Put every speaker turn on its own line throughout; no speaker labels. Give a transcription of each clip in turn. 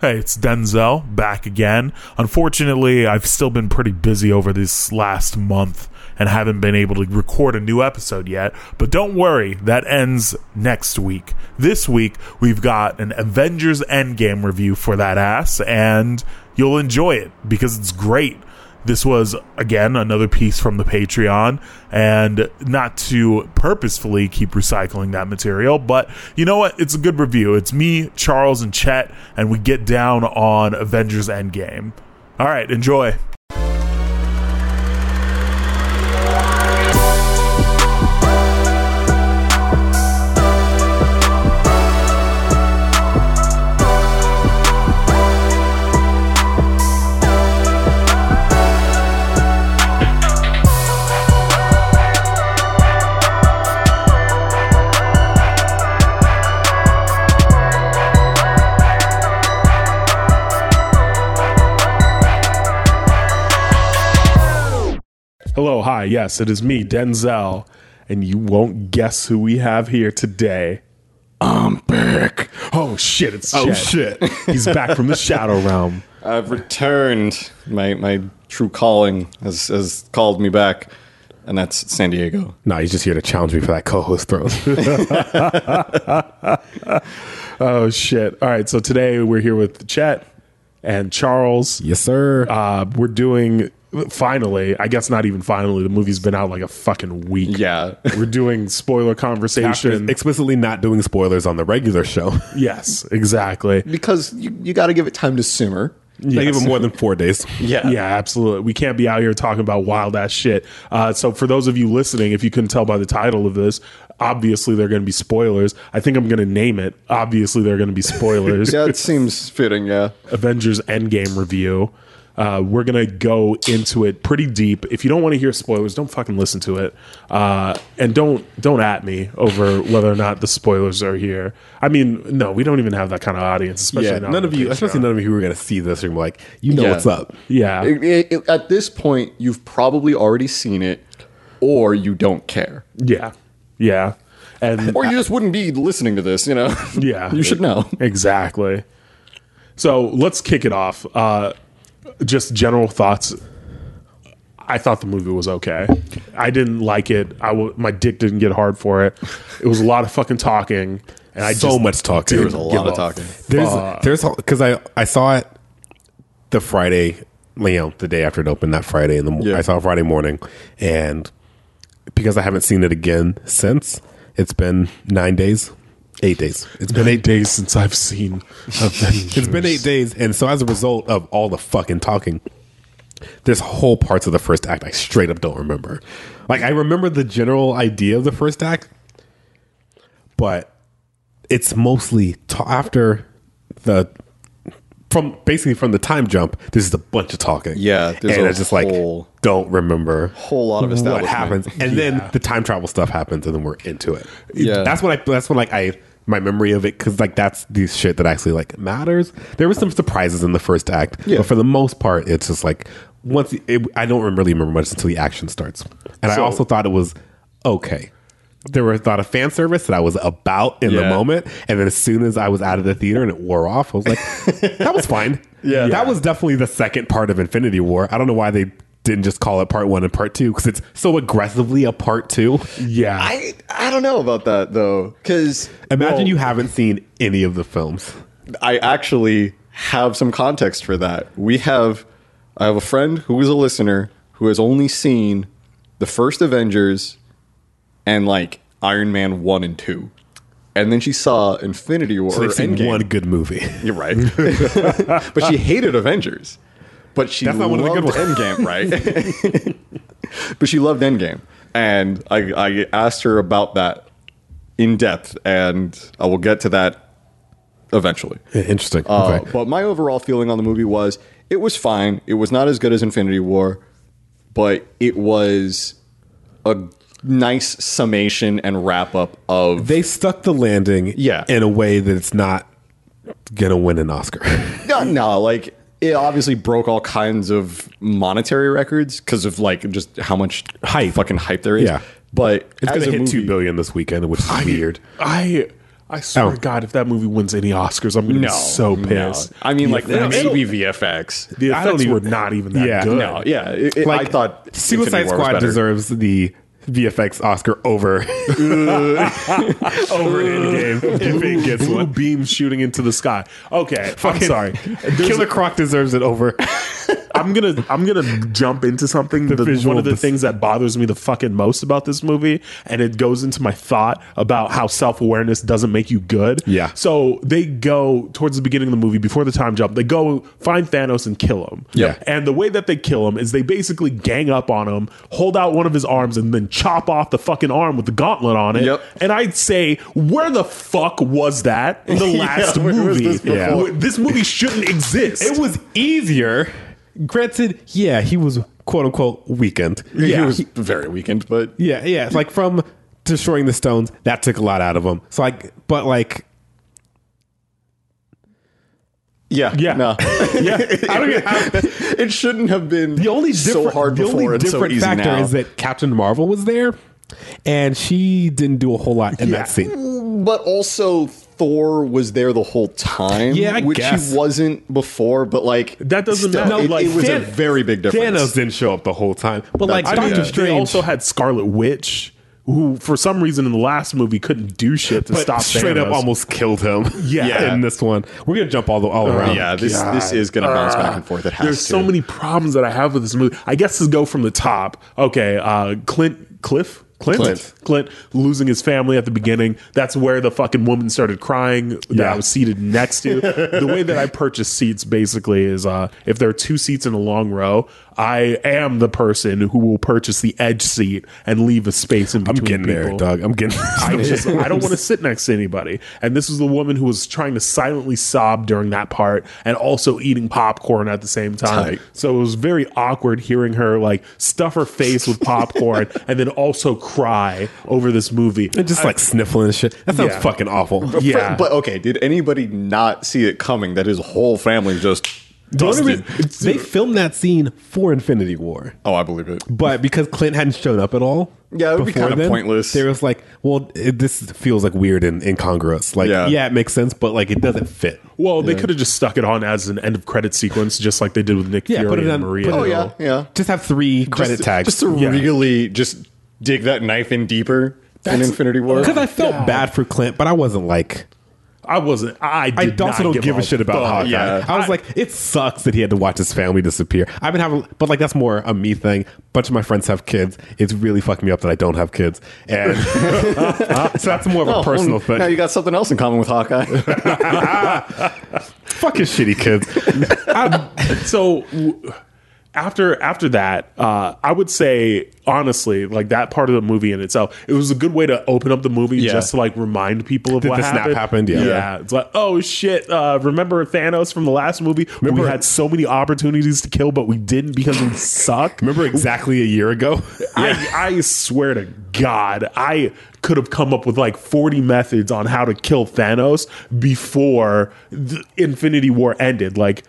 Hey, it's Denzel back again. Unfortunately, I've still been pretty busy over this last month and haven't been able to record a new episode yet. But don't worry, that ends next week. This week, we've got an Avengers Endgame review for that ass, and you'll enjoy it because it's great. This was, again, another piece from the Patreon, and not to purposefully keep recycling that material, but you know what? It's a good review. It's me, Charles, and Chet, and we get down on Avengers Endgame. All right, enjoy. Hello, hi, yes, it is me, Denzel, and you won't guess who we have here today.
I'm back.
Oh shit, it's
Oh,
Chet. He's back from the shadow realm.
I've returned. My my true calling has has called me back, and that's San Diego.
No, he's just here to challenge me for that co-host throne.
Oh shit. All right, so today we're here with Chet and Charles.
yes, sir.
Uh, we're doing finally, I guess not even finally, the movie's been out like a fucking week.
Yeah,
We're doing spoiler conversation.
explicitly not doing spoilers on the regular show.
yes, exactly.
because you you got to give it time to simmer.
They give him more than four days.
Yeah,
Yeah, absolutely. We can't be out here talking about wild ass shit. Uh, so, for those of you listening, if you couldn't tell by the title of this, obviously there are going to be spoilers. I think I'm going to name it. Obviously, there are going to be spoilers.
Yeah, it seems fitting. Yeah,
Avengers Endgame review. Uh, we're going to go into it pretty deep. If you don't want to hear spoilers, don't fucking listen to it. Uh, and don't don't at me over whether or not the spoilers are here. I mean, no, we don't even have that kind of audience, especially
Yeah,
not
none
on
of you,
Patreon.
especially none of you who are going to see this, are gonna be like, you know
Yeah.
what's up.
Yeah.
It- it- it- at this point, you've probably already seen it, or you don't care,
yeah. Yeah. And
or you just wouldn't be listening to this. You know.
Yeah.
you should know.
Exactly. So let's kick it off. Uh, just general thoughts. I thought the movie was okay. I didn't like it. I w- my dick didn't get hard for it. It was a lot of fucking talking, and I
so
just,
much talk.
There
was a lot of talking.
There's, there's, because I, I saw it the Friday, you know, the day after it opened. That Friday in the, mo-
Yeah.
I saw it Friday morning, and because I haven't seen it again since, it's been nine days, eight days. It's been eight
days since I've seen. Avengers.
It's been eight days, and so as a result of all the fucking talking, there's whole parts of the first act I straight up don't remember. Like I remember the general idea of the first act, but it's mostly ta- after the from basically from the time jump. This is a bunch of talking.
Yeah, there's
and
a
I just like
whole-
don't remember
Whole lot of
what
establishment.
happens, and then the time travel stuff happens, and then we're into it.
Yeah.
that's when I. That's when like I my memory of it because like that's the shit that actually like matters. There was some surprises in the first act,
Yeah.
but for the most part, it's just like once it, I don't really remember much until the action starts, and I
So-
also thought it was okay. There was a lot of fan service that I was about in the
Yeah.
moment, and then as soon as I was out of the theater and it wore off, I was like, "That was fine."
Yeah.
that was definitely the second part of Infinity War. I don't know why they didn't just call it Part One and Part Two because it's so aggressively a Part Two.
Yeah,
I I don't know about that though, because
Imagine you haven't seen any of the films.
I actually have some context for that. We have I have a friend who is a listener who has only seen the first Avengers and like Iron Man 1 and 2. And then she saw Infinity War
They've seen
Endgame.
one good movie.
You're right. but she hated Avengers. But she
That's not
loved
one of the good
Endgame, right? but she loved Endgame. And I, I asked her about that in depth, and I will get to that eventually.
Interesting.
Uh,
okay.
But my overall feeling on the movie was it was fine. It was not as good as Infinity War, but it was a nice summation and wrap up of.
They stuck the landing,
Yeah.
in a way that it's not gonna win an Oscar.
no, no, like it obviously broke all kinds of monetary records because of like just how much
Hype.
fucking hype there is.
Yeah.
but
It's
as
gonna
a
hit
movie,
two billion this weekend, which is weird.
I
I swear
Oh.
to God, if that movie wins any Oscars, I'm going to
No,
be so
no.
pissed.
I mean, like
Yeah,
maybe VFX.
The
I don't
effects
even-
were not even that
Yeah.
good.
No, yeah. It, it- I thought
Suicide
Infinity War was
Squad
better.
deserves the VFX Oscar over over Endgame if it gets
Blue
one.
beam shooting into the sky. Okay, I'm sorry. There's-
Killer Croc deserves it over.
I'm gonna I'm gonna jump into something. The
visual
one of the
dis-
things that bothers me the fucking most about this movie, and it goes into my thought about how self awareness doesn't make you good.
Yeah.
So they go towards the beginning of the movie before the time jump. They go find Thanos and kill him.
Yeah.
And the way that they kill him is they basically gang up on him, hold out one of his arms, and then chop off the fucking arm with the gauntlet on it.
Yep.
And I'd say, where the fuck was that in the
Yeah,
last
where was
movie?
this
Yeah. before?
This movie shouldn't exist.
It was easier. Granted, yeah, he was quote unquote weakened.
He
Yeah,
was very weakened, but
yeah, yeah. It's Like from destroying the stones, that took a lot out of him. So like, but like,
yeah,
Yeah.
no.
yeah. I don't get how
it shouldn't have been
the only
so
different-
hard
the
before
only
and so
different
easy
factor
now.
is that Captain Marvel was there, and she didn't do a whole lot in that scene.
but also Thor was there the whole time,
Yeah, I
which
guess.
he wasn't before. But like
That doesn't
still,
matter.
It,
Like,
it was
Than-
a very big
Thanos
difference.
didn't show up the whole time, but like
That's
I mean,
Doctor
yeah.
They
Strange
also had Scarlet Witch, who for some reason in the last movie couldn't do shit to
but
stop
straight up
Thanos.
almost killed him.
Yeah.
in this one, we're gonna jump all the all around.
yeah, this this is gonna bounce back and forth. It has
There's
to.
so many problems that I have with this movie. I guess to go from the top. Okay, uh, Clint, Cliff, Clint,
Clint.
Clint, losing his family at the beginning. That's where the fucking woman started crying that
Yeah.
I was seated next to. the way that I purchase seats basically is uh, if there are two seats in a long row, I am the person who will purchase the edge seat and leave a space in
I'm
between
getting
people.
there, Doug. I'm getting.
I just I don't want to sit next to anybody. And this was the woman who was trying to silently sob during that part and also eating popcorn at the same time.
Tight.
So it was very awkward hearing her like stuff her face with popcorn and then also cry over this movie.
And just like sniffling and shit. That sounds
Yeah.
fucking awful.
Yeah.
Fr- but okay, did anybody not see it coming? That his whole family just
The only
dusted.
reason- they filmed that scene for Infinity War,
oh, I believe it.
but because Clint hadn't shown up at all,
Yeah, it would be
before
kinda
then,
pointless.
There was like, well, it, this feels like weird and incongruous. Like,
Yeah.
yeah. it makes sense, but like it doesn't fit.
Well, they could have just stuck it on as an end of credit sequence, just like they did with Nick
Yeah,
Fury
put it
and
on-
Maria.
put it-
Oh yeah, yeah.
Just have three credit
just,
tags.
just to
Yeah.
really just dig that knife in deeper than Infinity War.
because I felt bad for Clint, but I wasn't like
I wasn't. I
I
did
also
not
don't give a shit about
fuck.
Hawkeye.
yeah.
I was like, it sucks that he had to watch his family disappear. I've been having, but like that's more a me thing. bunch of my friends have kids. It's really fucked me up that I don't have kids, and so that's more of a
Oh,
personal
well, Now
thing.
you got something else in common with Hawkeye.
Fucking shitty kids.
Um, so w- after after that uh, i would say honestly like that part of the movie in itself it was a good way to open up the movie just to like remind people of what
the snap
happened.
happened, yeah.
it's like oh shit uh, remember thanos from the last movie
Remember-
we had so many opportunities to kill but we didn't because we suck
Remember exactly a year ago?
I, I swear to God, I could have come up with like 40 methods on how to kill Thanos before the Infinity War ended. Like,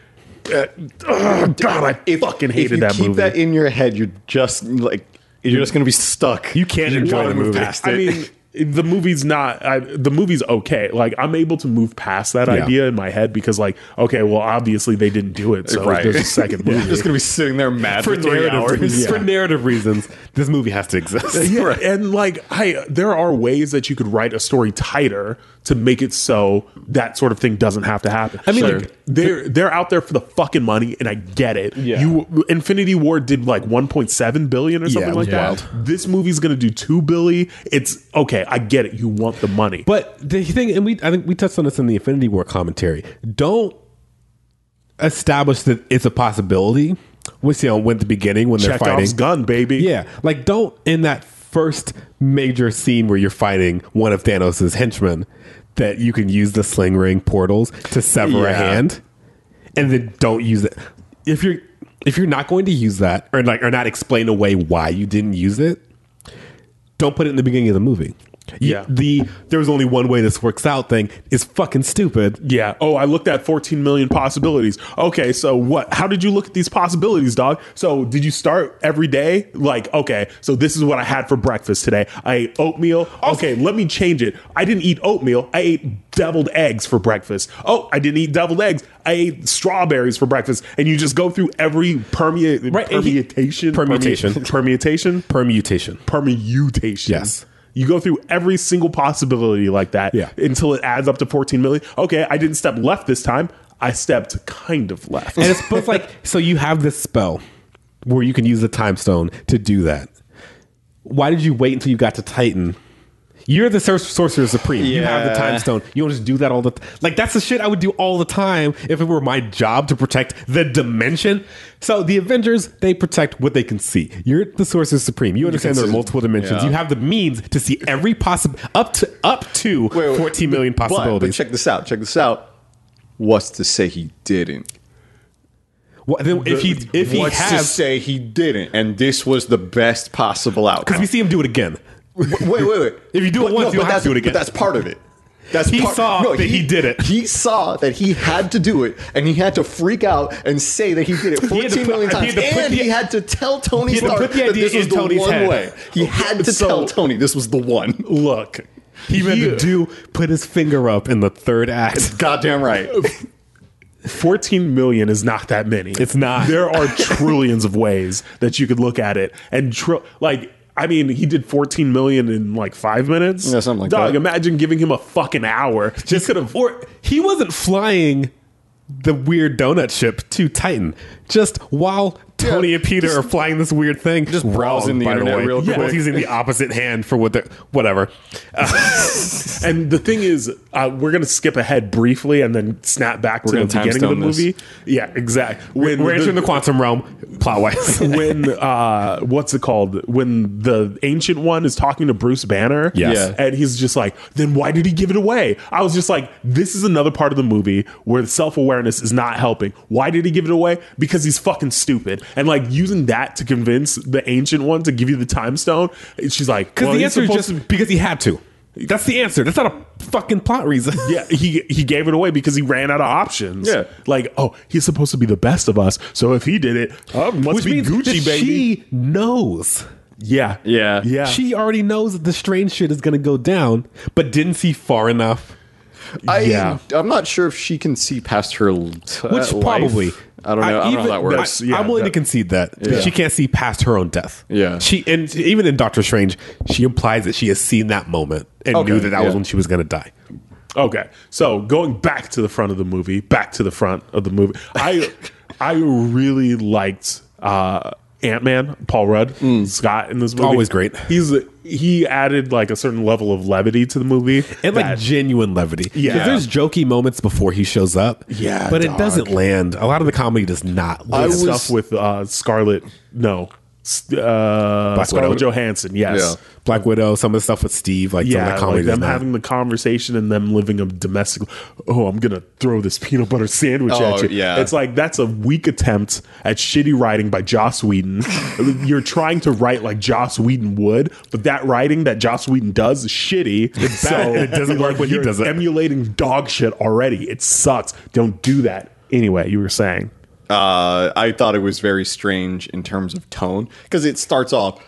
uh, ugh, God, I fucking
if you
hated that
keep
movie.
that in your head, you're just like you're just gonna be stuck.
You can't
You're
enjoy
not
the
gonna move
movie.
past
I
it.
mean, the movie's not. I, the movie's okay. Like, I'm able to move past that
Yeah.
idea in my head because, like, okay, well, obviously they didn't do it, so
Right.
there's a second
you're
movie.
just gonna be sitting there mad for,
for
three
narrative,
hours.
for narrative reasons, this movie has to exist.
Yeah, and like I, there are ways that you could write a story tighter to make it so that sort of thing doesn't have to happen. I
mean, like,
like, they're they're out there for the fucking money, and I get it.
Yeah.
you Infinity War did like 1.7 billion or something
it was
like that. This movie's gonna do two billion. It's okay. I get it. You want the money,
But the thing, and we I think we touched on this in the Infinity War commentary. Don't establish that it's a possibility. We see on when the beginning when they're fighting.
Chekhov's gun, baby.
Yeah, like don't in that first major scene where you're fighting one of Thanos' henchmen that you can use the sling ring portals to sever a
Yeah.
hand, and then don't use it if you're if you're not going to use that or like or not explain away why you didn't use it. Don't put it in the beginning of the movie. Yeah. The there's only one way this works out thing is fucking stupid.
Yeah. Oh, I looked at 14 million possibilities. Okay, so what? How did you look at these possibilities, dog? So did you start every day? Like, okay, so this is what I had for breakfast today. I ate oatmeal.
Oh.
Okay, let me change it. I didn't eat oatmeal. I ate deviled eggs for breakfast. Oh, I didn't eat deviled eggs. I ate strawberries for breakfast. And you just go through every permute,
Right, and he-
permutation,
Permutation.
permu- permutation,
Permutation.
permutation.
Yes.
You go through every single possibility like that
Yeah.
until it adds up to 14 million. Okay, I didn't step left this time. I stepped kind of left.
And it's both like so you have this spell where you can use the time stone to do that. Why did you wait until you got to Titan? You're the Sor- sorcerer supreme. You have the time
Yeah.
stone. You don't just do that all the t- like. That's the shit I would do all the time if it were my job to protect the dimension. So the Avengers they protect what they can see. You're the sorcerer supreme. You understand there are
see-
multiple dimensions.
yeah.
You have the means to see every possible up to up to
Wait, wait,
14 million
but-
possibilities.
But check this out. Check this out. What's to say he didn't?
Well, then if he if he
What's to
has
say he didn't? And this was the best possible
because
outcome.
we see him do it again.
wait, wait, wait.
If you do it
But
once, you don't
but
have to do it
that's- But
again.
that's part of it. That's
He saw that he did it.
He saw that he had to do it, and he had to freak out and say that he did it
had to
14 million
put- he
times.
had to put
and
the-
he had to tell Tony
he had to
Stark
put the
that
idea
this was
in
the
Tony's
one
head.
way. He had to
So-
tell Tony this was the one.
Look,
He had to do put his finger up in the third act.
Goddamn right.
14 million is not that many.
It's not.
There are trillions of ways that you could look at it. And tr- like, I mean, he did 14 million in like five minutes.
Yeah, something like
Dog,
that.
imagine giving him a fucking hour.
Just could have, or he wasn't flying the weird donut ship to Titan. Just while Tony
Yeah,
and Peter are flying this weird thing, just
browsing the internet real
yeah,
quick.
he's using the opposite hand for what they're whatever.
And the thing is, uh, we're gonna skip ahead briefly and then snap back to
gonna
the beginning of the
timestamp this.
movie. Yeah, exact. When
We're entering the quantum realm plot wise.
when uh, what's it called? When the ancient one is talking to Bruce Banner,
Yes. Yeah.
and he's just like, "Then why did he give it away?" I was just like, "This is another part of the movie where self awareness is not helping. Why did he give it away? Because he's fucking stupid." And like using that to convince the ancient one to give you the time stone, she's like,
Because
"Well,
the
he's
answer is
supposed
just because he had to. That's the answer. That's not a fucking plot reason.
Yeah, he he gave it away because he ran out of options.
Yeah.
like oh, he's supposed to be the best of us. So if he did it, oh, must
Which
be
means
Gucci
that
baby.
she knows.
yeah,
Yeah.
yeah.
She already knows that the strange shit is going to go down, but didn't see far enough.
I,
Yeah.
I'm not sure if she can see past her l- t-
Which
Uh, life.
probably.
I don't know. I, don't know how
even-
that works.
that's- yeah,
I'm willing
that-
to concede that she can't see past her own death.
Yeah.
she and even in Doctor Strange, she implies that she has seen that moment and
Okay,
knew that that was
yeah.
when she was going to die.
Okay, so going back to the front of the movie, back to the front of the movie. I I really liked uh, Ant Man, Paul Rudd, Scott in this movie.
Mm. Always great.
He's he added like a certain level of levity to the movie.
And like
that-
genuine levity. 'Cause
Yeah.
there's jokey moments before he shows up.
Yeah,
but
dog.
it doesn't land. A lot of the comedy does not.
I
Land.
was-
stuff with uh, Scarlet, no, s- uh, Scarlett
Widow.
Johansson. Yes.
Yeah.
Black Widow, some of the stuff with Steve, like some of
yeah,
that comedy
like them
does not.
having the conversation and them living a domestic. Oh, I'm gonna throw this peanut butter sandwich
Oh,
at you.
yeah.
it's like that's a weak attempt at shitty writing by Joss Whedon. You're trying to write like Joss Whedon would, but that writing that Joss Whedon does is shitty. It's
bad. It doesn't work when he does it.
Emulating dog shit already. It sucks. Don't do that. Anyway, you were saying.
uh, I thought it was very strange in terms of tone because it starts off.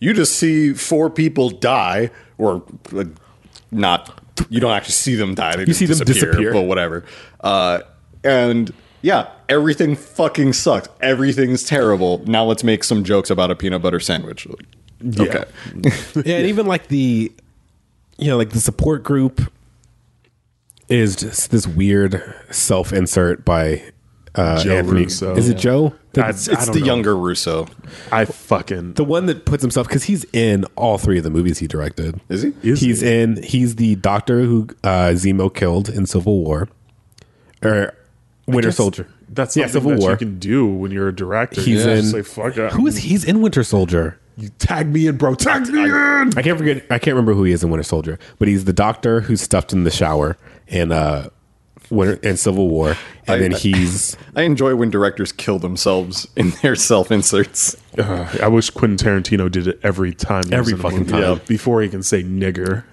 You just see four people die, or uh, not. You don't actually see them die. They you
see them disappear.
but whatever. Uh, and yeah, everything fucking sucks. Everything's terrible. Now let's make some jokes about a peanut butter sandwich. Okay.
yeah, and even like the you know like the support group is just this weird self insert by uh
Joe
Anthony.
Russo.
Is it Joe? The,
That's- I
It's
don't
the
know.
younger Russo.
I fucking
the one that puts himself because he's in all three of the movies he directed.
Is he?
Is
he's in. He's the doctor who uh, Zemo killed in Civil War, or Winter
guess
Soldier.
That's
yeah,
something
Civil
that
War.
you can do when you're a director. You
he's
just say
in.
fuck it.
who is he's in Winter Soldier?
You tag me in, bro. Tag me in.
I can't forget. I can't remember who he is in Winter Soldier, but he's the doctor who's stuffed in the shower in uh, Winter and Civil War, and then he's
I enjoy when directors kill themselves in their self inserts.
Uh, I wish Quentin Tarantino did it every time. he was
Every
in a
fucking
movie.
time.
Yeah, Before he can say nigger,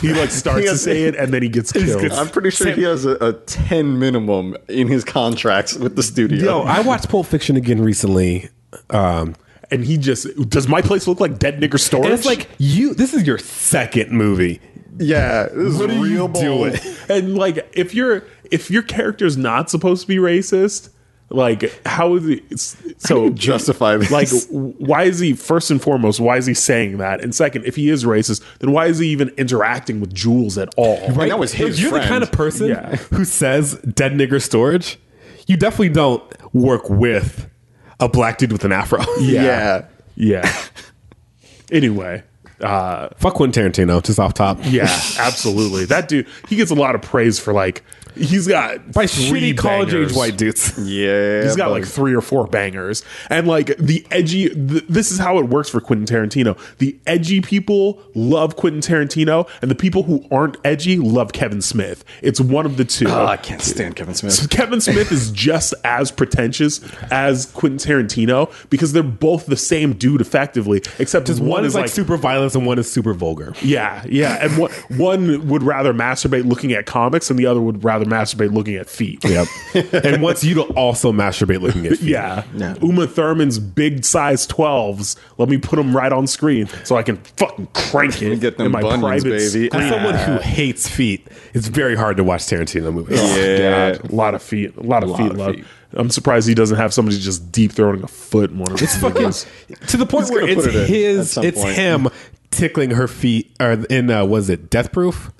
he like starts to say it and then he gets killed.
I'm pretty sure he has a, a 10 minimum in his contracts with the
Yo,
studio.
I watched Pulp Fiction again recently. Um,
and he just does my place look like dead nigger storage?
and it's like you. This is your second movie.
yeah, this is
what are you
real
doing? And like, if your if your character's not supposed to be racist, like how is he? It's, so
justify this?
Like, why is he first and foremost? Why is he saying that? And second, if he is racist, then why is he even interacting with Jules at all?
Right. that was his
If you're the
friend.
kind of person
Yeah.
who says dead nigger storage, you definitely don't work with a black dude with an afro.
yeah.
Yeah. anyway, uh,
Fuck Quentin Tarantino, just off top.
yeah, absolutely. That dude, he gets a lot of praise for like he's got
By
three
shitty college age
bangers.
white dudes.
Yeah.
He's got like three or four bangers, and like the edgy. Th- this is how it works for Quentin Tarantino. The edgy people love Quentin Tarantino, and the people who aren't edgy love Kevin Smith. It's one of the two.
Oh,
Ah.
I can't stand Kevin Smith.
So Kevin Smith is just as pretentious as Quentin Tarantino because they're both the same dude, effectively. Except one,
One is like,
like
super violence and one is super vulgar.
yeah, yeah. And one, one would rather masturbate looking at comics, and the other would rather masturbate looking at feet.
Yep. and wants you to also masturbate looking at feet.
Yeah. Uma Thurman's big size 12s. Let me put them right on screen so I can fucking crank it
Get them
in my
bunions,
private
baby.
screen.
As someone who hates feet, it's very hard to watch Tarantino movies.
yeah.
Oh, God, a lot of feet. A lot of feet
of
love.
feet.
I'm surprised he doesn't have somebody just deep throwing a foot in one of It's fucking
To the point
He's
where
gonna
it's
put it in at
his,
some
it's
point.
him tickling her feet, or in uh, was it Death Proof?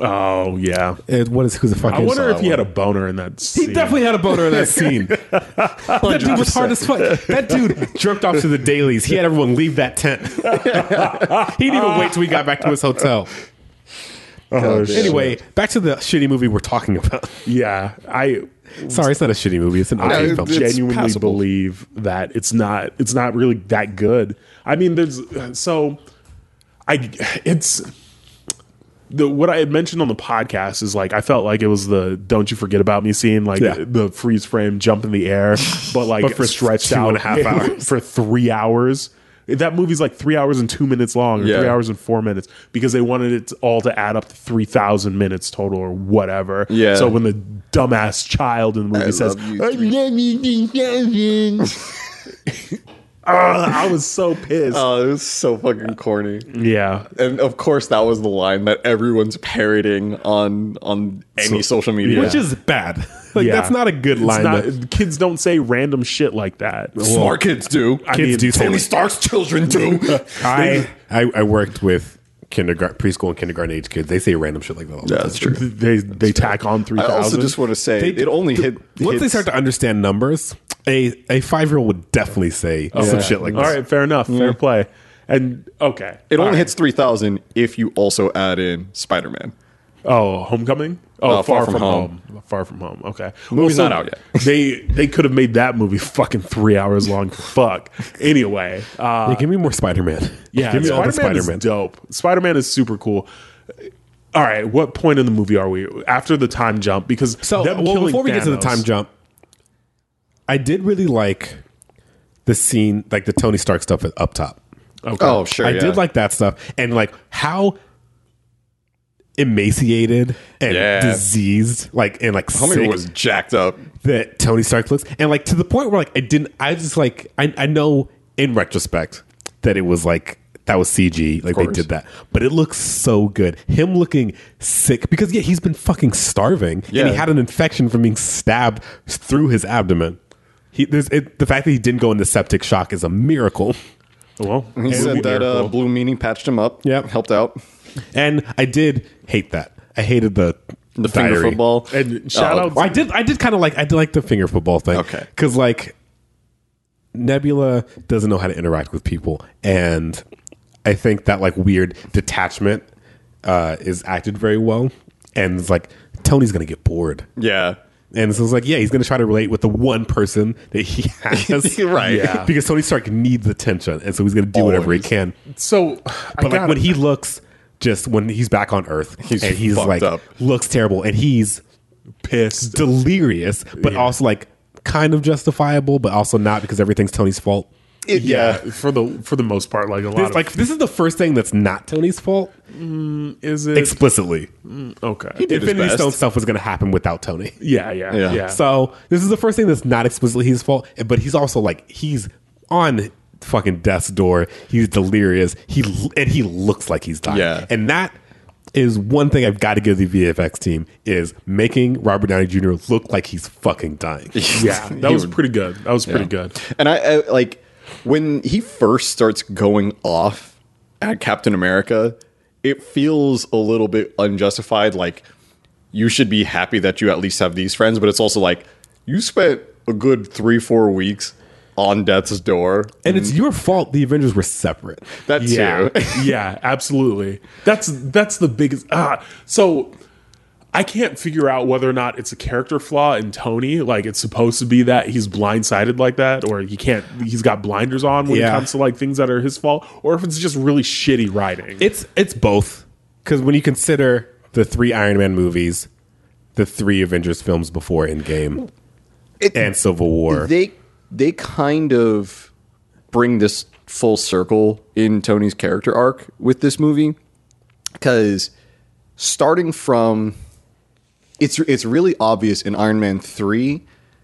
Oh yeah.
It, what is who's the fucking?
I wonder
that
if he
one.
had a boner in that
He
scene.
definitely had a boner in that scene. that dude was hard as fuck. That dude jerked off to the dailies. He had everyone leave that tent. he didn't even wait till we got back to his hotel.
Oh, shit.
Anyway, back to the shitty movie we're talking about.
Yeah. I
Sorry, it's not a shitty movie. It's an okay
I-
film.
it's
genuinely
passable.
believe that it's not it's not really that good. I mean, there's so I it's the what I had mentioned on the podcast is like I felt like it was the "Don't You Forget About Me" scene, like
Yeah.
the freeze frame jump in the air, but like
But for
stretched
two
out
and a half hours.
for three hours. That movie's like three hours and two minutes long, or
Yeah.
three hours and four minutes, because they wanted it all to add up to three thousand minutes total or whatever.
Yeah.
So when the dumbass child in the movie
I
says,
love you,
"I love you, 3000." Ah, I was so pissed.
Oh, it was so fucking corny.
yeah.
And of course, that was the line that everyone's parroting on on any social media.
Which is bad. Like
Yeah.
that's not a good
It's
line.
not-
that-
kids don't say random shit like that.
smart kids do.
kids
mean,
do say
Tony
that.
Stark's children do.
I, I I worked with kindergarten, preschool, and kindergarten age kids. They say random shit like that. All the time.
true.
They they tack on three
I also
thousand.
just want to say
They-
it only hit.
Once they
hits-
start to understand numbers, a a five year old would definitely say some shit like
Oh, All
this.
right, fair enough, fair play. And okay,
it only hits three thousand if you also add in Spider Man.
Oh, Homecoming. Oh,
Uh,
far, from, home. Far from home. Okay,
Movie's
Also,
not out yet.
they they could have made that movie fucking three hours long. Fuck. Anyway, uh,
Yeah, give me more Spider Man.
yeah,
give me all
Spider-Man
the Spider
is
Man.
dope. Spider Man is super cool. All right, what point in the movie are we after the time jump? Because
So,
them
well,
killing
before we get to the
Thanos-
time jump, I did really like the scene, like the Tony Stark stuff at- up top.
okay.
Oh, sure.
I
yeah.
did like that stuff, and like how emaciated and
Yeah.
diseased, like and like
Homie
sick
was jacked up.
that Tony Stark looks, and like to the point where like I didn't, I just like I, I know in retrospect that it was like that was CG, like they did that, but it looks so good. Him looking sick because yeah, he's been fucking starving, and
Yeah.
he had an infection from being stabbed through his abdomen. He, there's, it, the fact that he didn't go into septic shock is a miracle.
well,
He said that uh, blue meaning patched him up.
Yep.
helped out.
And I did hate that. I hated the
The finger
diary.
football
And shout
Oh,
out-
Well, I did. I did kind of like. I did like the finger football thing.
Okay.
Because like, Nebula doesn't know how to interact with people, and I think that like weird detachment uh, is acted very well. And it's like Tony's gonna get bored,
Yeah,
and so it's like, yeah, he's gonna try to relate with the one person that he has,
Right.
Yeah.
Because Tony Stark needs attention, and so he's gonna do whatever he
Always.
can.
so, I
But like
gotta-
when he looks just when he's back on Earth
He's
and he's
fucked
like
up.
looks terrible and he's
Pissed.
delirious, but also like kind of justifiable, but also not because everything's Tony's fault.
It-
yeah. for the for the most part, like a lot
This,
of
like this is the first thing that's not Tony's fault
is it
explicitly.
okay?
did his
Infinity
best.
Stone stuff was going to happen without Tony.
Yeah, yeah, yeah.
Yeah.
So this is the first thing that's not explicitly his fault, but he's also like he's on fucking death's door. He's delirious. He and he looks like he's dying.
Yeah.
And that is one thing I've got to give the VFX team is making Robert Downey Jr. look like he's fucking dying.
yeah, that
He
was
would-
pretty good. That was pretty good.
And I, I like when he first starts going off at Captain America, it feels a little bit unjustified. Like you should be happy that you at least have these friends, but it's also like you spent a good three, four weeks on death's door.
And it's your fault the Avengers were separate.
That
yeah,
too.
yeah, absolutely. That's that's the biggest. Ah, so I can't figure out whether or not it's a character flaw in Tony. Like it's supposed to be that he's blindsided like that, or he can't. He's got blinders on when
Yeah.
it comes to like things that are his fault, or if it's just really shitty writing.
It's it's both because when you consider the three Iron Man movies, the three Avengers films before Endgame,
It-
and Civil War,
They they kind of bring this full circle in Tony's character arc with this movie cuz starting from it's it's really obvious in Iron Man 3,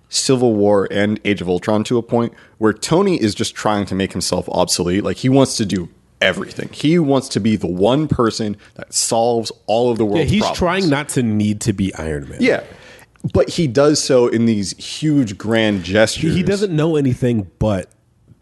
Civil War and Age of Ultron to a point where Tony is just trying to make himself obsolete. Like he wants to do everything. He wants to be the one person that solves all of the world's
he's
problems.
trying not to need to be Iron Man.
Yeah. But he does so in these huge grand gestures.
he doesn't know anything but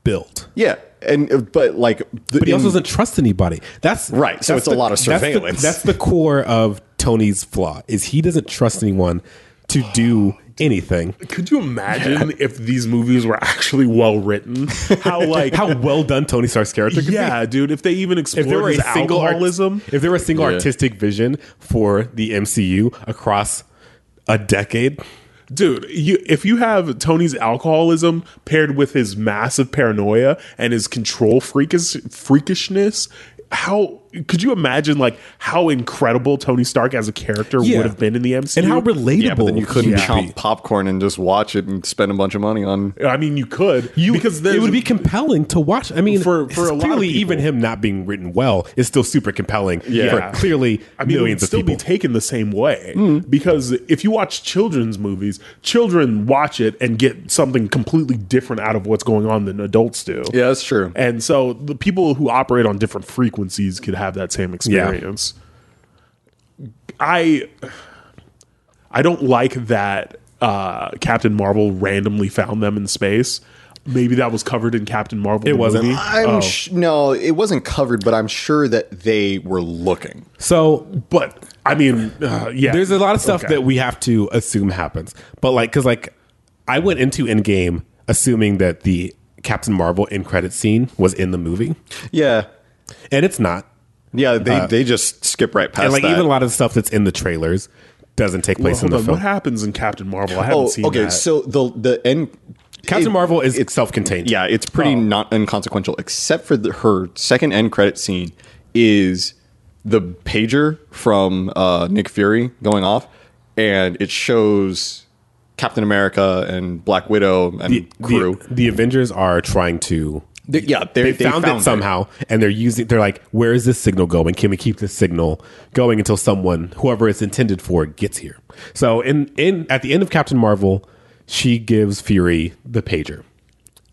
build.
Yeah, and uh, but like, the,
But he also
in-
doesn't trust anybody. That's
Right, so
that's
it's a lot of
that's the-
surveillance.
That's the, core of Tony's flaw is he doesn't trust anyone to do anything.
Could you imagine if these movies were actually well written? How like
How well done Tony Stark's character could be.
yeah, dude. If they even
if there were
explored
a
his
single art-
alcoholism,
if there were a single
Yeah.
artistic vision for the MCU across a decade,
dude. You, if you have Tony's alcoholism paired with his massive paranoia and his control freakish freakishness, how could you imagine like how incredible Tony Stark as a character
Yeah.
would have been in the MCU?
and how relatable
Yeah, but then you couldn't
he would
chomp
be.
popcorn and just watch it and spend a bunch of money on.
I mean, you could
You,
because
because
there's-
it would be compelling to watch. I mean,
For- for a lot of
clearly,
people.
even him not being written well is still super compelling
Yeah.
for clearly
I mean,
millions
it would still
of people.
be taken the same way
Mm-hmm.
because if you watch children's movies, children watch it and get something completely different out of what's going on than adults do.
Yeah, that's true.
And so the people who operate on different frequencies could have that same experience. I I don't like that uh, Captain Marvel randomly found them in space. Maybe that was covered in Captain Marvel. It
wasn't.
I'm
Oh.
sh- no, it wasn't covered, but I'm sure that they were looking.
so
but I mean, uh, yeah.
there's a lot of stuff
Okay.
that we have to assume happens. But like, because like, I went into Endgame assuming that the Captain Marvel end credit scene was in the movie,
Yeah,
and it's not.
yeah, they they just skip right past
Uh, and like
that.
even a lot of the stuff that's in the trailers doesn't take place in
Hold
the
on,
film.
what happens in Captain Marvel? I haven't
oh,
seen
okay.
that.
So the the end.
Captain
it-
Marvel is self-contained.
Yeah, it's pretty not inconsequential, except for the, her second end credit scene is the pager from uh, Nick Fury going off, and it shows Captain America and Black Widow and
the,
crew.
the, the Avengers are trying to.
They- yeah, they,
They, found, it somehow, and they're using. They're like, "Where is this signal going? Can we keep this signal going until someone, whoever it's intended for, gets here?" So, in in at the end of Captain Marvel, she gives Fury the pager.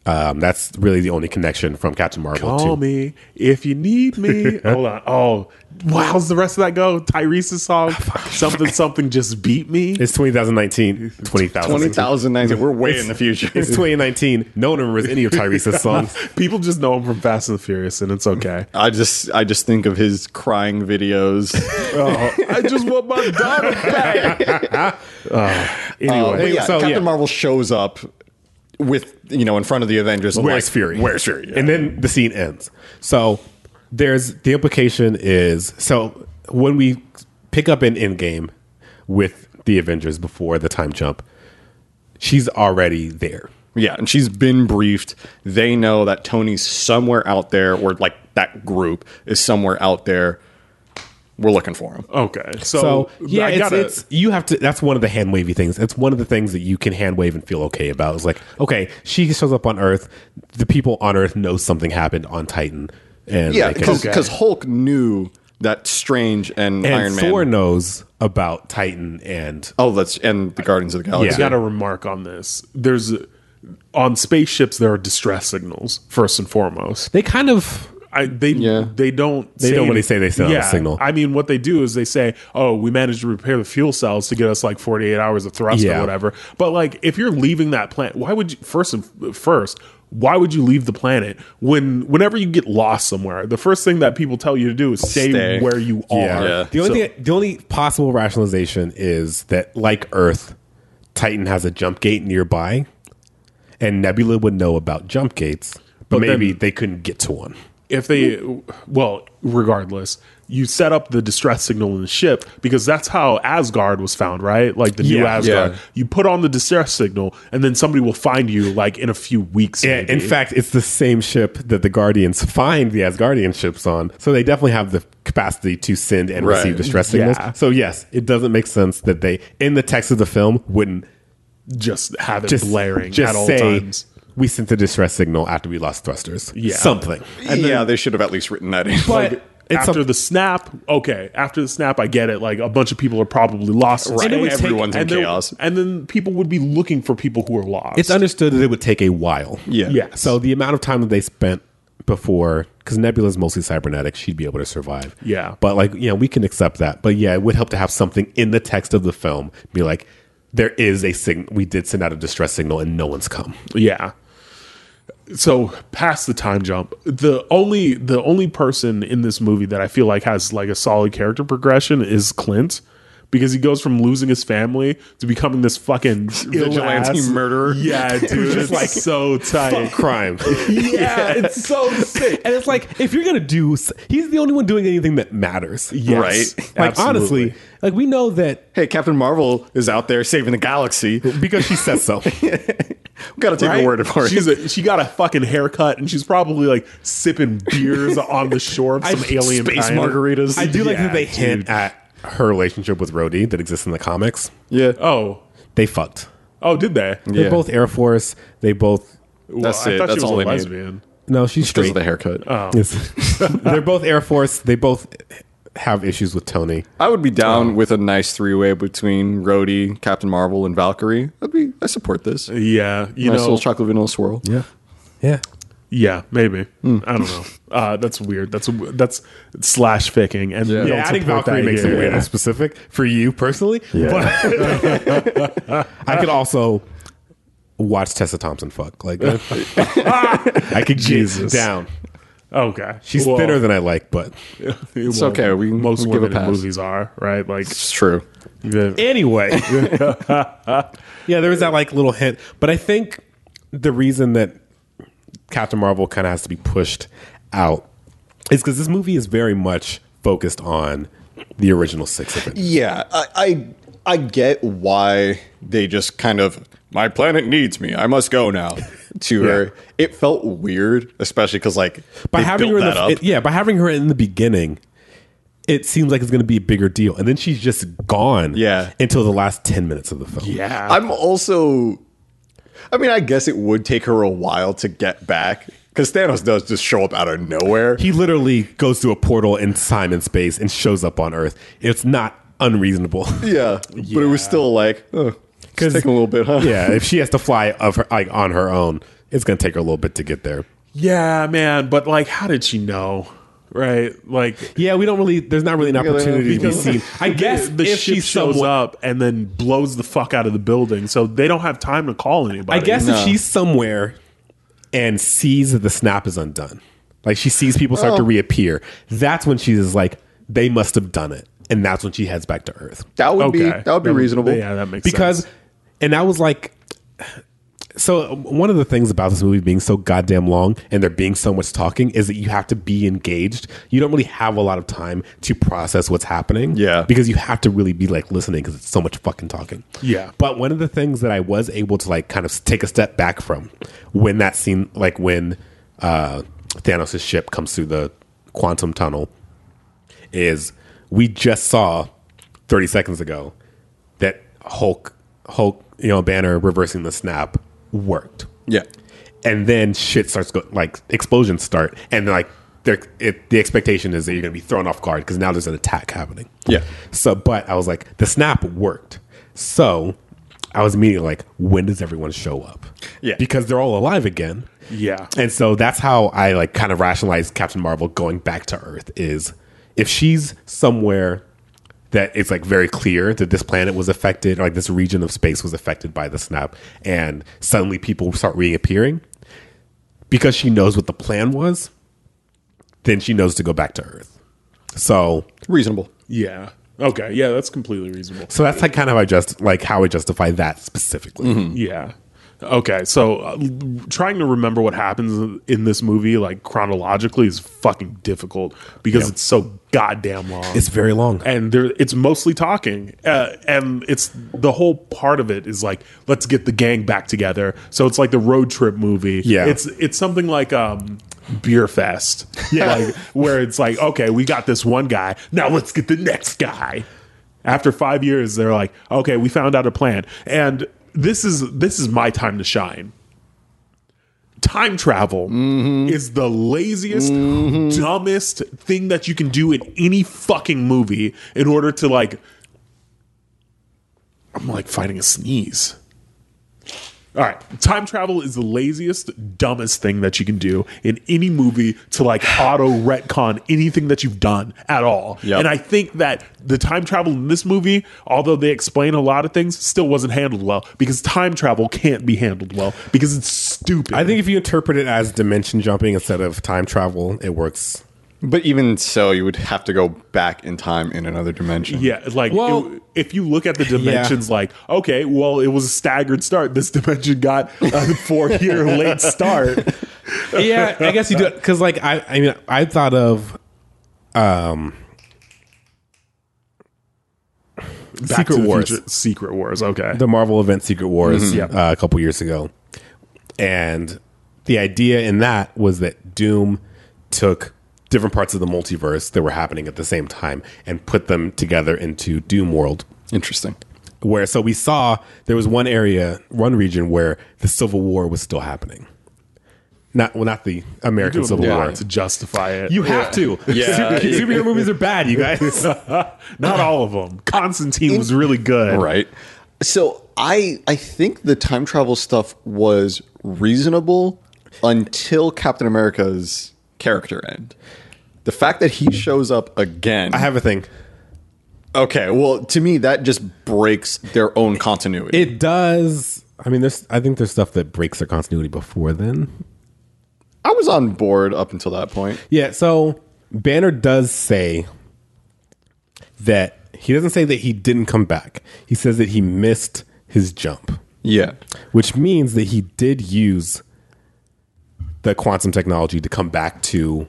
Um, that's really the only connection from Captain Marvel
Call
to
me if you need me. Hold on. Oh, wow, how's the rest of that go? Tyrese's song, something, something just beat me.
it's 2019, 20,000.
Twenty thousand nine. We're way in the future.
It's 2019. No one remembers any of Tyrese's songs.
People just know him from Fast and the Furious, and it's okay.
I just, I just think of his crying videos. Uh,
Oh, I just want my daughter back. Oh,
But
anyway,
yeah,
so,
Captain
yeah.
Marvel shows up with, you know, in front of the Avengers. and
Where's
like,
Fury?
Where's Fury? Yeah.
And then the scene ends. So there's the implication is so when we pick up an Endgame with the Avengers before the time jump, she's already there.
Yeah, and she's been briefed. They know that Tony's somewhere out there, or like that group is somewhere out there. we're looking for him.
Okay, so,
Um, So yeah,
I
it's,
gotta-
it's you have to. That's one of the hand wavy things. It's one of the things that you can hand wave and feel okay about. It's like okay, she shows up on Earth. The people on Earth know something happened on Titan, and
Yeah,
they can-
because
Okay.
Hulk knew that Strange and,
and
Iron Man.
Thor knows about Titan and
oh, that's and the Guardians of the Galaxy.
I got to remark on this. There's on spaceships there are distress signals first and foremost.
they kind of
I they
Yeah.
they don't they
don't really say they send out a signal.
I mean, what they do is they say, "Oh, we managed to repair the fuel cells to get us like 48 hours of thrust or
Yeah.
whatever." But like, if you're leaving that planet, why would you first and first? Why would you leave the planet when whenever you get lost somewhere? The first thing that people tell you to do is stay,
Stay.
where you are.
yeah.
Yeah.
The only
So-
thing, the only possible rationalization is that like Earth, Titan has a jump gate nearby, and Nebula would know about jump gates, but,
But
maybe
then-
they couldn't get to one.
if they well regardless you set up the distress signal in the ship because that's how asgard was found right like the new
Yeah.
asgard
Yeah.
you put on the distress signal and then somebody will find you like in a few weeks
Yeah,
maybe.
in fact, it's the same ship that the Guardians find the Asgardian ships on, so they definitely have the capacity to send and
Right.
receive distress
Yeah.
signals. So yes, it doesn't make sense that they, in the text of the film, wouldn't
just have it
just
blaring
just
at all
say
times
we sent the distress signal after we lost thrusters.
Yeah.
something.
yeah, they should have at least written that in.
But it's
after
a,
the snap, okay. After the snap, I get it. Like a bunch of people are probably lost.
Right.
And it would take-
Everyone's in
and there-
chaos.
and then people would be looking for people who are lost.
it's understood that it would take a while.
yeah,
yes.
So the amount of time that they spent before, because Nebula's mostly cybernetic, she'd be able to survive.
Yeah.
But like, you know, we can accept that. But yeah, it would help to have something in the text of the film be like, there is a signal. We did send out a distress signal and no one's come.
Yeah. So past the time jump, the only the only person in this movie that I feel like has like a solid character progression is Clint. Because he goes from losing his family to becoming this fucking
Vigilante
ill-ass-
murderer.
Yeah, dude, it's like so tight.
Crime.
Yeah, it's so sick.
and it's like, if you're going to do, s- he's the only one doing anything that matters. Yeah.
Yes,
Right.
Like,
absolutely.
honestly, like we know that
Hey, Captain Marvel is out there saving the galaxy. We
because she says so.
got to take
Right?
a word for it.
She's a, she got a fucking haircut and she's probably like sipping beers on the shore of some alien
space
planet.
margaritas.
I do like
Yeah,
that they
dude.
hint at her relationship with Rhodey that exists in the comics.
Yeah,
Oh,
They fucked.
oh, did they?
They're
Yeah.
both Air Force. They both.
That's
I
it.
thought
That's
she was
all
a
they need.
lesbian.
No, she's
because of
straight.
the haircut.
Uh,
Yes. They're both Air Force. They both have issues with Tony.
I would be down with a nice three-way between Rhodey, Captain Marvel, and Valkyrie. I'd be. I support this.
Yeah, you
nice
know,
little chocolate vanilla swirl.
Yeah. Yeah.
yeah, maybe.
Hmm.
I don't know. Uh, that's weird. That's that's slash ficking, and yeah,
Yeah, I think Valkyrie makes it weird and specific for you personally. But I could also watch Tessa Thompson fuck. Like, I could Jesus.
Jesus.
down.
Okay,
She's thinner than I like, but
it's
okay, we-
most
we give a
women in
pass.
movies are right. Like,
It's true.
yeah,
anyway. yeah, there was that like little hint, but I think the reason that Captain Marvel kind of has to be pushed out is because this movie is very much focused on the original six of it.
Yeah, I, I I get why they just kind of my planet needs me. I must go now. To her, it felt weird, especially because like
By
they
having
built
her,
that
in the,
up.
it- yeah, by having her in the beginning, it seems like it's going to be a bigger deal, and then she's just gone.
Yeah.
until the last ten minutes of the film.
yeah.
I'm also. I mean, I guess it would take her a while to get back because Thanos does just show up out of nowhere.
He literally goes through a portal in time and space and shows up on Earth. It's not unreasonable.
yeah, but it was still like, oh, it's taking a little bit, huh?
yeah, if she has to fly of her like on her own, it's gonna take her a little bit to get there.
yeah, man. But like, how did she know? Right, like.
Yeah, we don't really. There's not really an opportunity to be seen. I guess
the
if
ship
she's
shows
someone,
up and then blows the fuck out of the building, so they don't have time to call anybody.
I guess
No.
if she's somewhere and sees that the snap is undone, like she sees people start to reappear, that's when she's like, they must have done it, and that's when she heads back to Earth.
that would be
Okay.
that would be reasonable.
Yeah, that makes
because
sense.
and I was like so one of the things about this movie being so goddamn long and there being so much talking is that you have to be engaged. You don't really have a lot of time to process what's happening.
Yeah.
Because you have to really be like listening because it's so much fucking talking.
Yeah.
But one of the things that I was able to like kind of take a step back from when that scene like when uh Thanos' ship comes through the quantum tunnel is we just saw 30 seconds ago that Hulk Hulk you know Banner reversing the snap worked,
Yeah.
and then shit starts go- like explosions start, and like there it, the expectation is that you're gonna be thrown off guard because now there's an attack happening.
Yeah.
So, but I was like, the snap worked. So I was immediately like, when does everyone show up?
Yeah.
Because they're all alive again.
Yeah.
And so that's how I like kind of rationalize Captain Marvel going back to Earth is if she's somewhere that it's like very clear that this planet was affected, like this region of space was affected by the snap, and suddenly people start reappearing because she knows what the plan was, then she knows to go back to Earth. So
Reasonable.
Yeah. Okay. Yeah, that's completely reasonable.
So that's like kind of I just like how I justify that specifically.
Mm-hmm. Yeah. Okay, so uh, l- trying to remember what happens in this movie, like chronologically, is fucking difficult because it's so goddamn long.
It's very long.
and there, it's mostly talking, uh, and it's the whole part of it is like, let's get the gang back together. So it's like the road trip movie.
Yeah.
it's it's something like um, Beer Fest. Yeah, like, where it's like, okay, we got this one guy. Now let's get the next guy. After five years, they're like, okay, we found out a plan, and this is this is my time to shine time travel
Mm-hmm.
is the laziest, dumbest thing that you can do in any fucking movie in order to like. I'm like fighting a sneeze. All right, time travel is the laziest, dumbest thing that you can do in any movie to like auto retcon anything that you've done at all.
Yep.
And I think that the time travel in this movie, although they explain a lot of things, still wasn't handled well because time travel can't be handled well because it's stupid.
I think if you interpret it as dimension jumping instead of time travel, it works.
But even so, you would have to go back in time in another dimension.
Yeah, like
Well-
it- if you look at the dimensions, like okay, well, it was a staggered start. This dimension got a four-year late start.
yeah, I guess you do it because like I, I mean, I thought of um,
Back to
Secret
the
Wars,
Future- Secret Wars. Okay.
the Marvel event Secret Wars,
Yep.
uh, a couple years ago, and the idea in that was that Doom took different parts of the multiverse that were happening at the same time and put them together into Doom World.
Interesting.
where so we saw there was one area, one region where the Civil War was still happening. Not well, not the American Civil
Yeah,
War.
to justify it.
You have to.
Yeah.
Super- superhero movies are bad, you guys.
Not all of them. Constantine was really good.
Right. So I I think the time travel stuff was reasonable until Captain America's character end. The fact that he shows up again.
I have a thing.
okay, well, to me that just breaks their own continuity.
It does. I mean, there's. I think there's stuff that breaks their continuity before then.
I was on board up until that point.
Yeah. So Banner does say that he doesn't say that he didn't come back. He says that he missed his jump.
Yeah.
which means that he did use the quantum technology to come back to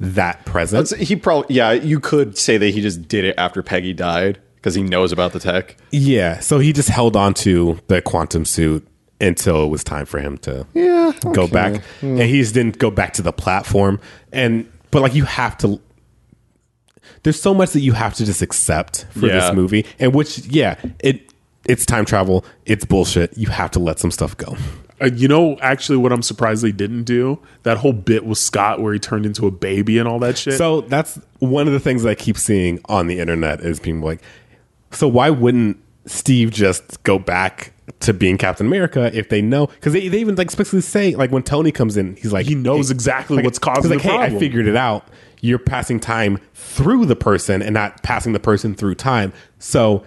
that present.
That's- he probably yeah, you could say that he just did it after Peggy died because he knows about the tech.
yeah, so he just held on to the quantum suit until it was time for him to
Yeah,
go
okay. Hmm.
back, and he just didn't go back to the platform. And but like you have to. There's so much that you have to just accept for
Yeah.
this movie, and which yeah, it it's time travel, it's bullshit. You have to let some stuff go.
Uh, you know, actually, what I'm surprised they didn't do that whole bit with Scott where he turned into a baby and all that shit.
So that's one of the things that I keep seeing on the internet is people like, so why wouldn't Steve just go back to being Captain America if they know? Because they, they even like specifically say like when Tony comes in, he's like
he knows exactly what's
he's
causing
like
the
hey
problem.
I figured it out. You're passing time through the person and not passing the person through time. So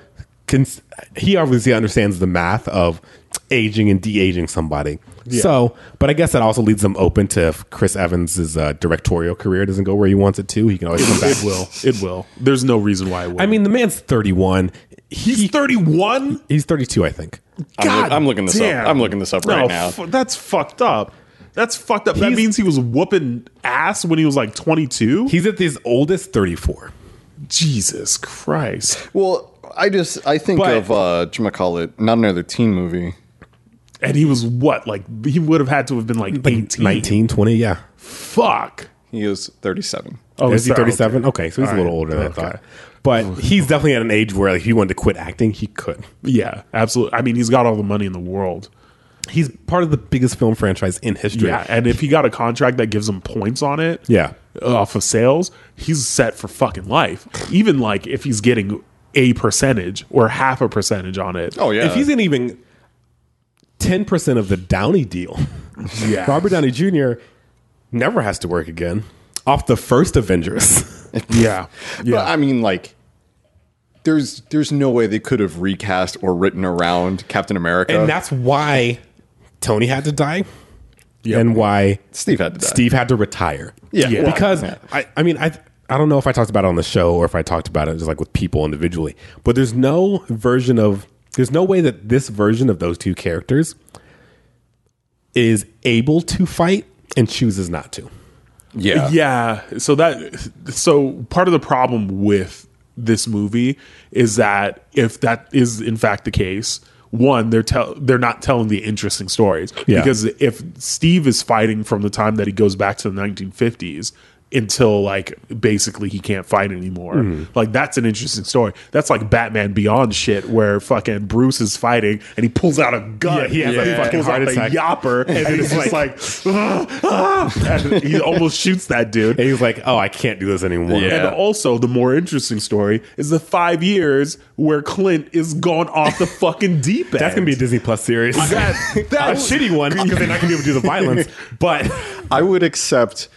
cons- he obviously understands the math of aging and de-aging somebody. So, but I guess that also leaves them open to if Chris Evans' uh, directorial career doesn't go where he wants it to, he can always come back.
it will. It will. There's no reason why it will.
I mean, the man's 31. He's,
he's 31.
he's 32, I think.
I'm look- I'm looking this up. I'm looking this up right now.
fu- that's fucked up. That's fucked up. that
He's-
means he was whooping ass when he was like 22.
He's at his oldest 34.
Jesus Christ!
Well, I just I think
But-
of uh call it not another teen movie.
And he was what? Like he would have had to have been like,
Like
18.
19, 20, yeah.
Fuck.
He is 37.
Oh,
is he
sorry.
Oh,
Oh, 37? Okay, so he's a little older than I
Okay.
thought. But he's definitely at an age where like, if he wanted to quit acting, he could.
Yeah, absolutely. I mean, he's got all the money in the world.
He's part of the biggest film franchise in history.
Yeah, and if he got a contract that gives him points on it,
Yeah.
off of sales, he's set for fucking life. Even like if he's getting a percentage or half a percentage on it.
Oh yeah.
If he's in even 10% of the Downey deal,
yeah.
Robert Downey Jr. never has to work again off the first Avengers.
Yeah. Yeah.
But I mean, like, there's there's no way they could have recast or written around Captain America.
and that's why Tony had to die and why
Steve had to die.
Steve had to retire.
yeah,
Yeah.
well,
because
yeah.
I, I mean I I don't know if I talked about it on the show or if I talked about it just like with people individually, but there's no version of there's no way that this version of those two characters is able to fight and chooses not to.
yeah,
yeah. So that so part of the problem with this movie is that if that is in fact the case, one they're tell they're not telling the interesting stories
Yeah.
because if Steve is fighting from the time that he goes back to the 1950s until like basically he can't fight anymore.
Hmm.
Like that's an interesting story. That's like Batman Beyond shit where fucking Bruce is fighting and he pulls out a gun.
Yeah, he has a fucking
pulls
heart
out
attack.
the yopper and, he's just like, "Ah, ah," and he almost shoots that dude.
And he's like, "Oh, I can't do this anymore."
Yeah.
And also, the more interesting story is the five years where Clint is gone off the fucking deep end.
That's gonna be a Disney Plus series.
That-
a
that-
shitty one because they're not gonna be able to do the violence. But
I would accept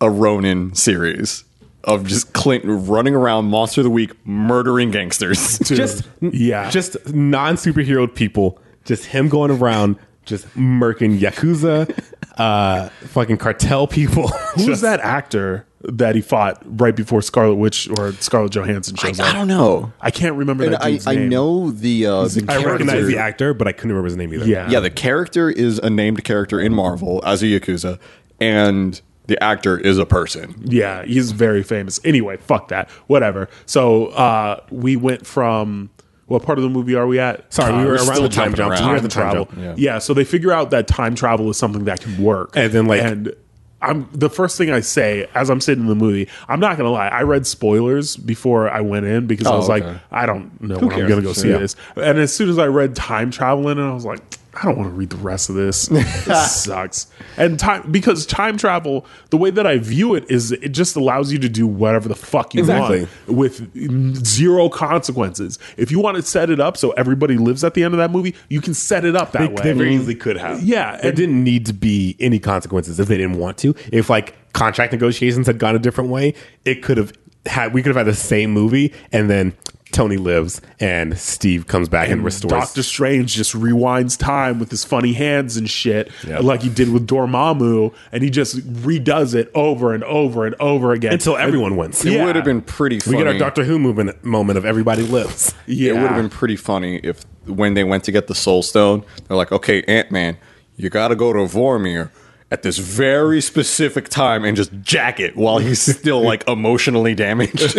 a Ronin series of just Clint running around Monster of the Week murdering gangsters.
just
Yeah.
just non superhero people. Just him going around, just murking yakuza, uh, fucking cartel people.
Who's that actor that he fought right before Scarlet Witch or Scarlet Johansson shows up?
I don't know.
I can't remember
And
that
I,
dude's
I
name.
know the uh, the
I recognize the
character-
actor, but I couldn't remember his name either.
Yeah.
Yeah, the character is a named character in Marvel as a yakuza, and the actor is a person.
Yeah, he's very famous. Anyway, fuck that. Whatever. So uh, we went from what part of the movie are we at?
Sorry, we
Uh,
were
still
around the time
jumping
jump.
around.
We were at
time
the time
travel.
jump.
Yeah. so they figure out that time travel is something that can work.
And then, like-
and I'm the first thing I say as I'm sitting in the movie, I'm not gonna lie, I read spoilers before I went in because I
Oh,
was
okay.
like, I don't know when I'm
cares?
gonna go see
Sure.
this. And as soon as I read time travel in it, I was like, I don't want to read the rest of this. this sucks. And time because time travel, the way that I view it is it just allows you to do whatever the fuck you
Exactly.
want with zero consequences. If you want to set it up so everybody lives at the end of that movie, you can set it up that
They, they
way.
very easily could have.
Yeah,
There
and-
didn't need to be any consequences if they didn't want to. If like contract negotiations had gone a different way, it could have had we could have had the same movie and then Tony lives and Steve comes back and, restores
Doctor Strange just rewinds time with his funny hands and shit,
Yeah.
like he did with Dormammu, and he just redoes it over and over and over again
until everyone wins.
It
Yeah.
would have been pretty.
We
Funny.
get our Doctor Who movement moment of everybody lives.
Yeah.
It would have been pretty funny if when they went to get the Soul Stone, they're like, "Okay, Ant Man, you got to go to Vormir at this very specific time and just jack it while he's still like emotionally damaged."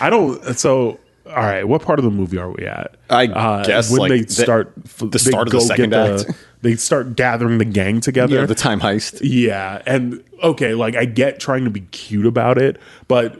I don't. So, all right, what part of the movie are we at? Uh,
I guess,
when
like,
they
the-
start
the start of the
go get
second
the-
act.
they start gathering the gang together.
yeah, the time heist.
Yeah, and okay, like I get trying to be cute about it, but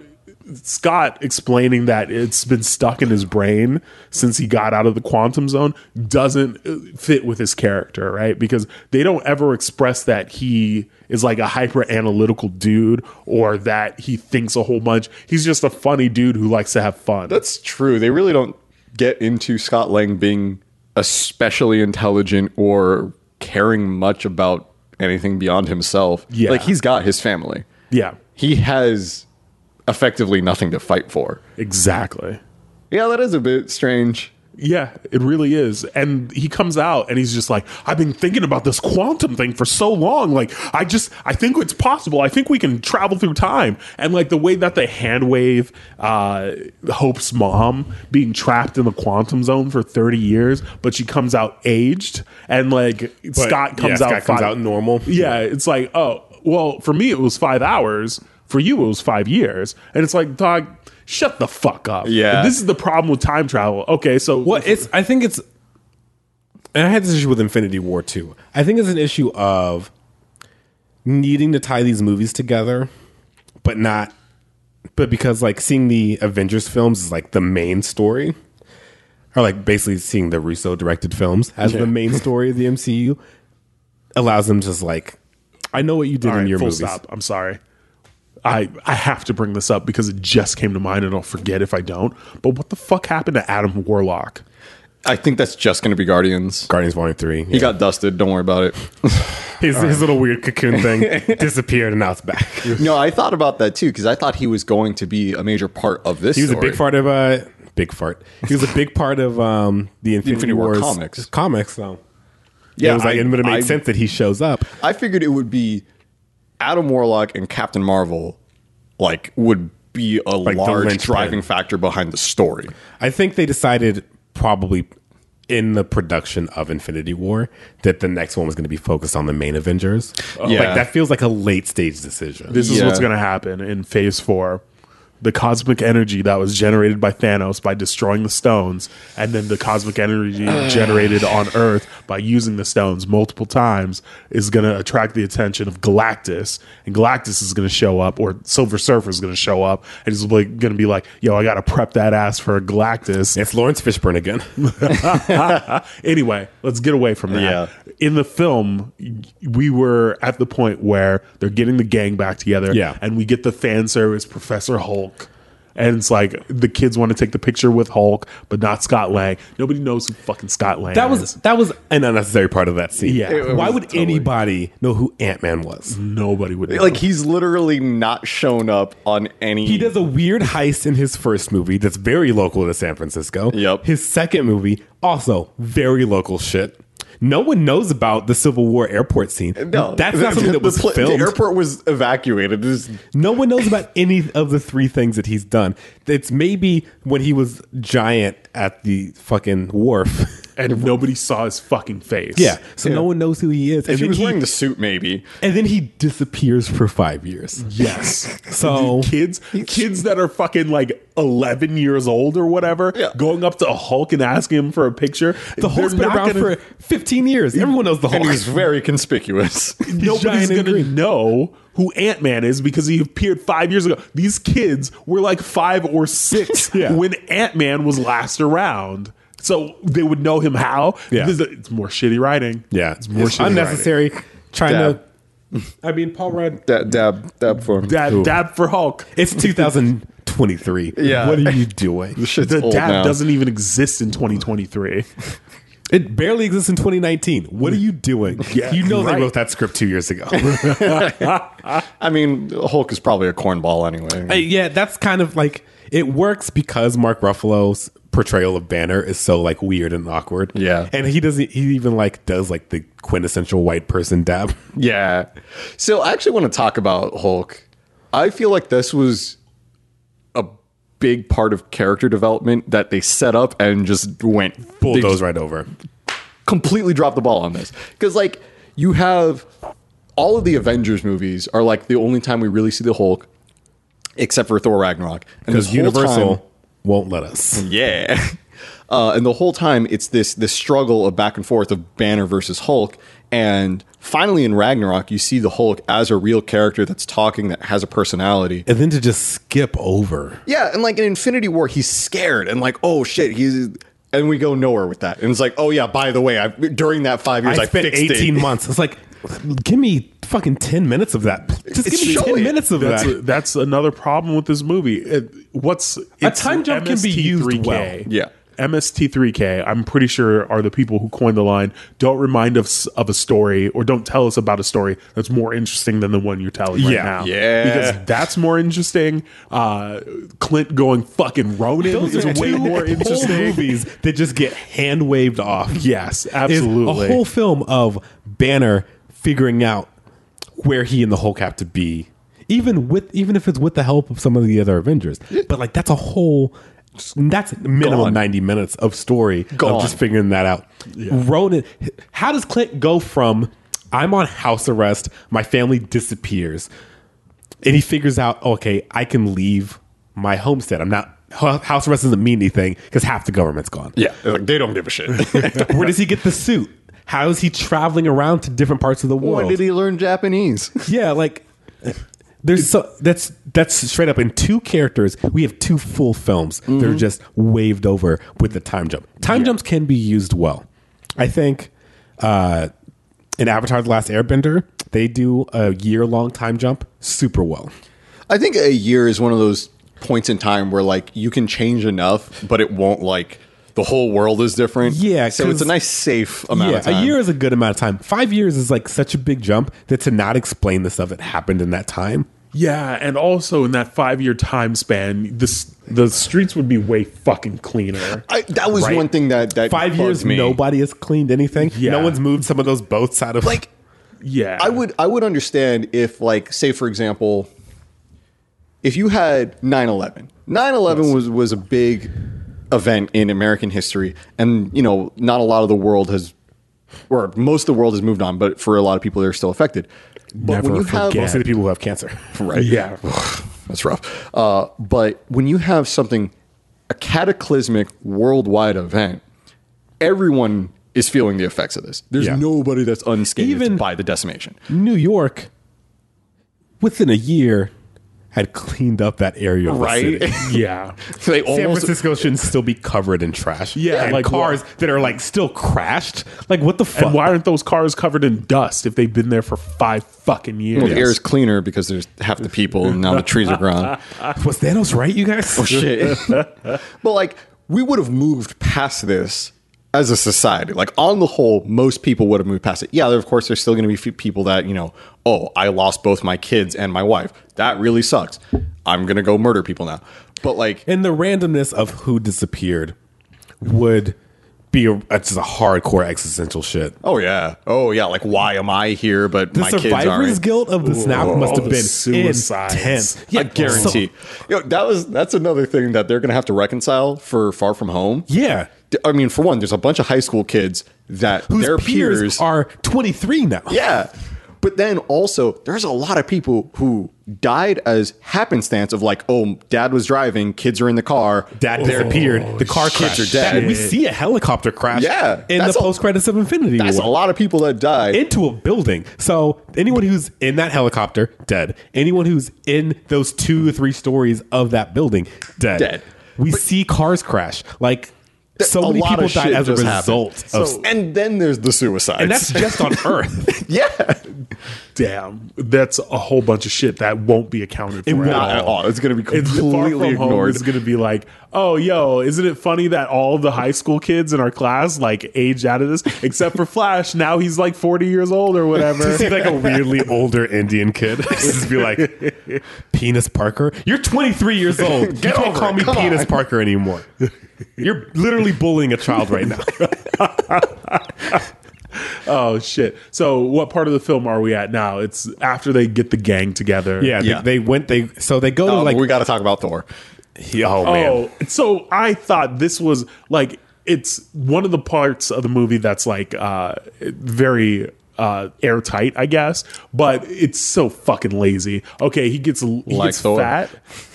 Scott explaining that it's been stuck in his brain since he got out of the quantum zone doesn't uh, fit with his character, right? Because they don't ever express that he is like a hyper analytical dude or that he thinks a whole bunch. He's just a funny dude who likes to have fun.
That's true. They really don't get into Scott Lang being especially intelligent or caring much about anything beyond himself.
Yeah.
like he's got his family.
yeah,
He has effectively nothing to fight for.
exactly.
Yeah, that is a bit strange.
Yeah, it really is. And he comes out and he's just like, I've been thinking about this quantum thing for so long. Like, I just, I think it's possible. I think we can travel through time. And like the way that they hand wave uh, Hope's mom being trapped in the quantum zone for 30 years, but she comes out aged. And like
But,
Scott comes
yeah,
out,
Scott comes
fi-
out normal.
yeah, it's like, oh, well, for me it was five hours. For you it was five years. And it's like, dog, shut the fuck up.
Yeah.
And this is the problem with time travel. Okay, so
Well, it's I think it's and I had this issue with Infinity War too. I think it's an issue of needing to tie these movies together, but not but because like seeing the Avengers films is like the main story, or like basically seeing the Russo directed films as
Yeah.
the main story of the MCU allows them to just like, I know what you did
All
in
right,
your
full
movies.
stop. I'm sorry. I I have to bring this up because it just came to mind, and I'll forget if I don't. But what the fuck happened to Adam Warlock?
I think that's just going to be Guardians.
Guardians Volume Three.
He got dusted. Don't worry about it.
his, his little weird cocoon thing disappeared and now it's back. He
no, I thought about that too because I thought he was going to be a major part of this.
was a
story.
big part of uh, big fart. He was a big part of um, the Infinity,
Infinity War
Wars
comics.
Comics, though.
Yeah,
it was like
I-
it would have made
I-
sense that he shows up.
I figured it would be Adam Warlock and Captain Marvel, like would be a
the
large
linchpin.
driving factor behind the story.
I think they decided probably in the production of Infinity War that the next one was going to be focused on the main Avengers.
Oh. Yeah.
Like that feels like a late stage decision.
This is
Yeah.
what's going to happen in Phase Four. The cosmic energy that was generated by Thanos by destroying the stones, and then the cosmic energy generated on Earth by using the stones multiple times, is going to attract the attention of Galactus, and Galactus is going to show up, or Silver Surfer is going to show up, and he's like going to be like, "Yo, I got to prep that ass for Galactus."
it's Lawrence Fishburne again.
anyway, let's get away from that.
Yeah.
In the film, we were at the point where they're getting the gang back together.
Yeah.
And we get the fan service Professor Hulk. And it's like the kids want to take the picture with Hulk, but not Scott Lang. Nobody knows who fucking Scott Lang
that
is.
was that was an unnecessary part of that scene.
Yeah. It- it
Why
was
would
totally-
anybody know who Ant Man was?
Nobody would know.
Like he's literally not shown up on any.
He does a weird heist in his first movie that's very local to San Francisco.
Yep.
His second movie, also very local shit. No one knows about the Civil War airport scene.
No,
that's not something that was
the, pla-
filmed.
The airport was evacuated. It was-
No one knows about any of the three things that he's done. It's maybe when he was giant at the fucking wharf.
and nobody saw his fucking face.
So no one knows who he is. And
if he
then
was
he,
wearing the suit, maybe.
and then he disappears for five years.
Yes.
So-
kids kids that are fucking like 11 years old or whatever
Yeah.
going up to Hulk and asking him for a picture.
The Hulk's
they're
been
not
around
gonna-
for 15 years. Everyone knows the Hulk.
And he was very conspicuous.
nobody's
giant and
going to
green.
know who Ant Man is because he appeared five years ago. These kids were like five or six
Yeah.
when Ant Man was last around. So they would know him how?
Yeah.
This is- it's more shitty writing.
yeah,
It's more shitty
unnecessary. Trying
Dab.
to. I mean, Paul Rudd.
dab, dab, dab for him.
writing. Dab, dab for Hulk.
It's 2023.
Yeah.
What are you doing?
This shit's
The
old
dab
now.
doesn't even exist in 2023.
It barely exists in 2019. What are you doing?
Yeah,
you know
right.
they wrote that script two years ago.
I mean, Hulk is probably a cornball anyway.
Uh, yeah, that's kind of like it works because Mark Ruffalo's portrayal of Banner is so like weird and awkward.
Yeah.
and he doesn't. He even like does like the quintessential white person dab.
Yeah. So I actually want to talk about Hulk. I feel like this was a big part of character development that they set up and just went they
Bulldoze
just
right over.
completely dropped the ball on this. Because like you have all of the Avengers movies are like the only time we really see the Hulk, except for Thor Ragnarok. And this
Because
whole
Universal
time- Mm.
won't let us.
yeah. Uh, and the whole time, it's this this struggle of back and forth of Banner versus Hulk, and finally in Ragnarok, you see the Hulk as a real character that's talking, that has a personality.
And then to just skip over.
Yeah, and like in Infinity War, he's scared and like, oh shit, he's and we go nowhere with that. And it's like, oh yeah, by the way, I during that five years, I,
I spent
fixed
18
it.
months. It's like, give me fucking 10 minutes of that. Just
It's
give me 10
showing.
minutes of
That's,
that.
that's another problem with this movie. It- what's it's
time jump can be used well.
Yeah.
MST3K, I'm pretty sure are the people who coined the line. Don't remind us of a story, or don't tell us about a story that's more interesting than the one you're telling right
Yeah.
now.
Yeah.
because that's more interesting. Uh, Clint going fucking Ronin is way more interesting.
movies that just get hand waved off.
Yes,
is
absolutely.
a whole film of Banner figuring out where he and the Hulk have to be, even with even if it's with the help of some of the other Avengers. But like that's a whole that's minimum
Gone.
ninety minutes of story
Gone.
of just figuring that out. Ronan, how does Clint go from I'm on house arrest, my family disappears, and he figures out okay, I can leave my homestead. I'm not. hu- House arrest doesn't mean anything because half the government's gone.
Yeah, like they don't give a shit.
Where does he get the suit? How is he traveling around to different parts of the world?
he learn Japanese?
yeah, like There's so that's that's straight up in two characters. We have two full films.
Mm-hmm.
They're just waved over with the time jump. Time jumps can be used well. I think uh, in Avatar: The Last Airbender, they do a year long time jump super well.
I think a year is one of those points in time where like you can change enough, but it won't like the whole world is different.
Yeah,
so it's
'cause-
a nice safe amount
yeah,
of time.
a year is a good amount of time. Five years is like such a big jump that to not explain the stuff that happened in that time.
Yeah, and also in that five year time span, this the streets would be way fucking cleaner.
I, that was
Right.
one thing that that
Five
bugged
years,
me.
nobody has cleaned anything.
Yeah.
No one's moved some of those boats out of
Like
Yeah,
I would I would understand if like say for example if you had 9/11. 9/11 was was a big event in American history and you know not a lot of the world has or most of the world has moved on but for a lot of people they're still affected. But
Never forget.
mostly the people who have cancer.
right?
Uh, Yeah,
That's rough. Uh, but when you have something, a cataclysmic worldwide event, everyone is feeling the effects of this. There's
Yeah.
nobody that's unscathed
Even-
by the decimation.
New York, within a year, had cleaned up that area, of the
Right?
city.
yeah.
they
San
almost
Francisco shouldn't still be covered in trash.
Yeah,
and
like
cars that are like still crashed. Like what the fuck?
And why aren't those cars covered in dust if they've been there for five fucking years?
the air is cleaner because there's half the people and now the trees are gone.
was Thanos right, you guys?
Oh, shit. but like, we would have moved past this as a society. Like, on the whole, most people would have moved past it. Yeah, there, of course, there's still going to be few people that, you know, oh, I lost both my kids and my wife. That really sucks. I'm going to go murder people now. But like,
and the randomness of who disappeared would be a, it's just a hardcore existential shit.
oh, yeah. Oh, yeah. Like, why am I here? But
The
my kids
survivor's
aren't.
guilt of the snap
Whoa.
must
All
have
the
been
suicides.
intense.
I guarantee. You know, that was that's another thing that they're going to have to reconcile for Far From Home.
So- yeah,
I mean, for one, there's a bunch of high school kids that
whose
their
peers,
peers
are twenty three now.
Yeah. But then also, there's a lot of people who died as happenstance of like, oh, dad was driving, kids are in the car.
Dad
They're-
disappeared. the car
Oh, kids
crashed.
are dead.
Dad, we see a helicopter crash.
Yeah,
in the
that's a-
post credits of Infinity
That's a
War.
lot of people that died.
into a building. So anyone who's in that helicopter, dead. Anyone who's in those two or three stories of that building, dead.
Dead.
We see cars crash. Like so
a
many
lot
people
of
died
shit
as a
just happened.
result of.
and then there's the suicides.
and that's just on Earth.
yeah.
Damn, that's a whole bunch of shit that won't be accounted for.
Not at all. It's going to be completely ignored.
It's going to be like, oh, yo, isn't it funny that all the high school kids in our class like aged out of this, except for Flash? Now he's like forty years old or whatever.
See, like a weirdly older Indian kid, just be like, "Penis Parker, you're 23 years old. you
Get
can't
over
call
it.
me
Come
Penis
on."
Parker anymore. You're literally bullying a child right now."
oh shit! So what part of the film are we at now? It's after they get the gang together.
Yeah,
Yeah.
They, they went. They so they go to
Oh,
like,
we got to talk about Thor.
oh man,
Oh, so I thought this was like it's one of the parts of the movie that's like uh very uh airtight, I guess, but it's so fucking lazy. Okay, he gets he
Like
gets
Thor.
fat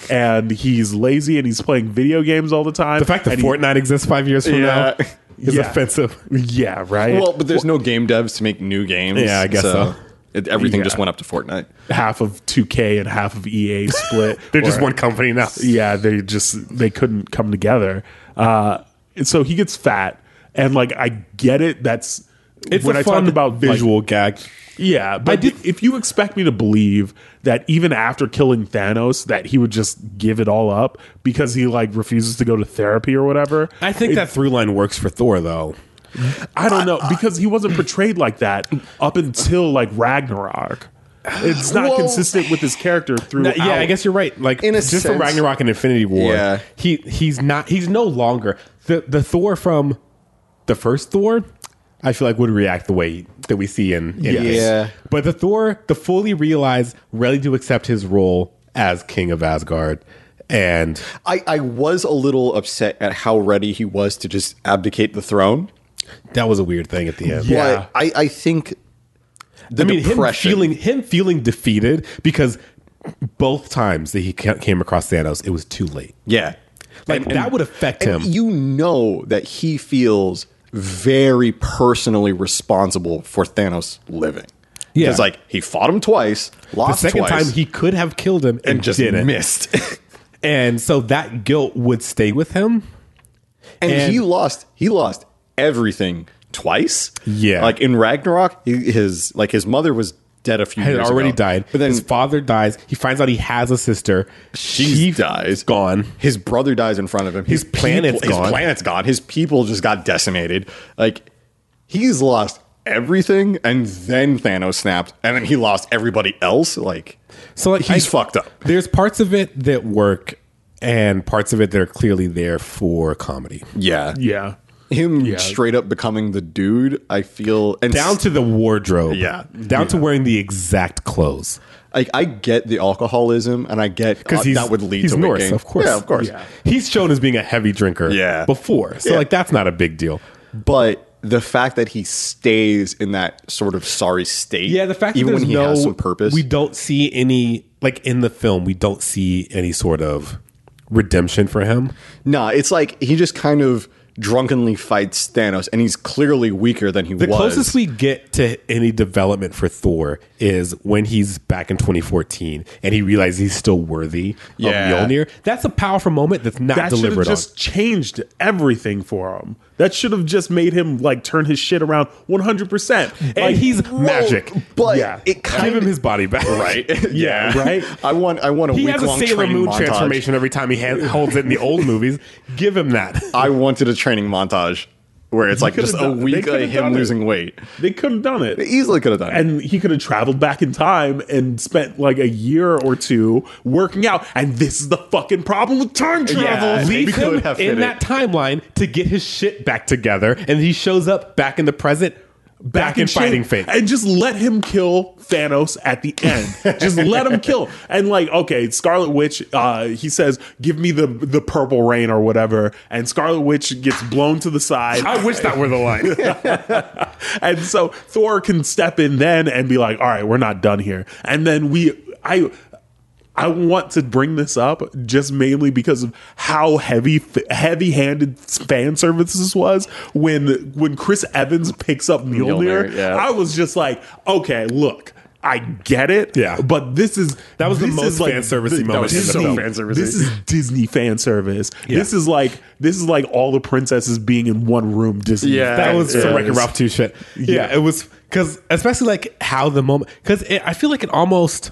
and he's lazy and he's playing video games all the time.
The fact that
and he-
Fortnite exists five years from
Yeah.
now is
Yeah.
offensive.
yeah, right.
Well, but there's no game devs to make new games.
Yeah, I guess so.
It, everything
Yeah.
just went up to Fortnite.
half of 2K and half of EA split.
They're just
Or-
one company now.
yeah they just they couldn't come together uh and so he gets fat and like i get it that's
It's
when
a
I
fun
talked about like,
visual gag.
yeah but
did-
if you expect me to believe that even after killing thanos that he would just give it all up because he like refuses to go to therapy or whatever
I think that through line works for Thor though.
i don't know because he wasn't portrayed like that up until like ragnarok it's not
Well-
consistent with his character through
yeah, I guess you're right. Like
In a
just for
sense-
Ragnarok and Infinity War,
Yeah.
he he's not he's no longer the the Thor from the first Thor. I feel like would react the way that we see in, in
Yes.
this.
Yeah.
But the Thor, the fully realized, ready to accept his role as king of Asgard, and
I, I was a little upset at how ready he was to just abdicate the throne.
that was a weird thing at the end.
Yeah.
But I, I think the
I mean,
depression.
him feeling him feeling defeated because both times that he ca- came across Thanos, it was too late.
Yeah.
Like that would affect him.
And you know that he feels very personally responsible for Thanos living.
Yeah.
Because like he fought him twice,
The
lost
second
twice,
time he could have killed him and,
and just
didn't.
missed.
And so that guilt would stay with him.
and,
And-
he lost he lost everything twice.
Yeah.
like in Ragnarok, he, his like his mother was dead a few
Had
years
already
ago.
died.
But then
his father dies. He finds out he has a sister.
she
He-
dies.
Gone.
His brother dies in front of him.
His planet's
people,
gone.
His planet's gone. His people just got decimated. Like he's lost everything, and then Thanos snapped, and then he lost everybody else. Like
So like
he's fucked up.
There's parts of it that work and parts of it that are clearly there for comedy.
Yeah,
Yeah.
him straight up becoming the dude. I feel and
Down to the wardrobe.
Yeah.
Down to wearing the exact clothes.
Like I get the alcoholism, and I get
Because
uh,
he's
that would lead
he's
to
Norse,
Wiccan.
of course.
yeah, of course.
He's shown as being a heavy drinker
Yeah.
before. So
Yeah.
like that's not a big deal.
But the fact that he stays in that sort of sorry state,
Yeah, the fact that
even
there's
when he
no
has some purpose,
we don't see any like in the film, we don't see any sort of redemption for him.
nah, it's like he just kind of drunkenly fights Thanos, and he's clearly weaker than he
The
was.
closest we get to any development for Thor is when he's back in 2014 and he realizes he's still worthy
Yeah.
of Mjolnir. That's a powerful moment that's not
That should have
delivered
just changed everything for him. That should have just made him like turn his shit around 100%.
on. And he's magic.
but
Yeah.
it
Give
kind
him
of
his body back. Right.
yeah,
right?
I want I want a
He
week
has a
long
Sailor
training
Moon
montage.
transformation every time he ha- holds it in the old movies. Give him that.
I wanted a training montage where it's like
could've
just a
done- they
week of
could've
him
done it.
losing weight.
they could have done it.
Easily could have done it.
and he could have traveled back in time and spent like a year or two working out. And this is the fucking problem with time travel.
Yeah, they
Leave him
could have fit
in
it.
that timeline to get his shit back together, and he shows up back in the present, back, in,
and shit,
fighting fate.
and just let him kill Thanos at the end. just let him kill, and like, okay, Scarlet Witch. Uh, he says, "Give me the the purple rain or whatever," and Scarlet Witch gets blown to the side.
I wish that were the line.
and so Thor can step in then and be like, "All right, we're not done here." And then we, I, I want to bring this up just mainly because of how heavy, heavy-handed fan service this was when when Chris Evans picks up Mjolnir.
Mjolnir, yeah.
I was just like, "Okay, look." I get it,
Yeah.
but this is
That was the
this
most
is like
fan-servicey
the
moment in the
Disney-
film.
Fan-servicey.
This is Disney fan service. This is like this is like all the princesses being in one room. Disney
Yeah.
that was
Yeah.
some Wreck-It Ralph 2 shit. Yeah, it was because especially like how the moment because I feel like it almost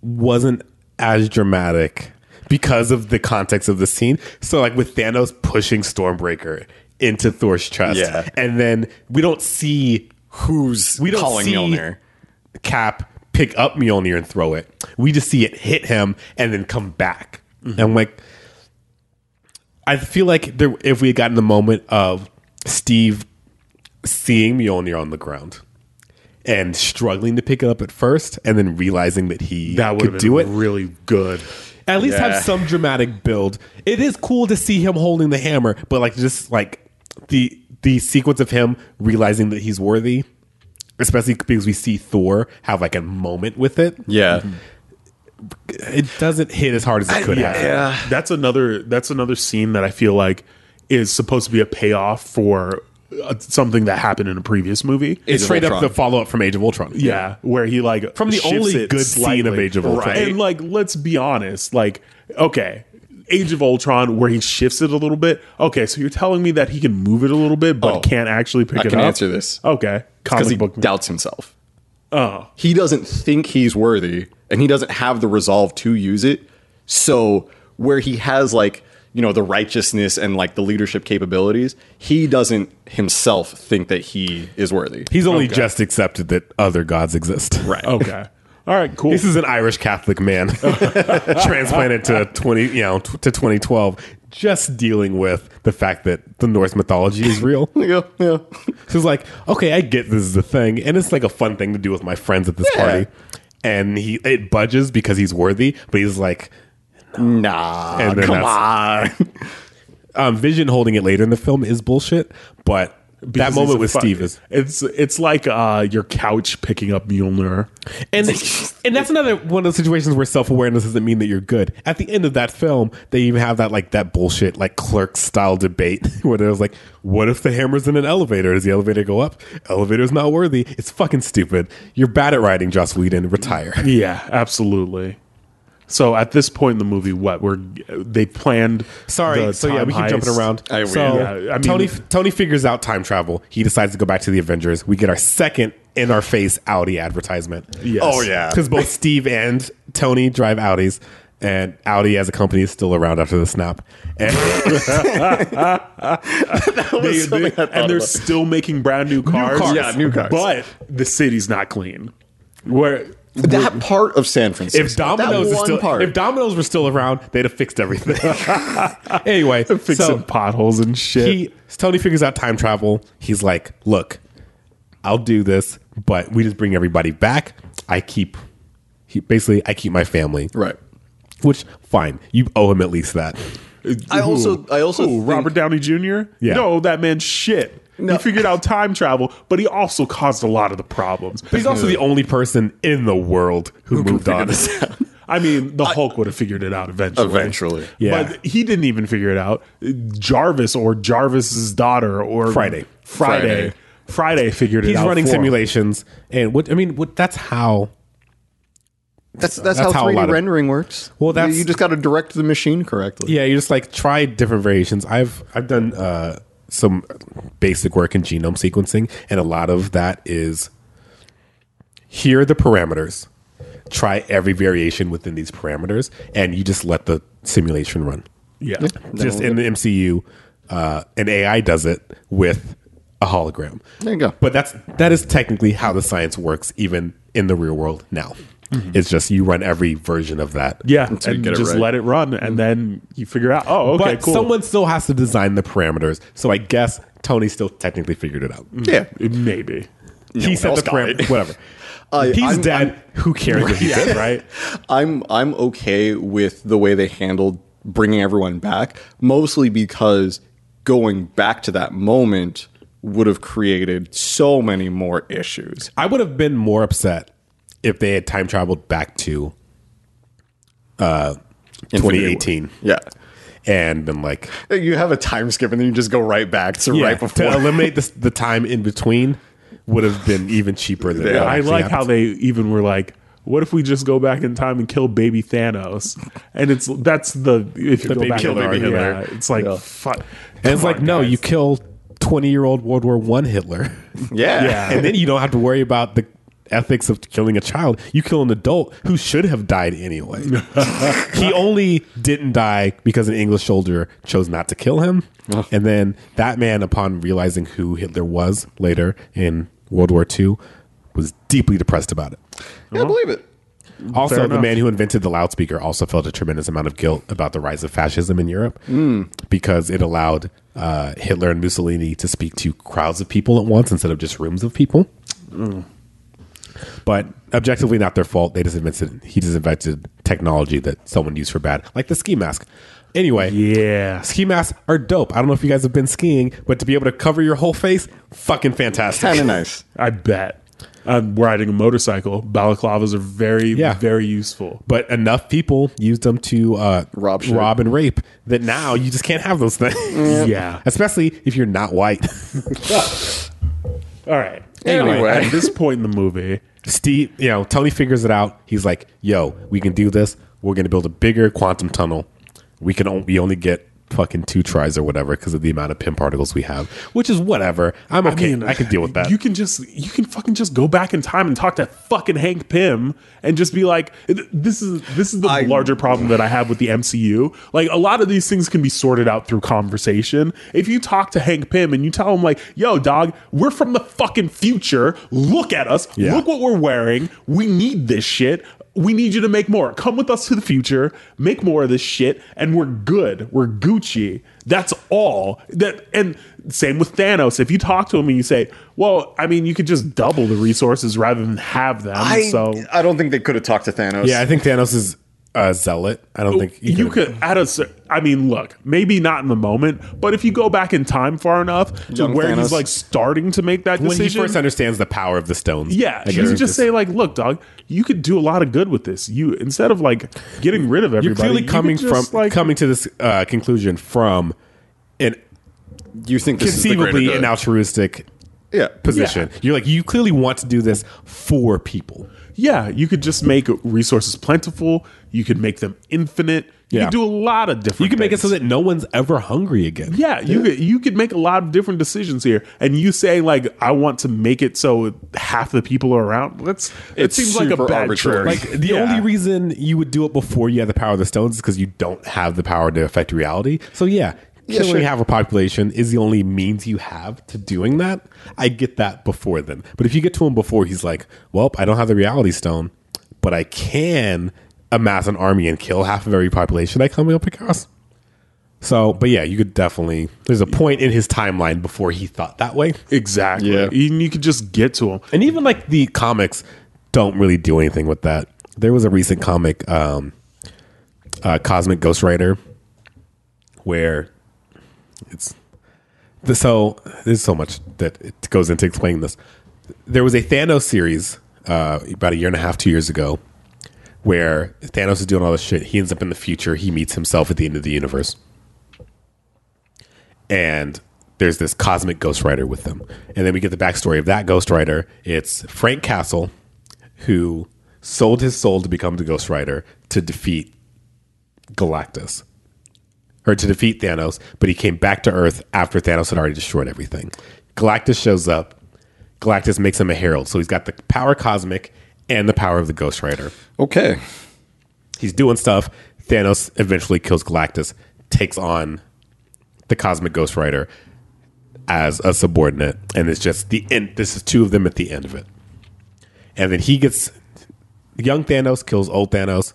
wasn't as dramatic because of the context of the scene. So like with Thanos pushing Stormbreaker into Thor's chest,
Yeah.
and then we don't see
who's
we don't
calling
see
Mjolnir?
Cap pick up Mjolnir and throw it. We just see it hit him and then come back.
Mm-hmm.
And like, I feel like there, if we had gotten the moment of Steve seeing Mjolnir on the ground and struggling to pick it up at first, and then realizing that he
that would
could do it,
really good.
at least
Yeah.
have some dramatic build. It is cool to see him holding the hammer, but like just like the the sequence of him realizing that he's worthy, especially because we see Thor have like a moment with it.
Yeah,
Mhm. It doesn't hit as hard as it could have.
yeah.
That's another that's another scene that I feel like is supposed to be a payoff for uh, something that happened in a previous movie.
It's
Age of
straight up
Ultron.
the follow up from Age of Ultron.
yeah, where he like
From the
shifts
only
it
good scene of Age of Ultron.
Right. And like let's be honest, like okay, Age of Ultron where he shifts it a little bit. Okay, so you're telling me that he can move it a little bit but
Oh.
can't actually pick
I
it
can
up.
answer this.
Okay.
because
Comic
he
book
doubts himself. Oh, he doesn't think he's worthy, and he doesn't have the resolve to use it. So where he has like you know the righteousness and like the leadership capabilities, he doesn't himself think that he is worthy.
He's only just accepted that other gods exist.
Right.
Okay. All right, cool.
This is an Irish Catholic man transplanted to twenty, you know, t- to twenty twelve, just dealing with the fact that the Norse mythology is real.
Yeah, yeah.
So it's like, okay, I get this is a thing, and it's like a fun thing to do with my friends at this
Yeah.
party. And he it budges because he's worthy, but he's like
Nah,
And then
come
that's-
on.
um, Vision holding it later in the film is bullshit, but
because
moment
he's a
with Steve is-
it's it's like uh, your couch picking up Mjolnir.
And and that's another one of those situations where self awareness doesn't mean that you're good. At the end of that film, they even have that like that bullshit like clerk style debate where there's like, what if the hammer's in an elevator? Does the elevator go up? Elevator's not worthy. It's fucking stupid. You're bad at writing, Joss Whedon. Retire.
Yeah, absolutely. So at this point in the movie, what we're they planned.
Sorry.
the
So yeah,
time
we keep jumping
heist.
around.
I-
so
yeah, I mean-
Tony Tony figures out time travel. He decides to go back to the Avengers. We get our second in our face Audi advertisement.
Yes.
Oh, yeah.
because both Steve and Tony drive Audis, and Audi as a company is still around after the snap. And
They-
was something
they-
I thought
and they're
about.
still making brand new cars.
cars.
Yeah, new cars.
But the city's not clean. Where
That part of San Francisco.
if Domino's
that
is
one
still,
part.
if Domino's were still around, they'd have fixed everything. anyway,
fixing
so
potholes and shit.
he Tony figures out time travel. He's like, "Look, I'll do this, but we just bring everybody back. I keep." He, basically, I keep my family,
right.
which fine. You owe him at least that.
I also I also
Who,
think-
Robert Downey Jr.
Yeah.
No, that man shit.
No.
He figured out time travel, but he also caused a lot of the problems.
But he's also the only person in the world who, moved on.
I mean, the Hulk would have figured it out eventually.
Eventually.
Yeah.
But he didn't even figure it out. Jarvis or Jarvis's daughter or
Friday.
Friday.
Friday.
Friday figured it
he's
out.
running
for him.
simulations and what i mean what that's how
That's that's,
That's how
how
a
3D
lot of-
rendering works.
Well,
You-
that's-
you just got to direct the machine correctly.
yeah you just like try different variations i've i've done uh some basic work in genome sequencing and a lot of that is here are the parameters try every variation within these parameters and you just let the simulation run
Yeah.
just in the mcu uh an ai does it with a hologram
There you go.
But that's that is technically how the science works, even in the real world now.
Mm-hmm.
It's just you run every version of that.
Yeah.
you
and
get it
just
right.
let it run and then you figure out, oh, okay,
Mm-hmm. but
cool.
someone still has to design the parameters. So I guess Tony still technically figured it out.
Yeah.
Maybe.
he
Mm. one
set
else
the
got
parameters.
it.
Whatever.
Uh,
He's
I'm-
dead. Who cares what he did, right?
I'm I'm okay with the way they handled bringing everyone back, mostly because going back to that moment would have created so many more issues.
I would have been more upset if they had time traveled back to
Infinity
2018
War. Yeah.
and been like,
You have a time skip and then you just go right back to
yeah,
right before.
to eliminate this, the time in between would have been even cheaper than
Yeah,
what
I
actually
like
happened.
how they even were like, "What if we just go back in time and kill Baby Thanos?" And it's that's the if you go
baby
back
kill
in
baby
time,
Hitler.
yeah, it's like fuck.
And it's like, no, you kill twenty year old World War One Hitler,
yeah.
Yeah.
and then you don't have to worry about the ethics of killing a child. You kill an adult who should have died anyway. he only didn't die because an English soldier chose not to kill him. And then that man, upon realizing who Hitler was later in World War II, was deeply depressed about it.
Yeah, I believe it.
Also,
Fair
the
enough.
man who invented the loudspeaker also felt a tremendous amount of guilt about the rise of fascism in Europe
Hmm.
because it allowed uh, Hitler and Mussolini to speak to crowds of people at once instead of just rooms of people.
Hmm.
But objectively, not their fault. They just invented he just invented technology that someone used for bad, like the ski mask. Anyway,
Yeah,
ski masks are dope. I don't know if you guys have been skiing, but to be able to cover your whole face, fucking fantastic.
Kind of nice.
I bet. I'm riding a motorcycle. Balaclavas are very,
Yeah.
very useful.
but enough people used them to uh,
Rob shit.
rob and rape that now you just can't have those things.
Yeah.
Especially if you're not white.
All right.
Anyway.
at this point in the movie,
Steve, you know, Tony figures it out. He's like, yo, we can do this. We're going to build a bigger quantum tunnel. We can on- we only get fucking two tries or whatever because of the amount of pin particles we have, which is whatever. I'm okay. I, can deal with that.
You can just you can fucking just go back in time and talk to fucking Hank Pym and just be like, this is this is the
I-
larger problem that I have with the MCU. Like a lot of these things can be sorted out through conversation. If you talk to Hank Pym and you tell him like, yo, dog, we're from the fucking future. Look at us.
Yeah.
Look what we're wearing. We need this shit. We need you to make more. Come with us to the future. Make more of this shit, and we're good. We're Gucci. That's all. That and same with Thanos. If you talk to him and you say, "Well, I mean, you could just double the resources rather than have them,"
I
so
I don't think they could have talked to Thanos.
yeah, I think Thanos is uh, zealot. I don't think
Oh, you could at a cer- I mean, look, maybe not in the moment, but if you go back in time far enough to
Young
where
Thanos.
he's like starting to make that
When he
decision,
first understands the power of the stones,
yeah,
I
you
guess.
could just say like, look, dog, you could do a lot of good with this. You instead of like getting rid of everybody,
you're clearly
you could
coming from
just, like
coming to this uh, conclusion from an
You think this is the
conceivably
greater
an
good.
altruistic
Yeah.
position. You're like you clearly want to do this for people.
yeah, you could just make resources plentiful. You could make them infinite. You
Yeah.
could do a lot of different.
You can make it so
things.
that no one's ever hungry again.
Yeah, you could you could make a lot of different decisions here, and you say like, I want to make it so half the people are around. That's it
It's
seems like a
super
bad
arbitrary.
choice.
Like the
Yeah.
only reason you would do it before you had the power of the stones is because you don't have the power to affect reality. So yeah,
Yeah,
killing
sure.
half a population is the only means you have to doing that. I get that before then, but if you get to him before he's like, "Well, I don't have the reality stone, but I can amass an army and kill half of every population I come up across." So, but yeah, you could definitely. There's a point in his timeline before he thought that way.
exactly.
Yeah.
You, you could just get to them.
And even like the comics don't really do anything with that. There was a recent comic, um, uh, Cosmic Ghost Rider, where it's the, so there's so much that it goes into explaining this. There was a Thanos series uh, about a year and a half, two years ago, where Thanos is doing all this shit. He ends up in the future. He meets himself at the end of the universe and there's this cosmic ghostwriter with them. And then we get the backstory of that ghostwriter. It's Frank Castle, who sold his soul to become the ghostwriter to defeat Galactus. Or to defeat Thanos, but he came back to Earth after Thanos had already destroyed everything. Galactus shows up. Galactus makes him a herald. So he's got the power cosmic and the power of the ghostwriter
Okay.
he's doing stuff. Thanos eventually kills Galactus, takes on the Cosmic Ghost Rider as a subordinate, and it's just the end. This is two of them at the end of it, and then he gets young Thanos kills old Thanos.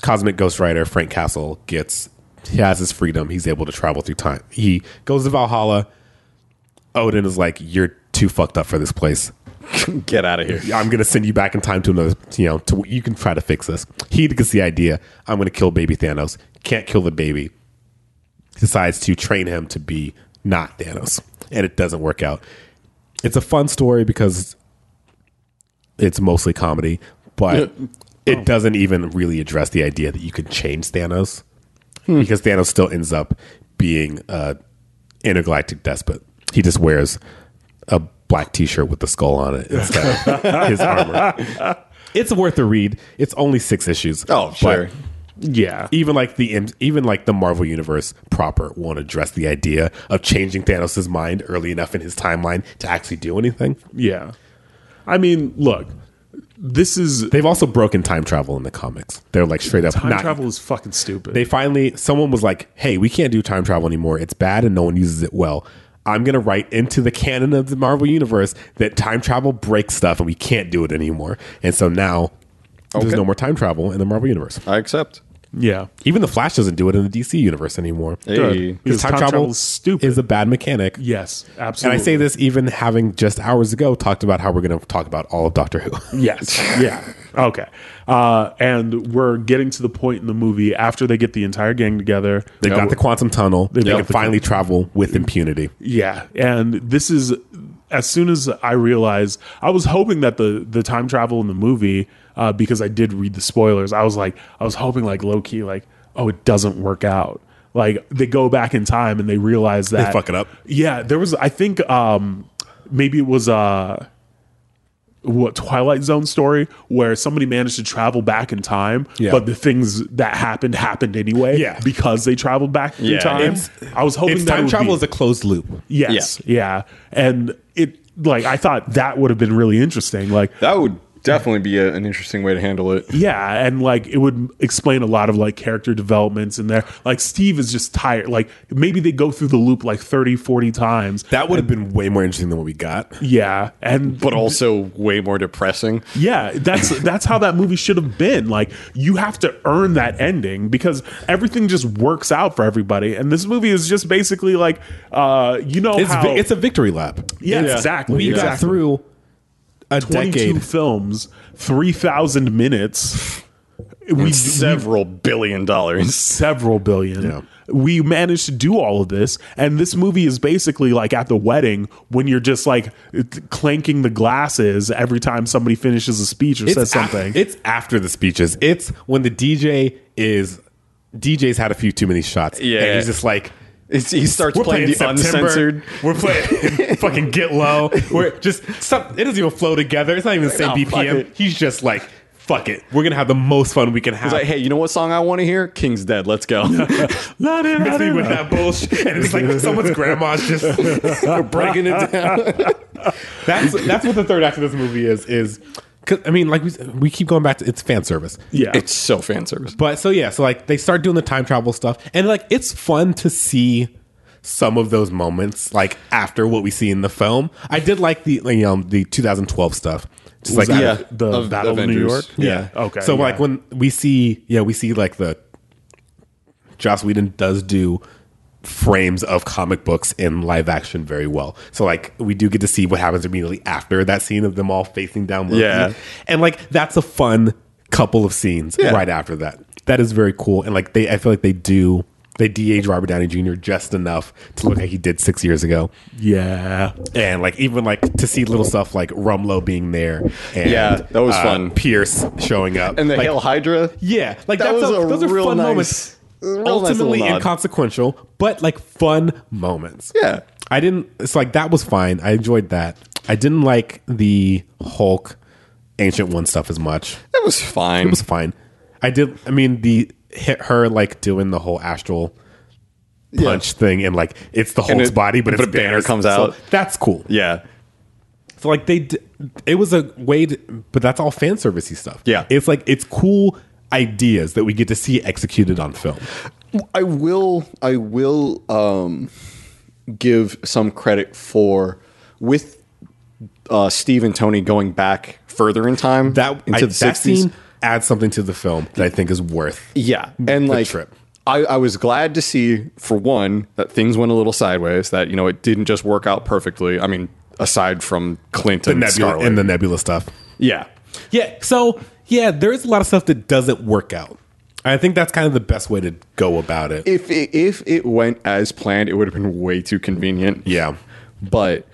Cosmic Ghost Rider Frank Castle gets he has his freedom. He's able to travel through time. He goes to Valhalla. Odin is like, "You're too fucked up for this place.
Get out of here.
I'm gonna send you back in time to another. You know, to you can try to fix this. He gets the idea. I'm gonna kill baby Thanos. Can't kill the baby. Decides to train him to be not Thanos, and it doesn't work out. It's a fun story because it's mostly comedy, but
Oh.
it doesn't even really address the idea that you can change Thanos
Hmm.
because Thanos still ends up being a intergalactic despot. He just wears a black T-shirt with the skull on it instead of his armor. It's worth a read. It's only six issues.
Oh,
but
sure.
Yeah,
even like the M- even like the Marvel universe proper won't address the idea of changing Thanos' mind early enough in his timeline to actually do anything.
yeah. I mean, look, this is
They've also broken time travel in the comics. They're like straight up
time
not-
travel is fucking stupid.
they finally someone was like hey we can't do time travel anymore it's bad and no one uses it well i'm going to write into the canon of the marvel universe that time travel breaks stuff and we can't do it anymore and so now there's
Okay.
no more time travel in the marvel universe
I accept.
yeah,
even the flash doesn't do it in the dc universe anymore
Hey.
Because time travel is stupid.
is a bad mechanic
yes,
and
absolutely.
i say this even having just hours ago talked about how we're going to talk about all of doctor who
Yes. Yeah. Okay. Uh, and we're getting to the point in the movie after they get the entire gang together.
they've got the quantum tunnel they
got
can
the-
finally travel with impunity
Yeah, and this is as soon as I realized I was hoping that the the time travel in the movie uh, because I did read the spoilers. I was like, I was hoping like low key like, oh, it doesn't work out. Like they go back in time and they realize that
fuck it up.
Yeah, there was I think um maybe it was uh what Twilight Zone story where somebody managed to travel back in time,
Yeah.
but the things that happened happened anyway.
Yeah.
because they traveled back through
Yeah,
time.
it's-
I was hoping
it's
that it
time
would
travel
be-
is a closed loop
Yes. Yeah. And it like I thought that would have been really interesting. Like
That would definitely be a, an interesting way to handle it.
yeah, and like it would explain a lot of like character developments in there. Like Steve is just tired. Like maybe they go through the loop like 30 40 times.
that would have been way more interesting than what we got
Yeah. And
But also way more depressing.
Yeah, that's that's how that movie should have been. Like you have to earn that ending because everything just works out for everybody. And this movie is just basically like uh you know
It's
how
vi- it's a victory lap.
Yeah,
It's-
exactly,
We got
exactly.
through a
22
decade.
films, 3,000 minutes. we,
It's several billion dollars.
several billion.
Yeah.
We managed to do all of this, and this movie is basically like at the wedding when you're just like clanking the glasses every time somebody finishes a speech or says
af-
something.
it's after the speeches. It's when the DJ is DJ's had a few too many shots. and
Yeah.
he's just like
It's, he starts
we're
playing,
playing,
the
September.
uncensored.
We're playing fucking get low. We're just some, it doesn't even flow together. It's not even the same
Oh, fuck
BPM.
it.
He's just like fuck it. We're gonna have the most fun we can have.
It's like, hey, you know what song I want to hear? King's Dead. Let's go.
La da da
Hits me
da
with
da.
that bullshit, and it's like someone's grandma's just breaking it down. that's that's what the third act of this movie is. Is 'cause, I mean, like we we keep going back to it's fan service.
Yeah.
it's so fan service.
But so yeah, so like they start doing the time travel stuff, and like it's fun to see some of those moments like after what we see in the film. I did like the like, you know the 2012 stuff, just like
Is that
yeah.
the
Of
Battle of New
Avengers.
York.
yeah.
Okay.
So
yeah.
like when we see yeah we see like the Joss Whedon does do frames of comic books in live action very well. So like we do get to see what happens immediately after that scene of them all facing down Loki.
Yeah.
And like that's a fun couple of scenes right after that. That is very cool. And like they I feel like they do they de-age Robert Downey Jr. just enough to look like he did six years ago.
yeah.
And like even like to see little stuff like Rumlow being there and uh,
Yeah, that was fun.
Pierce showing up.
And the
like,
Hail Hydra.
yeah, like
That
that's
was
a-
a
those are
real
fun
nice-
moments.
real nice little
Ultimately
nod.
inconsequential, but like fun moments.
Yeah.
I didn't. It's like that was fine. I enjoyed that. I didn't like the Hulk, Ancient One stuff as much.
That was fine.
It was fine. I did. I mean, the hit her like doing the whole astral
Yeah.
punch thing, and like it's the Hulk's
it-
body, but,
but
it's
a banner
Banner's.
comes
So
out.
that's cool.
Yeah.
So like they, d- it was a way, to, but that's all fan servicey stuff.
Yeah.
it's like it's cool ideas that we get to see executed on film.
I will I will um, give some credit for with uh, Steve and Tony going back further in time
That
into
I,
the
that
sixties.
scene adds something to the film that I think is worth.
Yeah, and like
trip.
I, I was glad to see for one that things went a little sideways. That you know it didn't just work out perfectly. I mean, aside from Clint and
Nebula
Scarlet.
and the Nebula stuff.
yeah,
Yeah, so yeah, there is a lot of stuff that doesn't work out. I think that's kind of the best way to go about it.
if it, if it went as planned, it would have been way too convenient.
yeah,
but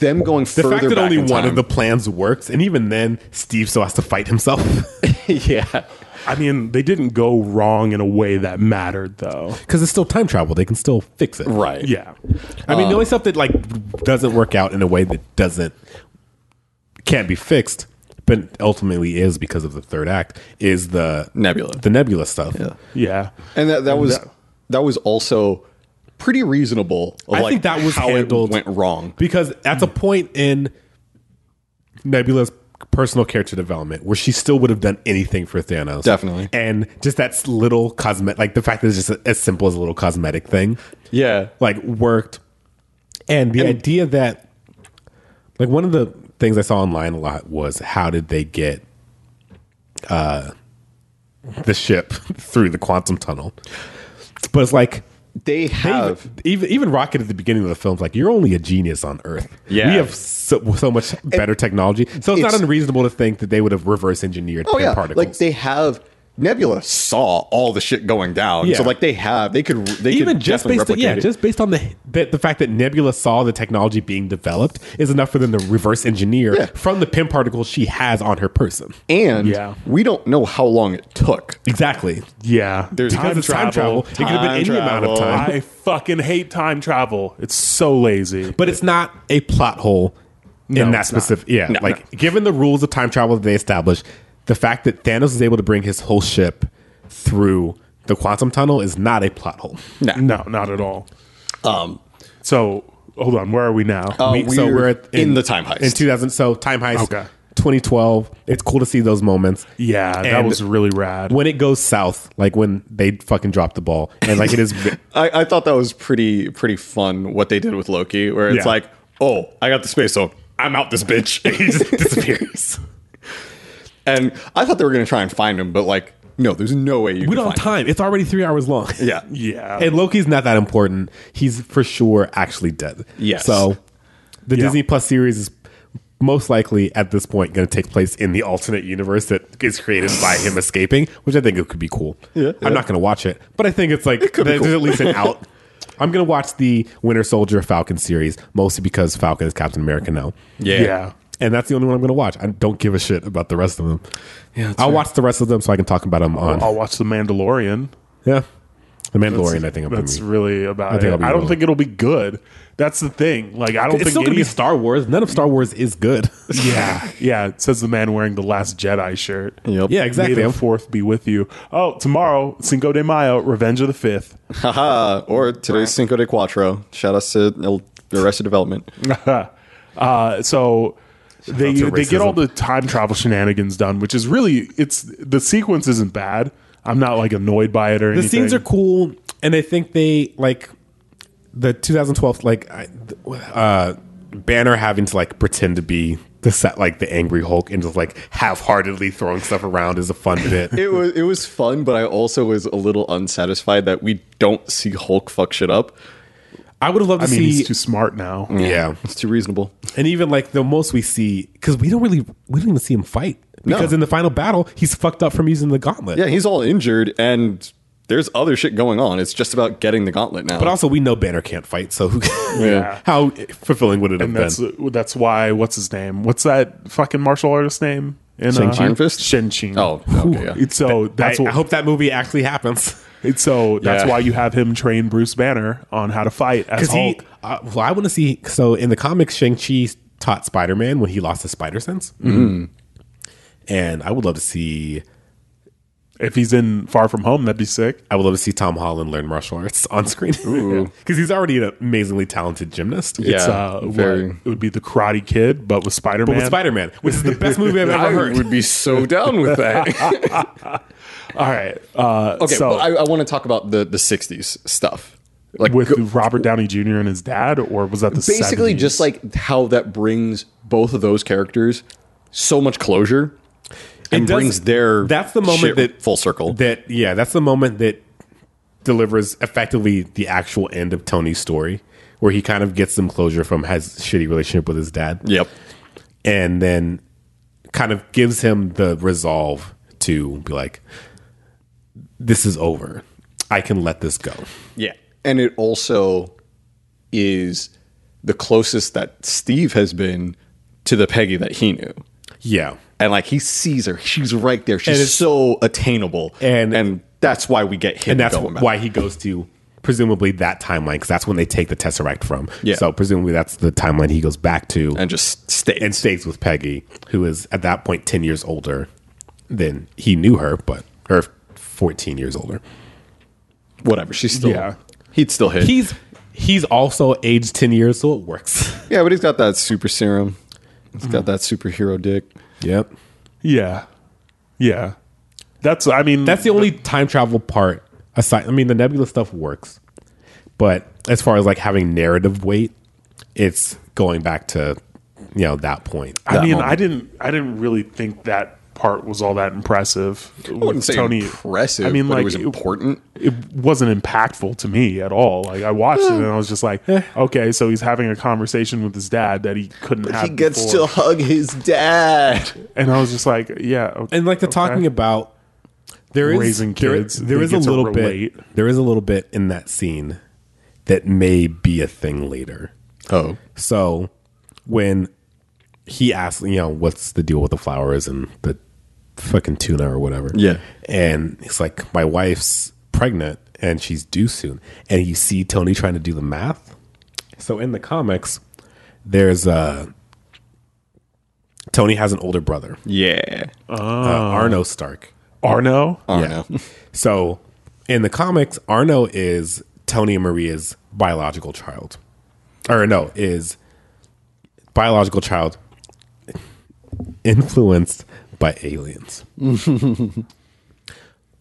them going
the
further
fact that
back
only
in
one of
time-
the plans works, and even then, Steve still has to fight himself.
yeah
I mean, they didn't go wrong in a way that mattered, though.
Because it's still time travel; they can still fix it.
right
Yeah.
I
Um,
mean, the only stuff that like doesn't work out in a way that doesn't can't be fixed, but ultimately is because of the third act is the
Nebula.
the nebula stuff.
Yeah.
and that that was that was also pretty reasonable. Of
I
like
think that was
how
handled
it went wrong.
because that's a point in Nebula's personal character development where she still would have done anything for Thanos,
Definitely.
and just that little cosmetic, like the fact that it's just as simple as a little cosmetic thing,
Yeah,
like worked. And the idea that, like, one of the things I saw online a lot was how did they get uh, the ship through the quantum tunnel? But it's like,
they
they even-
have.
even even Rocket at the beginning of the film's like you're only a genius on Earth.
Yeah.
we have so, so much better technology, so it's, not
it's-
unreasonable to think that they would have reverse engineered
oh yeah,
particles.
like they have. Nebula saw all the shit going down,
Yeah.
so like they have, they could, they
even
could
just
definitely
based on, yeah,
replicate it.
just based on the, the the fact that Nebula saw the technology being developed is enough for them to reverse engineer
Yeah.
from the pin particles she has on her person.
and
Yeah.
we don't know how long it took.
Exactly.
Yeah.
There's
Because it's time travel, it could have been
Time
any amount of
travel.
time.
I fucking hate time travel. It's so lazy.
but it's not a plot hole
No,
in that
it's not.
specific. Yeah, like given the rules of time travel that they established, the fact that Thanos is able to bring his whole ship through the quantum tunnel is not a plot hole.
No, not at all.
Um,
So hold on, where are we now?
Uh, we're in the time heist.
in 2000. So time heist,
Okay.
2012. It's cool to see those moments.
yeah, that
and-
was really rad.
When it goes south, like when they fucking drop the ball, and like it is
I, I thought that was pretty, pretty fun what they did with Loki, where
Yeah.
it's like, oh, I got the space zone, I'm out this bitch.
he just disappears.
and I thought they were gonna try and find him, but like, no, there's no way you.
We
can
don't have
find him.
time. It's already three hours long.
Yeah,
yeah,
Um,
And Loki's not that important. He's for sure actually dead.
Yes.
So the
Yeah.
Disney Plus series is most likely at this point going to take place in the alternate universe that gets created by him escaping, which I think it could be cool.
Yeah, yeah.
I'm not going to watch it, but I think it's like
could be
there's
cool.
at least an out. I'm going to watch the Winter Soldier Falcon series mostly because Falcon is Captain America now.
Yeah.
And that's the only one I'm going to watch. I don't give a shit about the rest of them.
Yeah, that's
I'll
right.
watch the rest of them so I can talk about them on.
I'll watch The Mandalorian.
Yeah. The Mandalorian, I think I'm
That's
going
really about
I think
it.
I'll be
I don't
wrong.
think it'll be good. That's the thing. Like I don't
It's
think
still going to
any-
be Star Wars. None of Star Wars is good.
Yeah, yeah. It says the man wearing the Last Jedi shirt.
Yep.
yeah,
May
exactly.
the
I'm
fourth be with you. Oh, tomorrow Cinco de Mayo, Revenge of the Fifth.
Haha. Or today's Cinco de Cuatro. Shout out to El- Arrested Development.
uh, so they
to
they get all
racism.
the time travel shenanigans done, which is really it's the sequence isn't bad. I'm not like annoyed by it or
the
anything.
scenes are cool and i think they like the 2012 like I- uh banner having to like pretend to be the set like the angry hulk and just like half-heartedly throwing stuff around is a fun bit
It was it was fun, but I also was a little unsatisfied that we don't see Hulk fuck shit up.
i would have loved to
I mean,
see
he's too smart now.
yeah
It's too reasonable.
and even like the most we see because we don't really we don't even see him fight
No.
because in the final battle he's fucked up from using the gauntlet
Yeah, he's all injured, and there's other shit going on. It's just about getting the gauntlet now.
but also we know banner can't fight so who
Yeah.
how fulfilling would it have
And
been
that's that's why what's his name? What's that fucking martial artist name? In,
Shang-Chi? Iron Fist?
Shen Qing.
oh, okay, yeah.
It's so that's
I,
what,
I hope that movie actually happens
it's so that's
Yeah.
why you have him train Bruce Banner on how to fight as
Because he,
Hulk.
uh, well, I want to see. So in the comics, Shang Chi taught Spider Man when he lost his spider sense,
Mm-hmm.
and I would love to see.
if he's in Far From Home, that'd be sick.
I would love to see Tom Holland learn martial arts on screen
Ooh.
because he's already an amazingly talented gymnast.
It's,
Yeah,
uh, what-
very.
it would be the Karate Kid, but with Spider
But with
Man.
Spider Man, which is the best movie I've
I
ever heard.
would be so down with that.
All right. Uh,
okay,
so
but I, I want to talk about the the '60s stuff, like
with
go-
Robert Downey Jr. and his dad, or was that the
basically
70s?
just like how that brings both of those characters so much closure and
does-
brings their
that's the moment
shit
that-
full circle.
That yeah, that's the moment that delivers effectively the actual end of Tony's story, where he kind of gets some closure from his shitty relationship with his dad.
yep.
and then kind of gives him the resolve to be like, this is over. I can let this go.
Yeah. And it also is the closest that Steve has been to the Peggy that he knew.
Yeah.
And like he sees her, she's right there. She's
it's-
so attainable.
And-
and that's why we get him
And that's
going back.
why he goes to presumably that timeline because that's when they take the Tesseract from.
Yeah.
So presumably that's the timeline he goes back to
and just stays.
and stays with Peggy, who is at that point 10 years older than he knew her, but or 14 years older.
whatever. She's still
Yeah.
he'd still hit.
He's he's also aged 10 years, so it works.
yeah, but he's got that super serum. He's got that superhero dick.
yep.
yeah, yeah. That's I mean
That's the only time travel part aside. I mean, the nebula stuff works, but as far as like having narrative weight, it's going back to you know that point.
I
that
mean
moment.
I didn't I didn't really think that part was all that impressive. I
I wouldn't say impressive.
I mean,
but
like
it was important.
it wasn't impactful to me at all. Like I watched it and I was just like,
Eh.
okay, so he's having a conversation with his dad that he couldn't have. before.
hug his dad.
and I was just like, yeah, okay.
And like the talking about there is
Raising
there-
kids,
there
they
is a
get to
little bit.
relate.
There is a little bit in that scene that may be a thing later.
Oh,
So when he asks, you know, what's the deal with the flowers and the fucking tuna or whatever?
Yeah.
And he's like, my wife's pregnant and she's due soon. And you see Tony trying to do the math. So in the comics, there's uh Tony has an older brother,
yeah.
uh, Arno Stark.
Arno.
Arno.
So in the comics, Arno is Tony and Maria's biological child. Or no, is biological child influenced by aliens.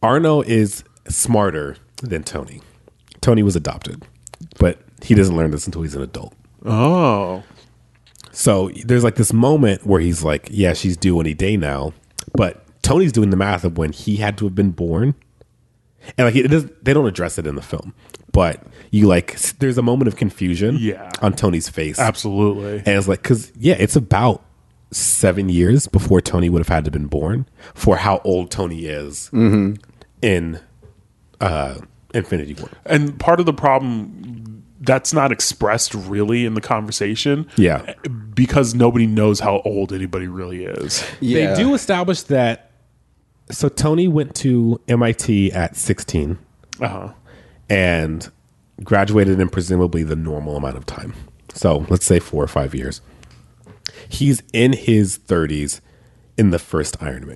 Arno is smarter than Tony. Tony was adopted, but he doesn't learn this until he's an adult.
Oh,
So there's like this moment where he's like, "Yeah, she's due any day now," but Tony's doing the math of when he had to have been born, and like it does, they don't address it in the film, but you like s- there's a moment of confusion,
Yeah.
on Tony's face,
absolutely.
and it's like because yeah, it's about seven years before Tony would have had to been born for how old Tony is in uh, Infinity War.
and part of the problem that's not expressed really in the conversation
Yeah.
because nobody knows how old anybody really is
Yeah.
They do establish that. So Tony went to MIT at 16
uh-huh.
and graduated in presumably the normal amount of time. So let's say four or five years. He's in his 30s in the first Iron Man.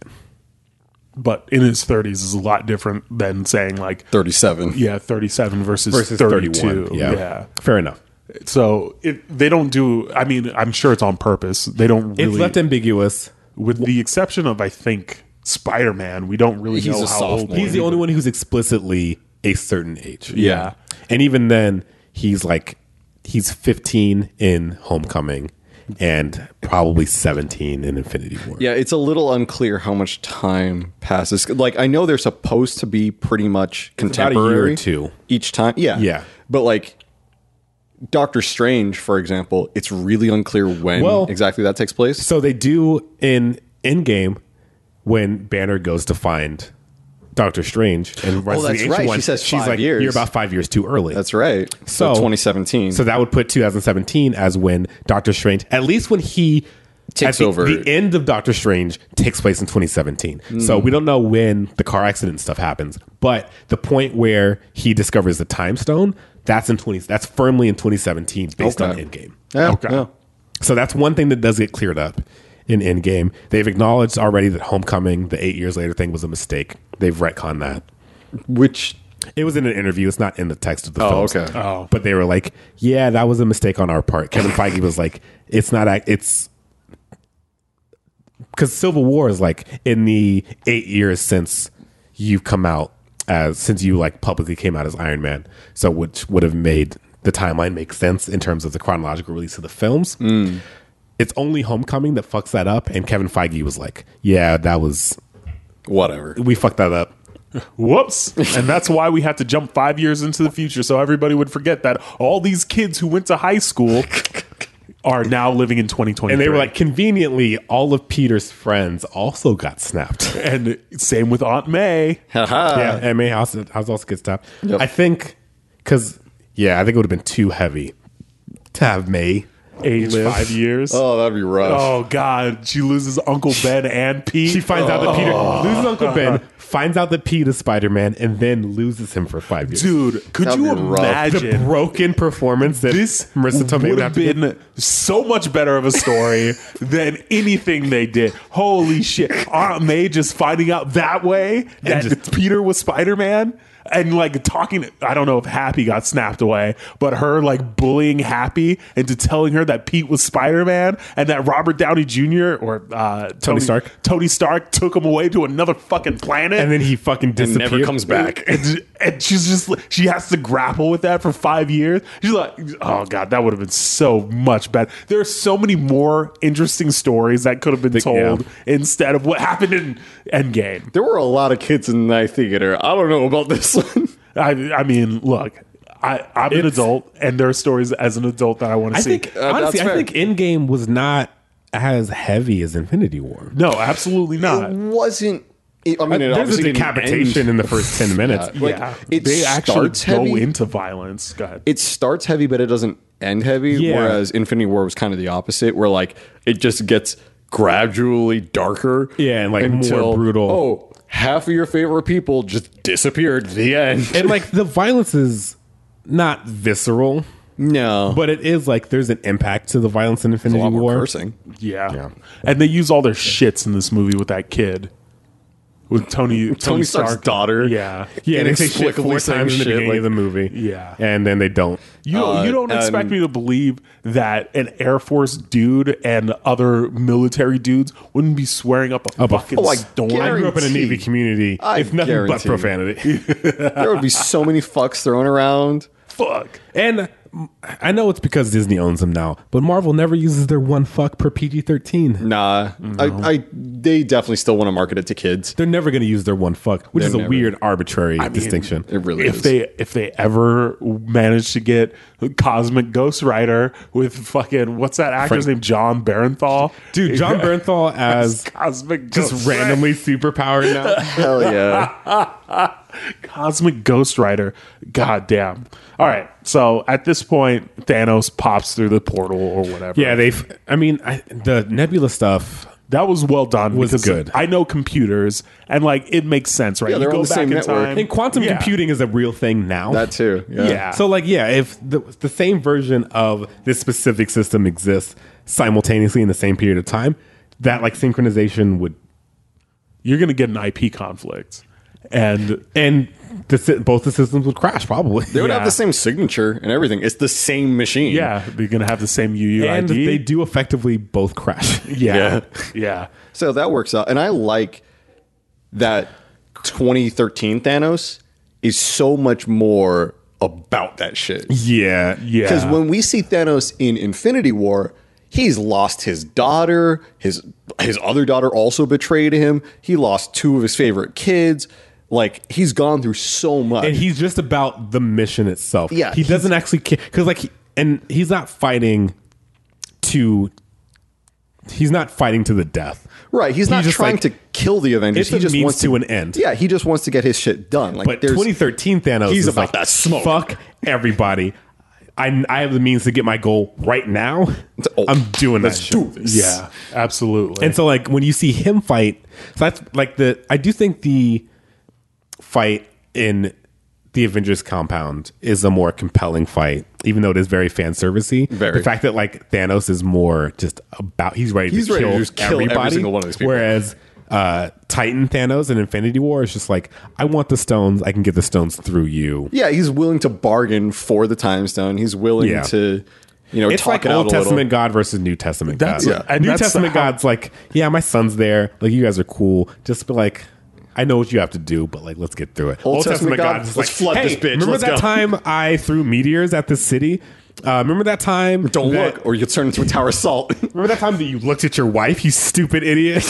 but in his 30s is a lot different than saying like
37.
yeah 37 versus,
versus
32
31. Yeah.
yeah
Fair enough.
so it, they don't do i mean i'm sure it's on purpose they don't really
It's left ambiguous.
with the exception of i think spider-man we don't really
He's
know
a
how old
sophomore.
He's the only one who's explicitly a certain age.
Yeah.
And even then, he's like, he's 15 in Homecoming and probably 17 in Infinity War.
Yeah, it's a little unclear how much time passes. Like I know they're supposed to be pretty much
about a year or
contemporary
two.
each time. Yeah.
Yeah.
But like Doctor Strange, for example, it's really unclear when
Well-
exactly that takes place.
So they do in Endgame when Banner goes to find Doctor Strange and runs to
Oh, that's
the ancient
right. She
one.
says
she's
five
like,
years.
you're about five years too early.
That's right.
So-
2017.
So that would put 2017 as when Doctor Strange, at least when he
Takes
at the,
over. Hmm.
The end of Doctor Strange takes place in 2017. So we don't know when the car accident stuff happens, but the point where he discovers the time stone, that's in 20. That's firmly in 2017 based on
Okay.
Endgame.
yeah,
Okay.
yeah.
So that's one thing that does get cleared up in Endgame. They've acknowledged already that Homecoming, the eight years later thing, was a mistake. They've retconned that.
Which
It was in an interview. It's not in the text of the
Oh,
film.
okay.
Oh.
But they were like, "Yeah, that was a mistake on our part." Kevin Feige was like, "It's not. ac- It's because Civil War is like in the eight years since you've come out as since you like publicly came out as Iron Man. So which would have made the timeline make sense in terms of the chronological release of the films."
Mm.
It's only Homecoming that fucks that up, and Kevin Feige was like, "Yeah, that was
whatever.
we fucked that up."
Whoops. And that's why we had to jump five years into the future so everybody would forget that all these kids who went to high school are now living in 2020.
And they were like, conveniently, all of Peter's friends also got snapped.
and same with Aunt May.
Haha.
yeah, and May House, House also gets snapped. I think, because, yeah, I think it would have been too heavy to have May.
Age
Live.
five years. Oh.
Oh, that'd be rough.
God, she loses Uncle Ben and Pete. Oh.
She finds out that Peter loses Uncle Ben, finds out that Pete is Spider Man, and then loses him for five years.
Dude, could
That'd
you
be rough.
the
imagine
broken performance that
this
Marissa Tomei
would
would have
have
to give.
been so much better of a story than anything they did. Holy shit. Aunt May just finding out that way that
just-
Peter was Spider Man and like talking. I don't know if Happy got snapped away, but her like bullying Happy into telling her that Pete was Spider Man and that Robert Downey Jr. or uh, Tony,
Stark.
Tony Stark took him away to another fucking planet.
And then he fucking disappears.
never comes back.
And, and she's just she has to grapple with that for five years. She's like, oh god, that would have been so much better. There are so many more interesting stories that could have been told instead of what happened in Endgame.
There were a lot of kids in that theater. I don't know about this one.
I, I mean, look, I, I'm an adult, and there are stories as an adult that I want to
I
see.
think,
Uh,
honestly,
that's
I
fair.
think Endgame was not as heavy as Infinity War.
no, absolutely not.
wasn't. It, I mean, it
Uh, There's a
obviously didn't
decapitation
end.
in the first 10 minutes.
Like,
yeah,
it
they actually
starts
go
heavy.
into violence. Go ahead.
It starts heavy, but it doesn't end heavy.
Yeah.
Whereas Infinity War was kind of the opposite, where like it just gets gradually darker.
Yeah, and, like, more brutal.
Oh, half of your favorite people just disappeared. The end.
and like the violence is not visceral,
No,
but it is like there's an impact to the violence in Infinity
a lot more
War.
cursing.
Yeah.
Yeah.
And they use all their shits in this movie with that kid. With Tony Tony,
Tony Stark's
Stark.
daughter.
Yeah.
Yeah, they say shit
Inexplicably
four
saying
times in the
shit,
beginning
like-
of the movie.
Yeah.
and then they don't.
You, you don't expect
and-
me to believe that an Air Force dude and other military dudes wouldn't be swearing up a
a-
fucking
Oh, I
storm.
I grew up in a
Guarantee.
Navy community.
I
it's nothing but
guarantee.
profanity.
There would be so many fucks thrown around.
Fuck.
and mm, I know it's because Disney owns them now, but Marvel never uses their one fuck per PG 13.
Nah,
Mm-hmm.
I, I they definitely still want to market it to kids.
They're never going to use their one fuck, which is a
never.
weird arbitrary distinction.
It really
if
is.
they if they ever manage to get Cosmic Ghost Rider with fucking what's that actor's name John Barenthal,
Dude, John Bernthal as
Cosmic
just
Ghost
randomly superpowered now.
Hell yeah.
Cosmic Ghost Rider. God damn. All right. So at this point, Thanos pops through the portal or whatever.
yeah, they've. I mean, I, the Nebula stuff.
That was well done.
Was
because
good.
I know computers, and like it makes sense, right?
Yeah, they're on the same network.
And quantum
Yeah.
computing is a real thing now.
that too. Yeah.
Yeah.
So like yeah, if the, the same version of this specific system exists simultaneously in the same period of time, that like synchronization would
You're gonna get an IP conflict, and
and the, sy- both the systems would crash probably.
They would have
Yeah.
the same signature and everything. It's the same machine.
yeah, you're gonna have the same UUID.
and they do effectively both crash.
yeah, yeah.
So that works out. And I like that 2013 Thanos is so much more about that shit.
yeah, yeah.
Because when we see Thanos in Infinity War, he's lost his daughter. His his other daughter also betrayed him. He lost two of his favorite kids. Like he's gone through so much.
and he's just about the mission itself.
Yeah,
he doesn't actually care because like, he, and he's not fighting to. He's not fighting to the death.
right. He's not
just
trying
like-
to kill the Avengers.
It's a
He just
means
wants
to an end.
Yeah, he just wants to get his shit done. Like
But
there's
2013 Thanos,
He's
is
about
like,
that smoke.
Fuck everybody. I, I have the means to get my goal right now.
Oh,
I'm doing that.
let's
shit.
do this.
Yeah, absolutely.
And so like when you see him fight, so that's like the I do think the fight in the Avengers compound is a more compelling fight, even though it is very fan servicey.
Very.
The fact that like Thanos is more just about he's ready
He's
to
ready to
kill
just kill every
everybody,
single one of these people.
Whereas uh, Titan Thanos in Infinity War is just like I want the stones, I can get the stones through you.
Yeah, he's willing to bargain for the time stone. He's willing
Yeah.
to, you know,
It's
talk
like
it out
Old
a little.
Testament God versus New Testament
That's-
God.
yeah.
and
New
that's
Testament
how-
God's like, yeah, my son's there. Like, you guys are cool. Just be like, I know what you have to do, but like, let's get through it.
Old Testament God,
is
let's flood this bitch.
Remember
Let's
that
go."
time I threw meteors at this city? Uh, remember that time?
Don't
that-
look, or you'll turn into a tower of salt.
Remember that time that you looked at your wife, you stupid idiot?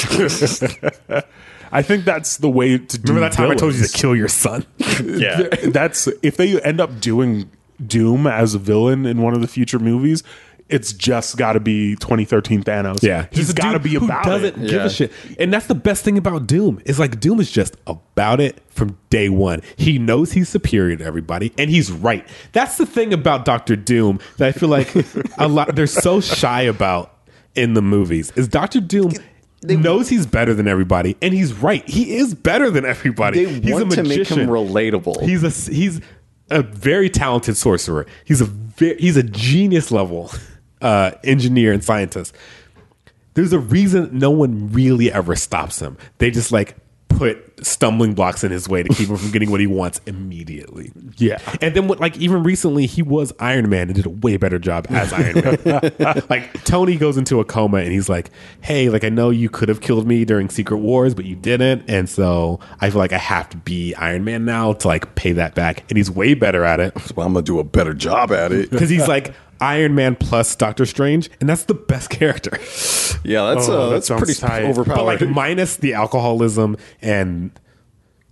I think that's the way to do.
remember that time I told you
villains.
to kill your son?
yeah.
that's if they end up doing Doom as a villain in one of the future movies, it's just got to be 2013 Thanos.
Just
he's
a
got to
dude
be
who
about
doesn't
it.
give
Yeah.
a shit. And that's the best thing about Doom is like Doom is just about it from day one. He knows he's superior to everybody, and he's right. That's the thing about Doctor Doom that I feel like a lot they're so shy about in the movies is Doctor Doom. knows he's better than everybody, and he's right. He is better than everybody.
They
he's
want to make him relatable.
He's a he's a very talented sorcerer. He's a ve- he's a genius level uh, engineer and scientist. There's a reason no one really ever stops him. They just like put stumbling blocks in his way to keep him from getting what he wants immediately.
Yeah.
And then what like even recently he was Iron Man and did a way better job as Iron Man. like Tony goes into a coma and he's like, "Hey, like I know you could have killed me during Secret Wars, but you didn't, and so I feel like I have to be Iron Man now to like pay that back." And he's way better at it
well, I'm gonna do a better job at it.
because he's like Iron Man plus Doctor Strange, and that's the best character.
Yeah, that's
Oh,
uh,
that
that's
sounds
pretty
tight.
overpowered.
but like minus the alcoholism and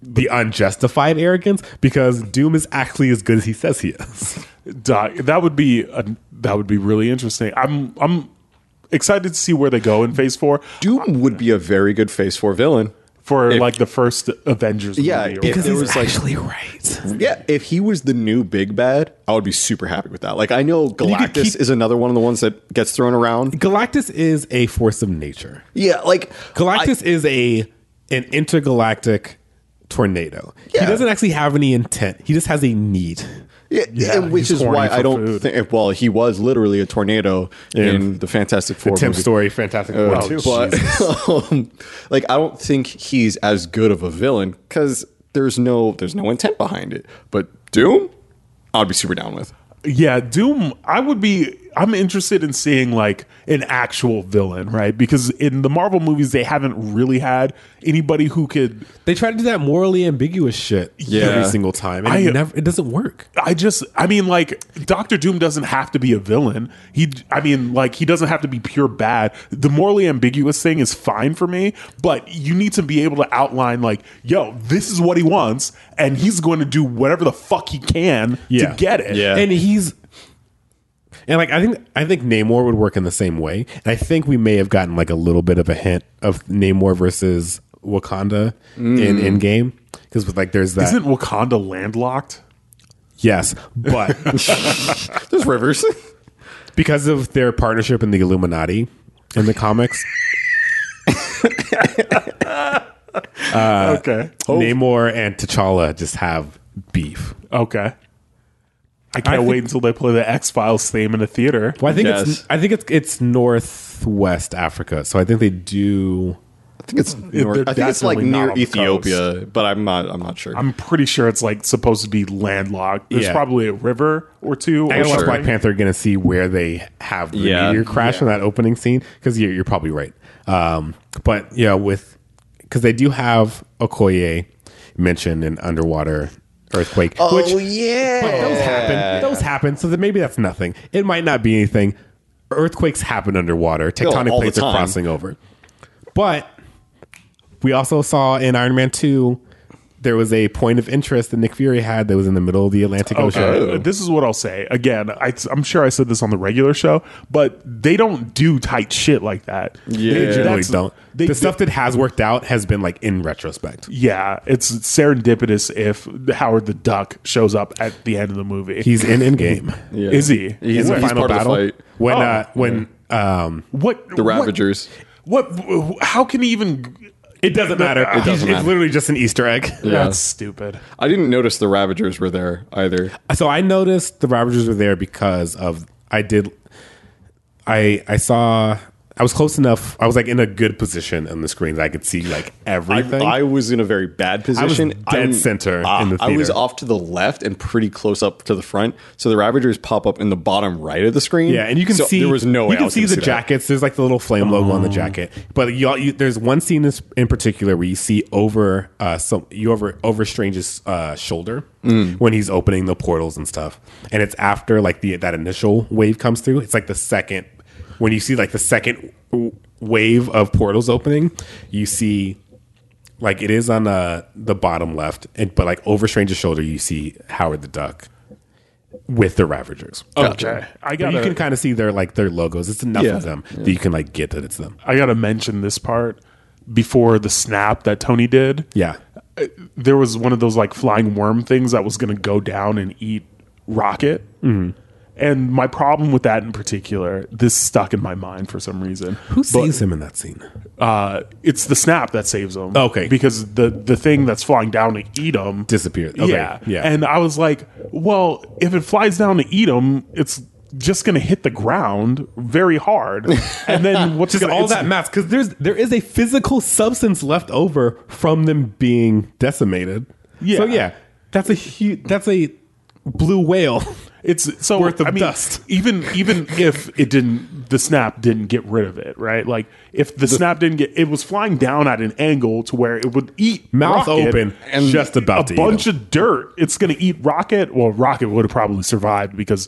the unjustified arrogance because Doom is actually as good as he says he is.
Doc, that would be a, that would be really interesting. I'm I'm excited to see where they go in Phase Four
Doom would be a very good Phase Four villain.
for like the first Avengers.
Yeah,
movie or
if
whatever.
there was like,
actually right.
yeah, if he was the new big bad, I would be super happy with that. Like, I know
could
Galactus
keep-
is another one of the ones that gets thrown around.
Galactus is a force of nature.
Yeah, like
Galactus is a an intergalactic tornado. He
Yeah.
doesn't actually have any intent. He just has a need.
Yeah,
Yeah,
and which
he's
is why
horny for
I don't
food.
think. Well, he was literally a tornado in the Fantastic Four.
Tim
movie.
Story, Fantastic Four
Oh,
Uh,
too.
but um, like, I don't think he's as good of a villain because there's no there's no intent behind it. But Doom, I'd be super down with.
yeah, Doom. I would be I'm interested in seeing like an actual villain, right? Because in the Marvel movies, they haven't really had anybody who could.
They try to do that morally ambiguous shit every single time, and
I-
it never it doesn't work.
I just, I mean, like Doctor Doom doesn't have to be a villain. He, I mean, like he doesn't have to be pure bad. The morally ambiguous thing is fine for me, but you need to be able to outline like, yo, this is what he wants, and he's going to do whatever the fuck he can
Yeah.
to get it.
Yeah.
and he's and like I think I think Namor would work in the same way. And I think we may have gotten like a little bit of a hint of Namor versus Wakanda in in game because with like there's that
Isn't Wakanda landlocked?
yes, but
There's rivers.
because of their partnership in the Illuminati in the comics, uh,
okay.
Oh. Namor and T'Challa just have beef.
Okay. I can't wait until they play the X Files theme in the theater.
Well, I think
Yes.
it's I think it's it's northwest Africa, so I think they do.
I think it's north, I think it's like
definitely not
near
on the
Ethiopia, but I'm not I'm not sure.
I'm pretty sure it's like supposed to be landlocked. There's
Yeah.
probably a river or two.
I
or
gotta watch
something.
Black Panther again and see where they have the
Yeah.
meteor crash in that opening scene because you're, you're probably right. Um, but yeah, with because they do have Okoye mentioned in underwater earthquake, which
yeah.
but those happen. Those happen. So that maybe that's nothing. It might not be anything. Earthquakes happen underwater. Tectonic
Oh, all the
plates are
time.
crossing over. But we also saw in Iron Man two. There was a point of interest that Nick Fury had that was in the middle of the Atlantic
Oh,
Ocean.
Uh, this is what I'll say again. I, am sure I said this on the regular show, but they don't do tight shit like that.
Yeah.
They
They
generally
that's-
don't.
They,
the stuff that has worked out has been like in retrospect.
yeah, it's serendipitous if Howard the Duck shows up at the end of the movie.
He's in Endgame.
Yeah.
Is he?
He's,
Where?
he's part of the fight.
When
Oh.
uh, when um,
What
The Ravagers.
What? what how can he even?
it doesn't matter.
It
doesn't
It's
matter.
literally just an Easter egg.
Yeah.
That's stupid.
I didn't notice the Ravagers were there either.
So I noticed the Ravagers were there because of I did I I saw I was close enough. I was like in a good position on the screen that I could see like
I,
everything.
I was in a very bad position.
dead center in the
I was
theater.
off to the left and pretty close up to the front. So the Ravagers pop up in the bottom right of the screen.
yeah, and you can
So
see
there Oh. was no way
you
I
can
was
see
gonna
the
that.
jackets. There's like the little flame logo on the jacket, but you, all- you there's one scene is- in particular where you see over uh some you over over Strange's uh, shoulder
Mm.
when he's opening the portals and stuff, and it's after like the that initial wave comes through. It's like the second when you see like the second w- wave of portals opening, you see like it is on uh, the bottom left, and but like over Strange's shoulder, you see Howard the Duck with the Ravagers.
Oh,
Okay, I
But
got.
you can kind of see their like their logos. It's enough
Yeah.
of them that you can like get that it's them.
I gotta mention this part before the snap that Tony did.
Yeah,
Uh, There was one of those like flying worm things that was gonna go down and eat Rocket.
Mm-hmm.
And my problem with that in particular, this stuck in my mind for some reason.
who sees him in that scene?
Uh, it's the snap that saves them.
Okay.
because the the thing that's flying down to eat them
Disappears. Okay.
Yeah,
yeah. uh,
And I was like, well, if it flies down to eat them, it's just gonna hit the ground very hard, and then what's
just
gonna,
all
it's-
that mass because there's there is a physical substance left over from them being decimated.
Yeah.
So yeah, that's a huge. That's a blue whale.
It's so
Worth of
I mean,
dust.
Even even if it didn't, the snap didn't get rid of it, right? Like if the, snap didn't get, it was flying down at an angle to where it would eat
Mouth
Rocket,
open,
and
just
a
about to
bunch
eat
of dirt. It's going to eat Rocket. Well, Rocket would have probably survived because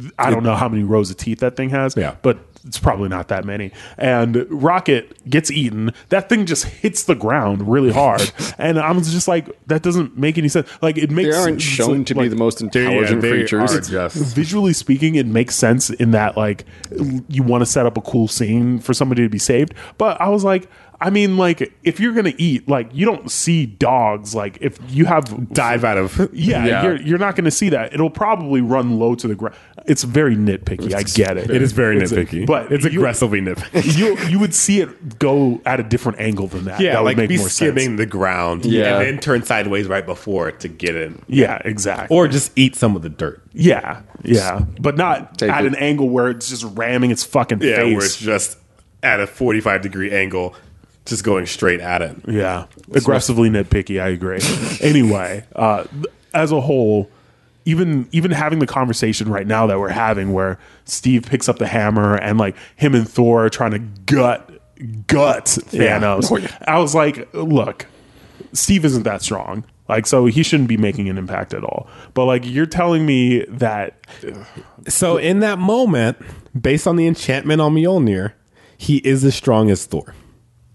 th- I don't know how many rows of teeth that thing has.
Yeah.
but it's probably not that many. And Rocket gets eaten. That thing just hits the ground really hard, and I'm just like, that doesn't make any sense. Like it
They
makes
aren't
it's
shown
like-
to be
like-
the most
them. Yeah,
intelligent
they
creatures.
are just-
visually speaking it makes sense in that like l- you want to set up a cool scene for somebody to be saved but i was like i mean like if you're gonna eat like you don't see dogs like if you have
dive out of.
yeah,
Yeah.
You're, you're not gonna see that it'll probably run low to the ground it's very nitpicky i get it
It is very
It's-
nitpicky,
but
it's
you-
aggressively nitpicky.
you you would see it go at a different angle than that
Yeah,
that
like
would
be
make more
skimming
sense
the ground,
Yeah.
and then turn sideways right before it to get in,
yeah exactly
or just eat some of the dirt.
Yeah, yeah, but not
Take
at
it.
an angle where it's just ramming its fucking
Yeah,
face.
where it's just at a 45 degree angle, just going straight at it.
yeah, aggressively nitpicky. I agree. anyway, uh, th- as a whole, even even having the conversation right now that we're having, where Steve picks up the hammer and like him and Thor are trying to gut gut Thanos.
Oh, yeah.
I was like, look, Steve isn't that strong. Like so, he shouldn't be making an impact at all. But like, you're telling me that
So in that moment, based on the enchantment on Mjolnir, he is as strong as Thor.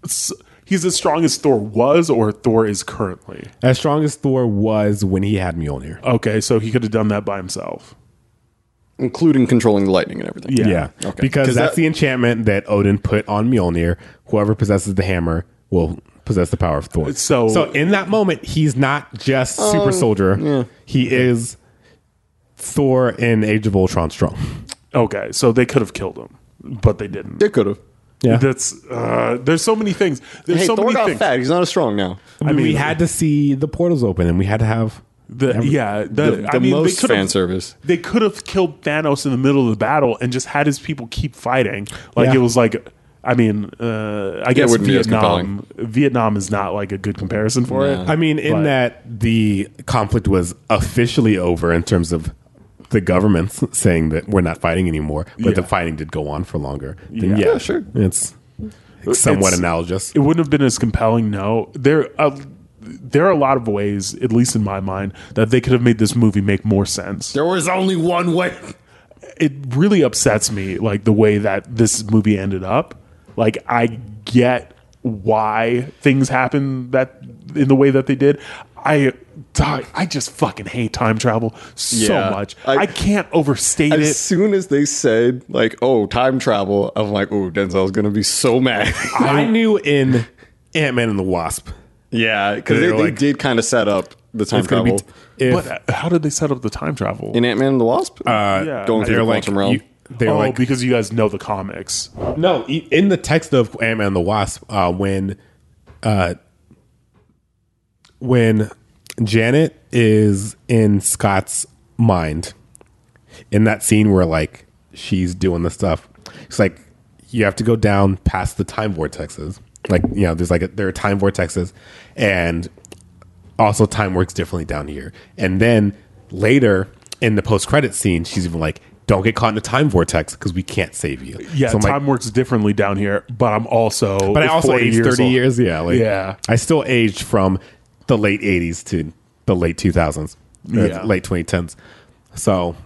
s- he's as strong as Thor was, or Thor is currently.
As strong as Thor was when he had Mjolnir.
Okay, so he could have done that by himself.
including controlling the lightning and everything.
Yeah.
Okay.
Because
'Cause
that's
that-
the enchantment that Odin put on Mjolnir. Whoever possesses the hammer will possess the power of Thor.
So-
so Oh, in that moment, he's not just super soldier. He is Thor in Age of Ultron strong.
Okay, so they could have killed him, but they didn't.
They could have.
Yeah.
That's uh, there's so many things. There's
Hey,
so
Thor
many
got
things.
fat. He's not as strong now.
I mean, we had to see the portals open and we had to have
The, yeah, the,
The, the
I mean,
most
they could
fan
have
service.
they could have killed Thanos in the middle of the battle and just had his people keep fighting. Like
Yeah.
it was like, I mean, uh, I guess
wouldn't be as
Vietnam. Vietnam is not like a good comparison for it.
I mean, in
But-
that the conflict was officially over in terms of the governments saying that we're not fighting anymore, but the
Yeah.
fighting did go on for longer.
Yeah.
Then, yeah.
Yeah, sure.
It's somewhat
It's-
analogous.
it wouldn't have been as compelling. No, there, uh, there are a lot of ways, at least in my mind, that they could have made this movie make more sense.
There was only one way.
It really upsets me, like the way that this movie ended up. Like I get why things happen that in the way that they did. I. die- I just fucking hate time travel so
Yeah.
much. I,
I-
can't overstate
As
it.
soon as they said like, "Oh, time travel," I'm like, "Oh, Denzel's gonna be so mad."
I knew in Ant Man and the Wasp,
yeah, because
They're
they, they
like-
did kind of set up the time
it's going to
travel
be. If,
But uh, how did they set up the time travel?
in Ant Man and the Wasp.
uh,
yeah.
going through
they're
the
like,
quantum realm.
you- they're
oh,
like,
because you guys know the comics.
no, e- in the text of Ant Man and the Wasp, uh, when, uh, when Janet is in Scott's mind, in that scene where like she's doing the stuff, it's like you have to go down past the time vortexes. Like you know, there's like a, there are time vortexes, and also time works differently down here. And then later in the post credit scene, she's even like, "Don't get caught in a time vortex because we can't save you."
Yeah,
So I'm like,
time works differently down here, but I'm also
but I also
40
aged
years
thirty
old.
years. Yeah, like,
Yeah.
I still aged from the late '80s to the late 2000s, or
Yeah.
late 2010s. So,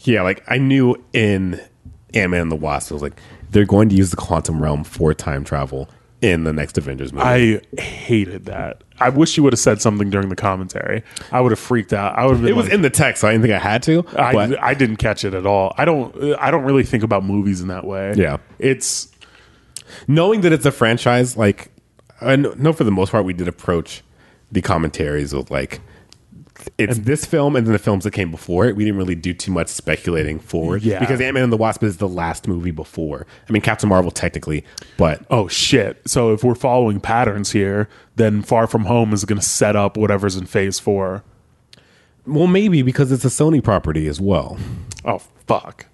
yeah, like I knew in Ant Man and the Wasp, I was like, they're going to use the quantum realm for time travel in the next Avengers movie.
I hated that. I wish you would have said something during the commentary. I would have freaked out. I would have been.
it was
like-
in the text, so I didn't think I had to. but
I, I didn't catch it at all. I don't. uh, I don't really think about movies in that way.
Yeah.
it's
knowing that it's a franchise, like I know, know for the most part we did approach the commentaries with like it's this film and then the films that came before it. We didn't really do too much speculating forward.
Yeah.
Because Ant Man and the Wasp is the last movie before. I mean Captain Marvel technically, but
oh shit. So if we're following patterns here, then Far From Home is going to set up whatever's in Phase Four.
well maybe because it's a Sony property as well.
Oh fuck.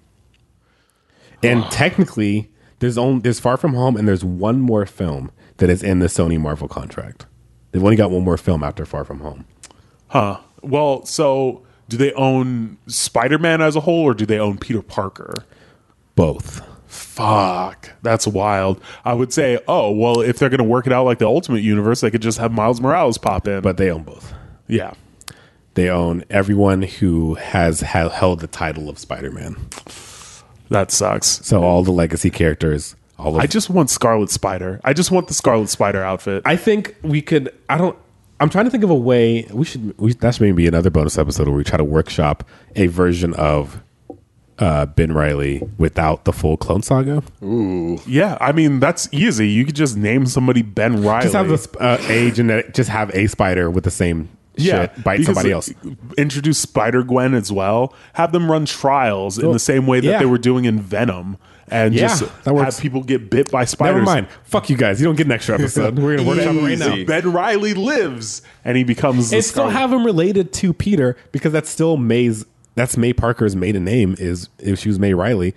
And technically there's only there's Far From Home and there's one more film that is in the Sony Marvel contract. They've only got one more film after Far From Home.
Huh. Well, so do they own Spider Man as a whole, or do they own Peter Parker?
Both.
Fuck, that's wild. I would say, oh well, if they're going to work it out like the Ultimate Universe, they could just have Miles Morales pop in.
But they own both.
yeah,
They own everyone who has ha- held the title of Spider-Man.
that sucks.
So all the legacy characters, all of
I just want Scarlet Spider. I just want the Scarlet Spider outfit.
I think we could I don't I'm trying to think of a way we should we, that's maybe another bonus episode where we try to workshop a version of uh, Ben Riley without the full clone saga.
yeah, I mean that's easy. You could just name somebody Ben Riley.
Just have a, sp- uh, a genetic, just have a spider with the same
yeah,
shit bite
because,
somebody
uh,
else.
Introduce Spider Gwen as well. Have them run trials in the same way that
yeah.
they were doing in Venom, and
Yeah,
just
that works.
have people get bit by spiders.
Never mind. Fuck you guys. You don't get an extra episode. We're gonna workshop it right now.
Easy.
Ben Riley lives, and he becomes. the
and still
Scarlet-
have him related to Peter because that's still May's. That's May Parker's maiden name. Is if she was May Riley,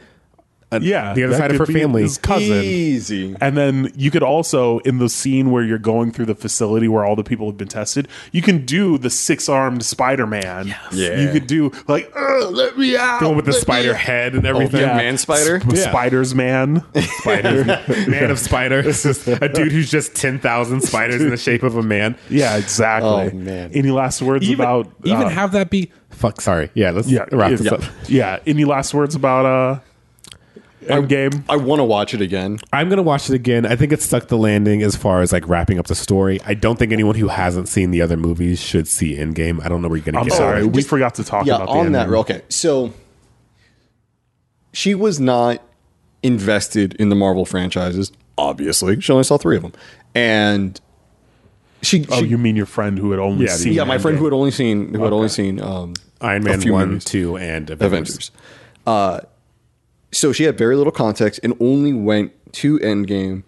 uh,
Yeah,
the other
that
side of her
could be
family,
his cousin.
Easy.
And then you could also, in the scene where you're going through the facility where all the people have been tested, you can do the six armed Spider Man.
Yeah.
You could do like uh, "Ugh, let me out
The one Oh, with the
let me
spider
out."
head and everything.
yeah. Man spider?
Sp-
Yeah.
Spider's man.
Spiders, man of spiders, a dude who's just ten thousand spiders in the shape of a man.
yeah, exactly.
Oh, man.
Any last words
Even,
about
even
uh,
have that be fuck. Sorry, yeah. Let's
yeah,
wrap
yeah,
this up.
yeah. Any last words about uh Endgame?
I want to watch it again.
I'm gonna watch it again. I think it stuck the landing as far as like wrapping up the story. I don't think anyone who hasn't seen the other movies should see Endgame. I don't know where you're gonna
I'm
get.
sorry,
it.
we forgot to talk
Yeah,
about
on
the
that.
ending.
real- Okay, so she was not invested in the Marvel franchises. Obviously, she only saw three of them, and she.
Oh,
she-
you mean your friend who had only
Yeah,
seen?
yeah, my friend
Endgame.
who had only seen who had only seen um,
Iron Man
few
one,
movies.
two, and Avengers.
Avengers. Uh, so she had very little context and only went to Endgame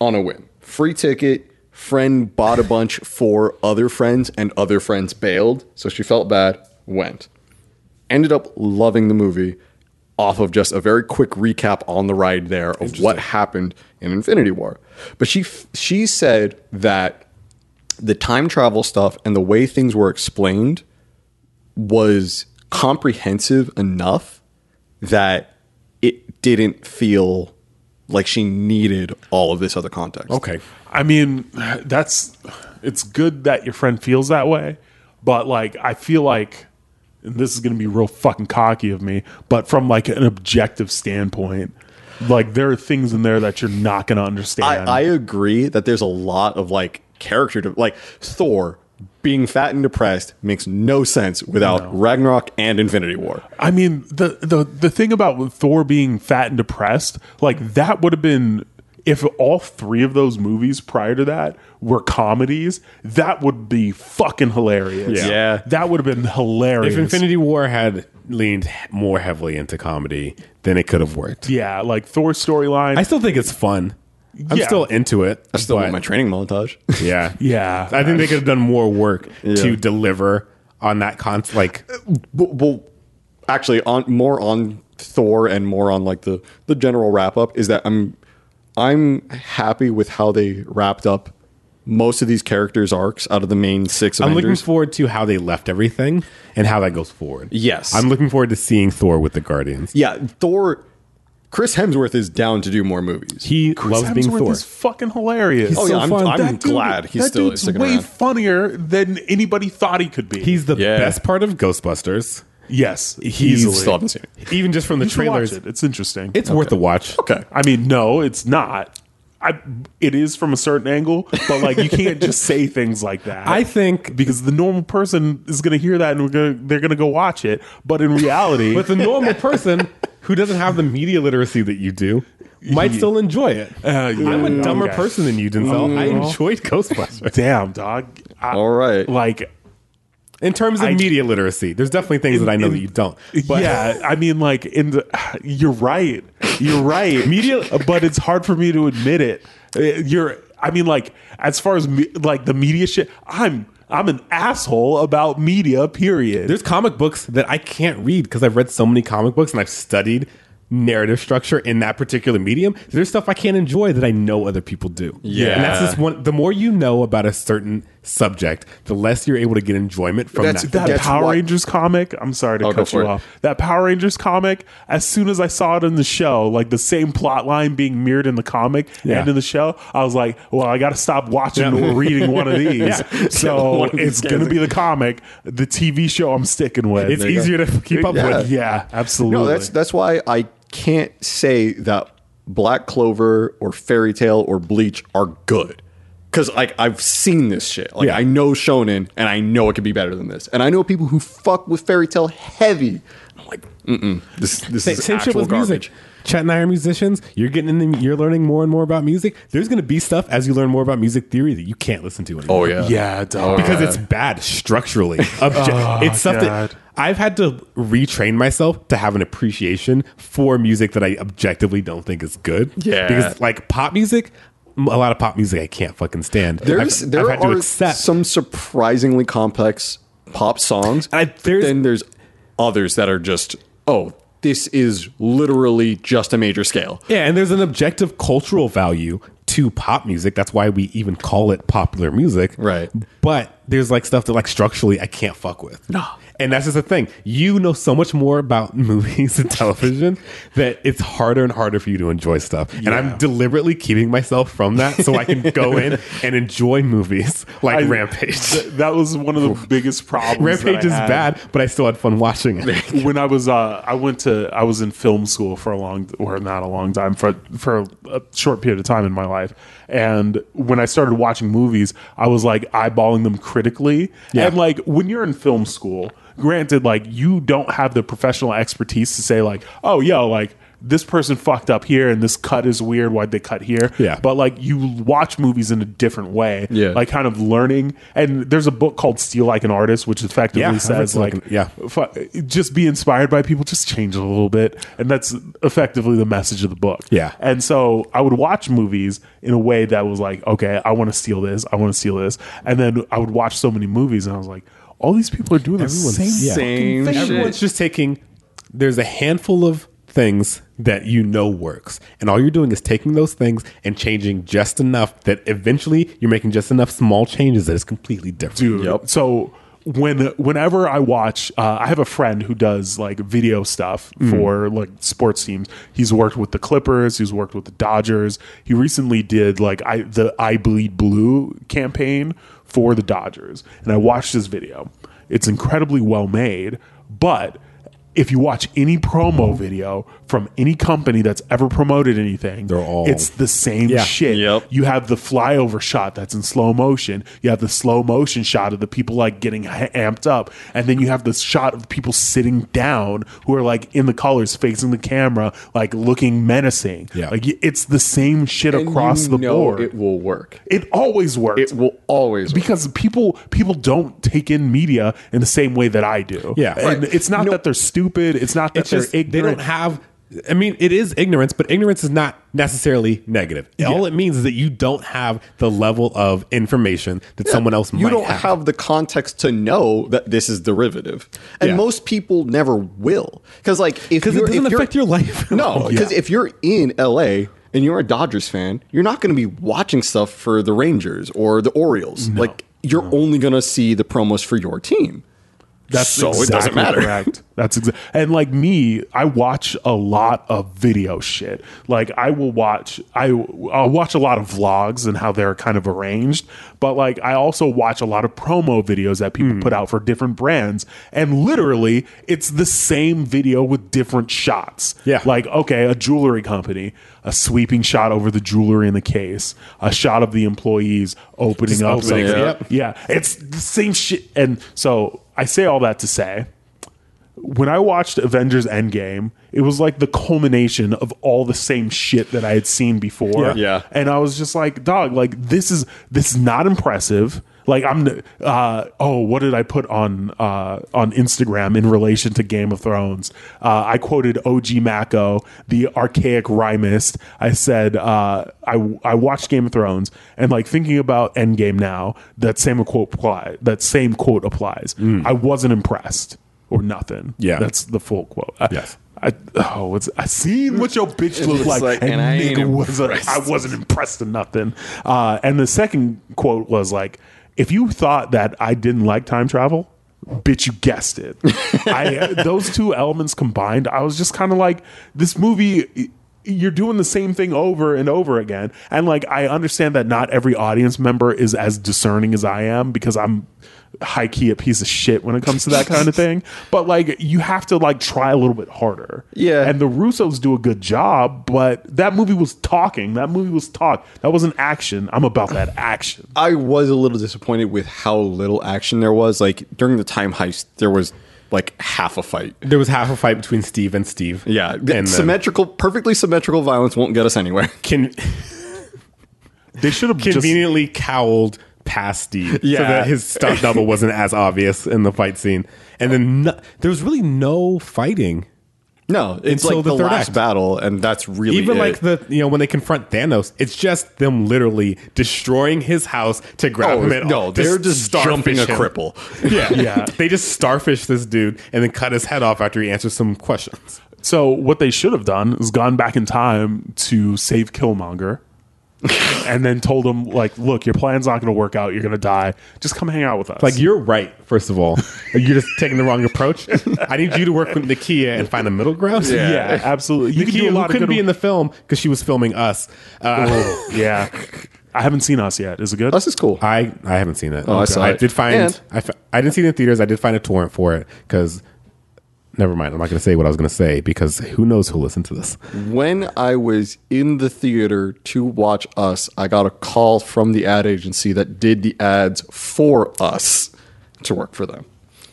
on a whim. Free ticket. Friend bought a bunch for other friends, and other friends bailed. So she felt bad. Went. Ended up loving the movie off of just a very quick recap on the ride there of what happened in Infinity War. But she f- she said that the time travel stuff and the way things were explained was comprehensive enough that it didn't feel like she needed all of this other context.
Okay,
I mean, that's it's good that your friend feels that way, but like I feel like and this is going to be real fucking cocky of me, but from like an objective standpoint, like there are things in there that you're not going to
I,
understand.
I agree that there's a lot of like character, de- like Thor being fat and depressed makes no sense without Ragnarok and Infinity War.
I mean, the the the thing about Thor being fat and depressed, like that would have been if all three of those movies prior to that were comedies, that would be fucking hilarious.
Yeah.
Yeah.
That would have been hilarious.
if Infinity War had leaned more heavily into comedy, then it could have worked.
yeah, like Thor's storyline.
I still think it's fun. I'm
Yeah.
still into it.
I still want
but-
my training montage.
Yeah.
Yeah.
I think they could have done more work to deliver on that con like
Uh,
well, well, actually, on more on Thor and more on like the the general wrap up is that I'm I'm happy with how they wrapped up most of these characters' arcs out of the main six
I'm looking
Avengers.
forward to how they left everything and how that goes forward.
Yes.
I'm looking forward to seeing Thor with the Guardians.
yeah, Thor. Chris Hemsworth is down to do more movies.
He loves being
Hemsworth
Thor.
is fucking hilarious.
oh
so
yeah, I'm,
fun.
I'm
That dude-
glad he's
that
still
dude's
sticking
way
around.
funnier than anybody thought he could be.
He's the
Yeah.
best part of Ghostbusters.
yes,
He's
easily.
still haven't seen it.
Even just from the
You should watch
trailers.
it. It's interesting.
It's worth the watch.
Okay.
I mean, no, it's not. I it is from a certain angle, but like you can't just say things like that.
I think
because the normal person is going to hear that and we're gonna, they're going to go watch it. But in reality,
with a normal person who doesn't have the media literacy that you do might still enjoy it.
yeah.
I'm a dumber
Okay.
person than you, Denzel. I enjoyed Ghostbusters.
damn dog. I-
All right.
like
In terms of
I-
media literacy, there's definitely things that I know
in-
that you don't. But
yeah, I mean, like in the, you're right, you're right. Media, but it's hard for me to admit it. Uh, You're, I mean, like as far as me, like the media shit, I'm I'm an asshole about media. Period.
there's comic books that I can't read because I've read so many comic books and I've studied narrative structure in that particular medium. There's stuff I can't enjoy that I know other people do.
Yeah.
And that's just one the more you know about a certain subject, the less you're able to get enjoyment from
That's-
that.
that
That's
Power
what-
Rangers comic, I'm sorry to
Oh, go
cut
for
you
it.
off. That Power Rangers comic, as soon as I saw it in the show, like the same plot line being mirrored in the comic
Yeah.
and in the show, I was like, well, I got to stop watching
Yeah.
or reading one of these. So
One of these
it's going to be the comic. The TV show I'm sticking with.
it's easier to keep up
Yeah.
with.
yeah, absolutely.
No, that's that's why I can't say that Black Clover or Fairy Tale or Bleach are good. Cause like I've seen this shit. Like
Yeah.
I know Shonen and I know it could be better than this. And I know people who fuck with Fairy Tale heavy. I'm like, mm This this
Same,
is
same
actual
shit with
garbage.
music. Chet and I are musicians. You're getting in. You're learning more and more about music. There's going to be stuff as you learn more about music theory that you can't listen to anymore.
Oh yeah. Oh,
yeah, dog.
because it's bad structurally. Obje- it's stuff
God.
that I've had to retrain myself to have an appreciation for music that I objectively don't think is good.
Yeah.
because like pop music, m- a lot of pop music I can't fucking stand.
There's
I've,
there
I've had to
are
accept.
some surprisingly complex pop songs.
I-
but
there's-
then there's others that are just oh this is literally just a major scale.
Yeah, and there's an objective cultural value to pop music. That's why we even call it popular music.
Right.
But there's like stuff that like structurally I can't fuck with.
No.
And that's just the thing. You know so much more about movies and television that it's harder and harder for you to enjoy stuff. And I'm deliberately keeping myself from that so I can go in and enjoy movies like
I-
Rampage.
Th- that was one of the biggest problems. that
Rampage
I
is
had.
bad, but I still had fun watching it.
when I was uh, I went to I was in film school for a long or not a long time for for a short period of time in my life, and when I started watching movies, I was like eyeballing them critically, and like when you're in film school, granted, like you don't have the professional expertise to say like, oh yo, like. This person fucked up here, and this cut is weird. Why'd they cut here?
Yeah.
but like you watch movies in a different way,
Yeah.
Like kind of learning. And there's a book called "Steal Like an Artist," which effectively yeah,
Yeah, I've heard
says
something
like,
like- yeah.
fu- just be inspired by people, just change it a little bit, and that's effectively the message of the book.
Yeah.
and so I would watch movies in a way that was like, okay, I want to steal this, I want to steal this, and then I would watch so many movies, and I was like, all these people are doing the same.
yeah.
fucking
Same
thing.
shit.
Everyone's just taking. There's a handful of things that you know works, and all you're doing is taking those things and changing just enough that eventually you're making just enough small changes that is completely different.
dude. So when whenever I watch, uh, I have a friend who does like video stuff
Mm.
for like sports teams. He's worked with the Clippers. He's worked with the Dodgers. He recently did like I the I bleed blue campaign for the Dodgers, and I watched his video. It's incredibly well made, but if you watch any promo video from any company that's ever promoted anything,
They're all-
it's the same
Yeah.
shit.
Yep.
You have the flyover shot that's in slow motion. You have the slow motion shot of the people like getting ha- amped up, and then you have the shot of people sitting down who are like in the colors facing the camera, like looking menacing.
Yeah.
Like y- it's the same shit
And
across the
you know
board.
It
It,
will work.
always works.
It will always work.
because people people don't take in media in the same way that I do.
Yeah.
and
Right.
it's not
No-
that they're stupid. It's not that
It's
they're
just
ignorant.
they don't have. I mean, it is ignorance, but ignorance is not necessarily negative. All it means is that you don't have the level of information that someone else
You
might
don't
have.
have the context to know that this is derivative, and
Yeah.
most people never will. Because like, if
'Cause it
you're-
doesn't
if you're-
affect your life.
no, because if you're in LA and you're a Dodgers fan, you're not going to be watching stuff for the Rangers or the Orioles. Like, you're only going to see the promos for your team.
That's
so
exactly
it doesn't matter.
Correct. That's exact. And like me, I watch a lot of video shit. Like I will watch, I I'll watch a lot of vlogs and how they're kind of arranged. But like I also watch a lot of promo videos that
Hmm.
people put out for different brands, and literally it's the same video with different shots.
Yeah.
Like okay, a jewelry company, a sweeping shot over the jewelry in the case, a shot of the employees opening up
opening
something.
it up.
Yeah, it's the same shit. And so I say all that to say, when I watched Avengers Endgame, it was like the culmination of all the same shit that I had seen before.
Yeah.
Yeah.
And I was just like, dog, like this is this is not impressive. Like I'm uh oh, what did I put on uh on Instagram in relation to Game of Thrones? Uh I quoted OG Mako, the archaic rhymist. I said uh I I watched Game of Thrones and like thinking about Endgame now, that same quote apply that same quote applies. I wasn't impressed or nothing.
Mm. Yeah.
That's the full quote. I-
Yes.
I oh, it's I seen what your bitch looked
looks
like,
like,
and,
and I ain't
nigga wasn't.
impressed.
I wasn't impressed with nothing. Uh, and the second quote was like, "If you thought that I didn't like time travel, bitch, you guessed it." I, those two elements combined, I was just kind of like, "This movie." y- You're doing the same thing over and over again. And like, I understand that not every audience member is as discerning as I am because I'm high key a piece of shit when it comes to that kind of thing. But like, you have to like try a little bit harder.
Yeah.
And the Russos do a good job, but that movie was talking. That movie was talk. That wasn't action. I'm about that action.
I was a little disappointed with how little action there was. Like during the time heist, there was like half a fight.
there was half a fight between Steve and Steve.
Yeah,
and then
symmetrical, perfectly symmetrical violence won't get us anywhere.
Can
They should have just
conveniently cowled past Steve so
Yeah.
that his stunt double wasn't as obvious in the fight scene. And then no, there was really no fighting.
No, it's
Until
like
the
the,
third
last
act.
battle, and that's really
Even
it.
like the you know when they confront Thanos, it's just them literally destroying his house to grab
Oh,
him. At
no,
all.
they're just jumping a
starfish him.
cripple.
Yeah,
Yeah.
They just starfish this dude and then cut his head off after he answers some questions.
So what they should have done is gone back in time to save Killmonger, and then told him like, "Look, your plan's not going to work out. You're going to die. Just come hang out with us."
Like you're right, first of all. You're just taking the wrong approach. I need you to work with Nakia and find a middle ground.
Yeah.
yeah, absolutely. You
Nakia,
can do a lot
who
of
couldn't
good.
be in the film because she was filming us. Uh,
Oh, yeah, I haven't seen us yet. Is it good?
Us is cool.
I I haven't seen it.
Oh, I saw it.
did find
And-
I, f- I didn't see it in theaters. I did find a torrent for it because. Never mind. I'm not going to say what I was going to say because who knows who listened to this.
When I was in the theater to watch Us, I got a call from the ad agency that did the ads for us to work for them.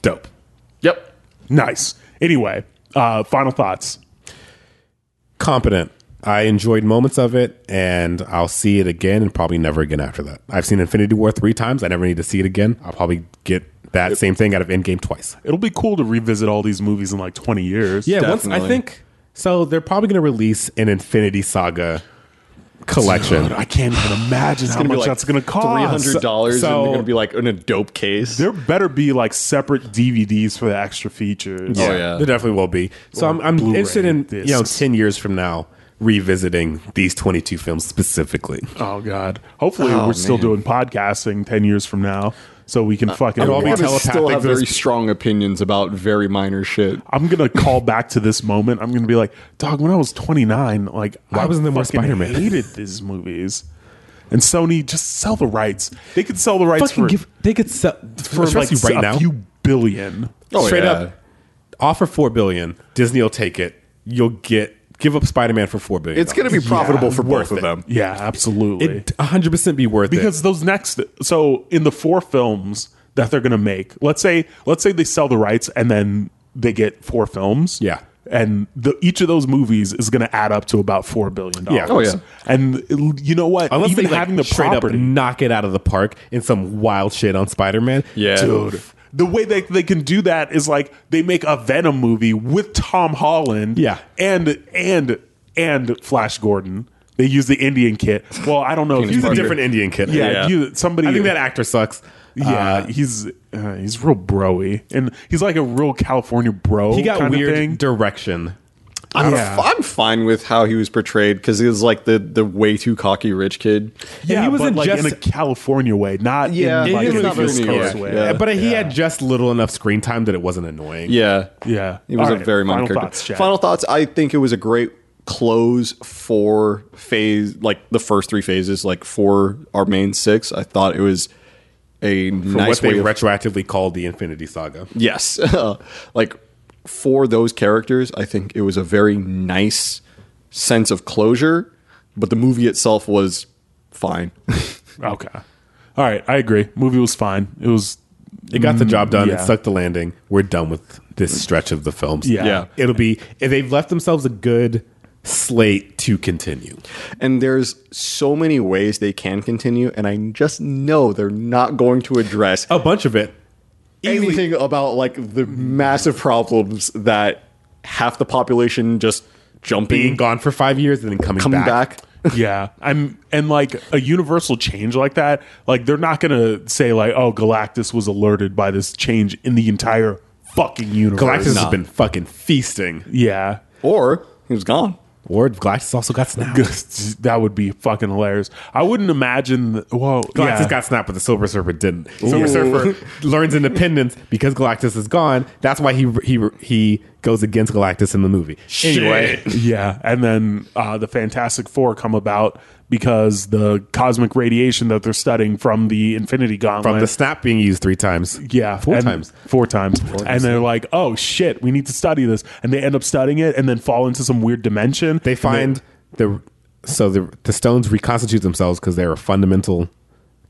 Dope.
Yep.
Nice. Anyway, uh, final thoughts.
competent. I enjoyed moments of it, and I'll see it again, and probably never again after that. I've seen Infinity War three times. I never need to see it again. I'll probably get that same thing out of Endgame twice.
It'll be cool to revisit all these movies in like 20 years.
Yeah, once I
Definitely.
think so. They're probably going to release an Infinity Saga collection.
Dude, I can't even imagine how much that's going to cost.
Three hundred dollars,
So-
and they're gonna be like in a dope case.
There better be like separate DVDs for the extra features.
Oh, yeah.
there definitely will be. So I'm, I'm
Blu-ray
interested in you know
discs.
ten years from now revisiting these 22 films specifically.
Oh god. Hopefully
Oh,
we're still
man.
doing podcasting 10 years from now so we can fucking
I'll Uh, be
I'm
watch-
gonna
telepathic
still have
for
very
this-
strong opinions about very minor shit.
I'm going to call back to this moment. I'm going to be like, "Dog, when I was 29, like I
wasn't there more
fucking
Spider-Man?"
hated these movies." And Sony just sell the rights. They could sell the rights
Fucking
for
give they could sell
for like
right
a
now.
few billion.
Oh,
straight
yeah.
up offer four billion disney will take it you'll get give up spider-man for four billion
It's gonna be profitable for both
worth
of
it.
them.
Yeah, absolutely.
it 100% be worth it
because those next so in the four films that they're going to make let's say let's say they sell the rights and then they get four films
Yeah.
and the, each of those movies is going to add up to about four billion dollars
Yeah. Oh,
yeah.
and it- you know what
unless
even
they like,
having the
straight
property
up knock it out of the park in some wild shit on spider-man
Yeah.
dude the way they, they can do that is like they make a venom movie with tom holland
Yeah.
and and and flash gordon they use the indian kit well i don't know if
he's a
you-
different indian kid
yeah,
Yeah.
You, somebody
i think that actor sucks
Yeah,
Uh,
he's uh, he's real broy, and he's like a real California bro.
he got
kind of
weird
thing.
direction
I'm,
Yeah.
I'm fine with how he was portrayed because he was like the the way too cocky rich kid.
yeah,
he
he was
wasn't
like
just-
in a California way, not
Yeah,
in
he
like
was
an
not very
East
New
Coast
York,
way.
yeah.
Yeah,
but he had just little enough screen time that it wasn't annoying
Yeah, He was
All
a
right,
very minor
final
character.
Thoughts, Chad.
Final thoughts. I think it was a great close for phase, like the first three phases, like for our main six. I thought it was a
From
nice
what they
way. Of,
retroactively called the infinity saga
yes, like for those characters, I think it was a very nice sense of closure. But the movie itself was fine.
okay. All right, I agree. Movie was fine. It was
It got the job done.
yeah.
It sucked the landing. We're done with this stretch of the films.
Yeah.
Yeah.
It'll be and they've left themselves a good slate to continue.
and there's so many ways they can continue, and I just know they're not going to address
A bunch of it. Easily-
anything about like the massive problems that half the population just jumping
Being gone for five years and then coming,
coming
back.
back.
yeah. I'm and like a universal change like that. Like they're not gonna say like, oh, Galactus was alerted by this change in the entire fucking universe.
Galactus has been fucking feasting.
yeah.
or he was gone.
Or Galactus also got snapped.
that would be fucking hilarious. I wouldn't imagine. th- Whoa,
Galactus
yeah.
got snapped, but the Silver Surfer didn't. Silver Surfer learns independence because Galactus is gone. That's why he he he goes against Galactus in the movie. Anyway,
yeah, and then uh, the Fantastic Four come about because the cosmic radiation that they're studying from the Infinity Gauntlet.
from the snap being used three times.
yeah,
four
and-
times.
Four times. and they're like, "Oh shit, we need to study this," and they end up studying it, and then fall into some weird dimension.
they find the so the the stones reconstitute themselves because they're a fundamental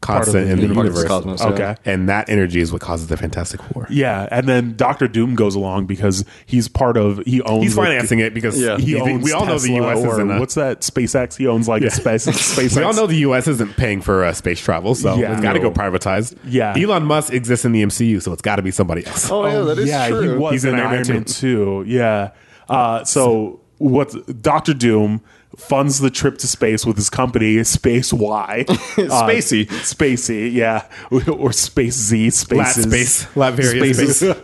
constant in the
part of
universe,
the cosmos,
Okay.
yeah.
and that energy is what causes the Fantastic Four.
yeah, and then Doctor Doom goes along because he's part of. He owns.
He's
like,
financing it because
Yeah.
He
he-
owns
we all know the
Tesla
U.S.
or
isn't.
what's that SpaceX? He owns like a space, SpaceX.
we all know the U.S. isn't paying for uh, space travel, so
Yeah.
it's got to
No.
go privatized.
Yeah.
Elon Musk exists in the MCU, so it's got to be somebody else.
Oh, yeah, that is true.
he was
He's
in
in
Iron
Iron
Man too. Yeah. Uh, so what? Doctor Doom funds the trip to space with his company, Space Y. Uh,
Spacey.
Spacey, yeah. or Space Z, Spaces.
Space. Latveria
Spaces.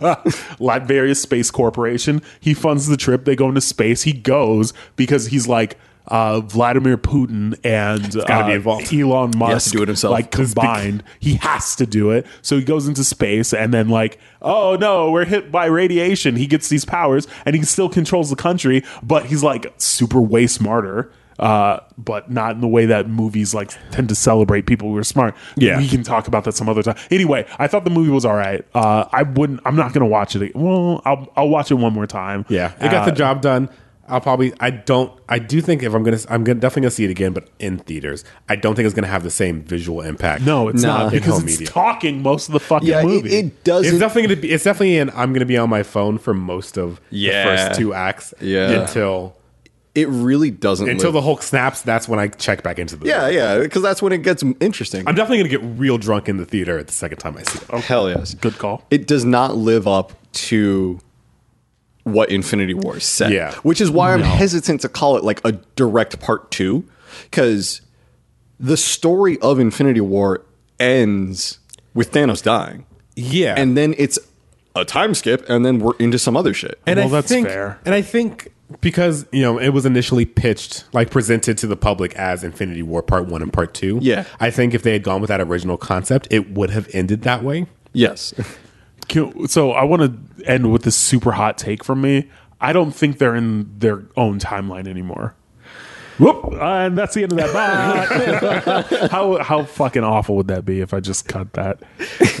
Latveria Space Corporation. He funds the trip. They go into space. He goes because he's like, uh, Vladimir Putin and
gotta
uh,
be involved.
Elon Musk
has to do it himself.
like combined. He has to do it. So he goes into space and then like, oh no, we're hit by radiation. He gets these powers and he still controls the country, but he's like super way smarter. Uh, but not in the way that movies like tend to celebrate people who are smart.
Yeah.
we can talk about that some other time. Anyway, I thought the movie was all right. Uh, I wouldn't. I'm not gonna watch it. Well, I'll I'll watch it one more time.
Yeah, it got
Uh,
the job done. I'll probably. I don't. I do think if I'm gonna, I'm gonna definitely gonna see it again, but in theaters. I don't think it's gonna have the same visual impact.
No, it's
Nah.
not
In
because
home
it's
media.
talking most of the fucking
Yeah, it,
movie.
it
it's
doesn't.
definitely gonna be. It's definitely an. I'm gonna be on my phone for most of
Yeah.
the first two acts.
Yeah.
until
It really doesn't.
until the
live-
Hulk snaps. That's when I check back into the.
yeah, yeah, because that's when it gets interesting.
I'm definitely gonna get real drunk in the theater the second time I see it.
Hell yes.
Good call.
it does not live up to what Infinity War said.
Yeah.
Which is why I'm hesitant to call it like a direct part two, because the story of Infinity War ends with Thanos dying.
Yeah,
And then it's a time skip, and then we're into some other shit.
And
Well,
I
that's
think,
fair.
And I think because you know it was initially pitched, like presented to the public as Infinity War Part One and Part Two.
Yeah.
I think if they had gone with that original concept, it would have ended that way.
yes.
Can- so I want to end with this super hot take from me. I don't think they're in their own timeline anymore. Whoop! And that's the end of that. Bye. how how fucking awful would that be if I just cut that?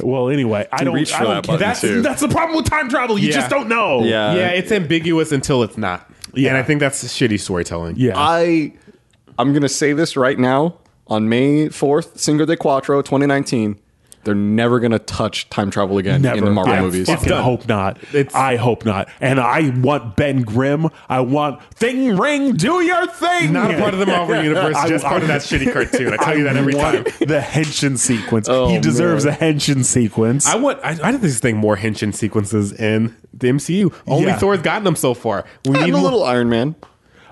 Well, anyway, I don't.
reach
I
for
don't
that
care.
button,
that's
too.
that's the problem with time travel. You
Yeah.
just don't know.
Yeah.
yeah, it's ambiguous until it's not.
Uh, Yeah.
And I think that's shitty storytelling.
yeah.
I I'm gonna say this right now on May 4th, Cinco de Cuatro 2019. They're never gonna touch time travel again in the Marvel
I
movies.
Fucking
done.
hope not.
It's-
I hope not. And I want Ben Grimm. I want Thing Ring. Do your thing.
Not a part of the Marvel universe,
I-
just part of
I-
that shitty cartoon. I tell you that every
want
time.
The henshin sequence.
Oh,
he deserves a henshin sequence.
I want. I, I think there's thing more henshin sequences in the MCU. Only
Yeah.
Thor's gotten them so far. We
And
need
a
more-
little Iron Man.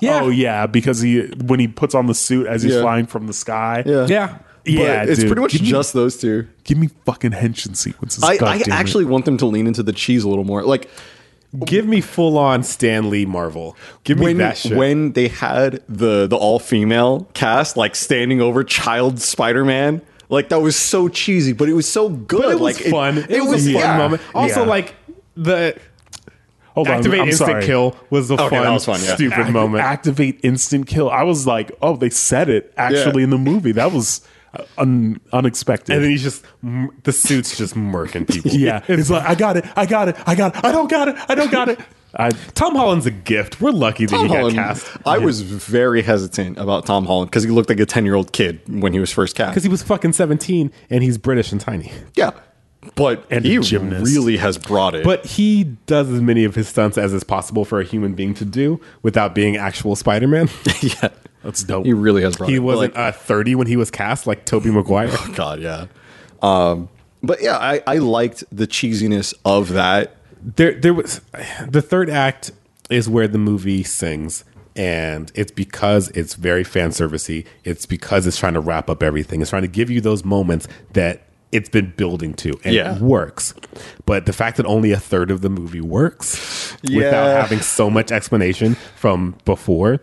Yeah.
Oh yeah, because he when he puts on the suit as he's
Yeah.
flying from the sky.
Yeah.
Yeah.
But
yeah.
it's
dude.
pretty much
give
just those two.
Me, give me fucking henshin sequences.
I,
God
I
damn it.
actually want them to lean into the cheese a little more. Like
Give me full on Stan Lee Marvel. Give me
when
that shit.
when they had the the all female cast like standing over child Spider Man, like that was so cheesy, but it was so good.
But it was
like
fun. It, was, a fun
yeah.
moment. Also,
Yeah.
like the
Hold on,
activate
I'm
instant
sorry.
kill was a
Okay,
fun,
that was fun, yeah.
stupid
Act-
moment.
Activate instant kill. I was like, oh, they said it actually
Yeah.
in the movie. That was uh, un- unexpected.
and then he's just m- the suits just murking people.
yeah, it's like I got it, I got it, I got it, I don't got it, I don't got it. I
Tom Holland's a gift. We're lucky that
Tom
he
Holland,
got cast
I was very hesitant about Tom Holland because he looked like a ten year old kid when he was first cast.
because he was fucking seventeen and he's British and tiny.
yeah, but
And a
he
gymnast.
really has brought it.
But he does as many of his stunts as is possible for a human being to do without being actual Spider Man.
yeah,
that's dope.
he really has brought it.
he
But,
wasn't uh, thirty when he was cast, like Toby Maguire.
Oh, God, yeah. Um, but yeah, I, I liked the cheesiness of that.
there there was the third act is where the movie sings and it's because it's very fan servicey it's because it's trying to wrap up everything it's trying to give you those moments that it's been building to and
Yeah.
it works but the fact that only a third of the movie works
Yeah.
without having so much explanation from before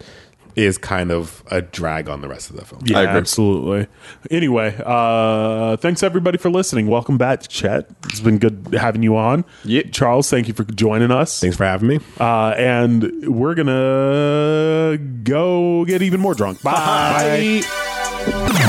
is kind of a drag on the rest of the film
yeah,
I agree.
absolutely. Anyway, uh, thanks everybody for listening. Welcome back, Chet. It's been good having you on.
Yeah.
Charles, thank you for joining us.
thanks for having me
Uh, and we're gonna go get even more drunk. Bye.
Bye.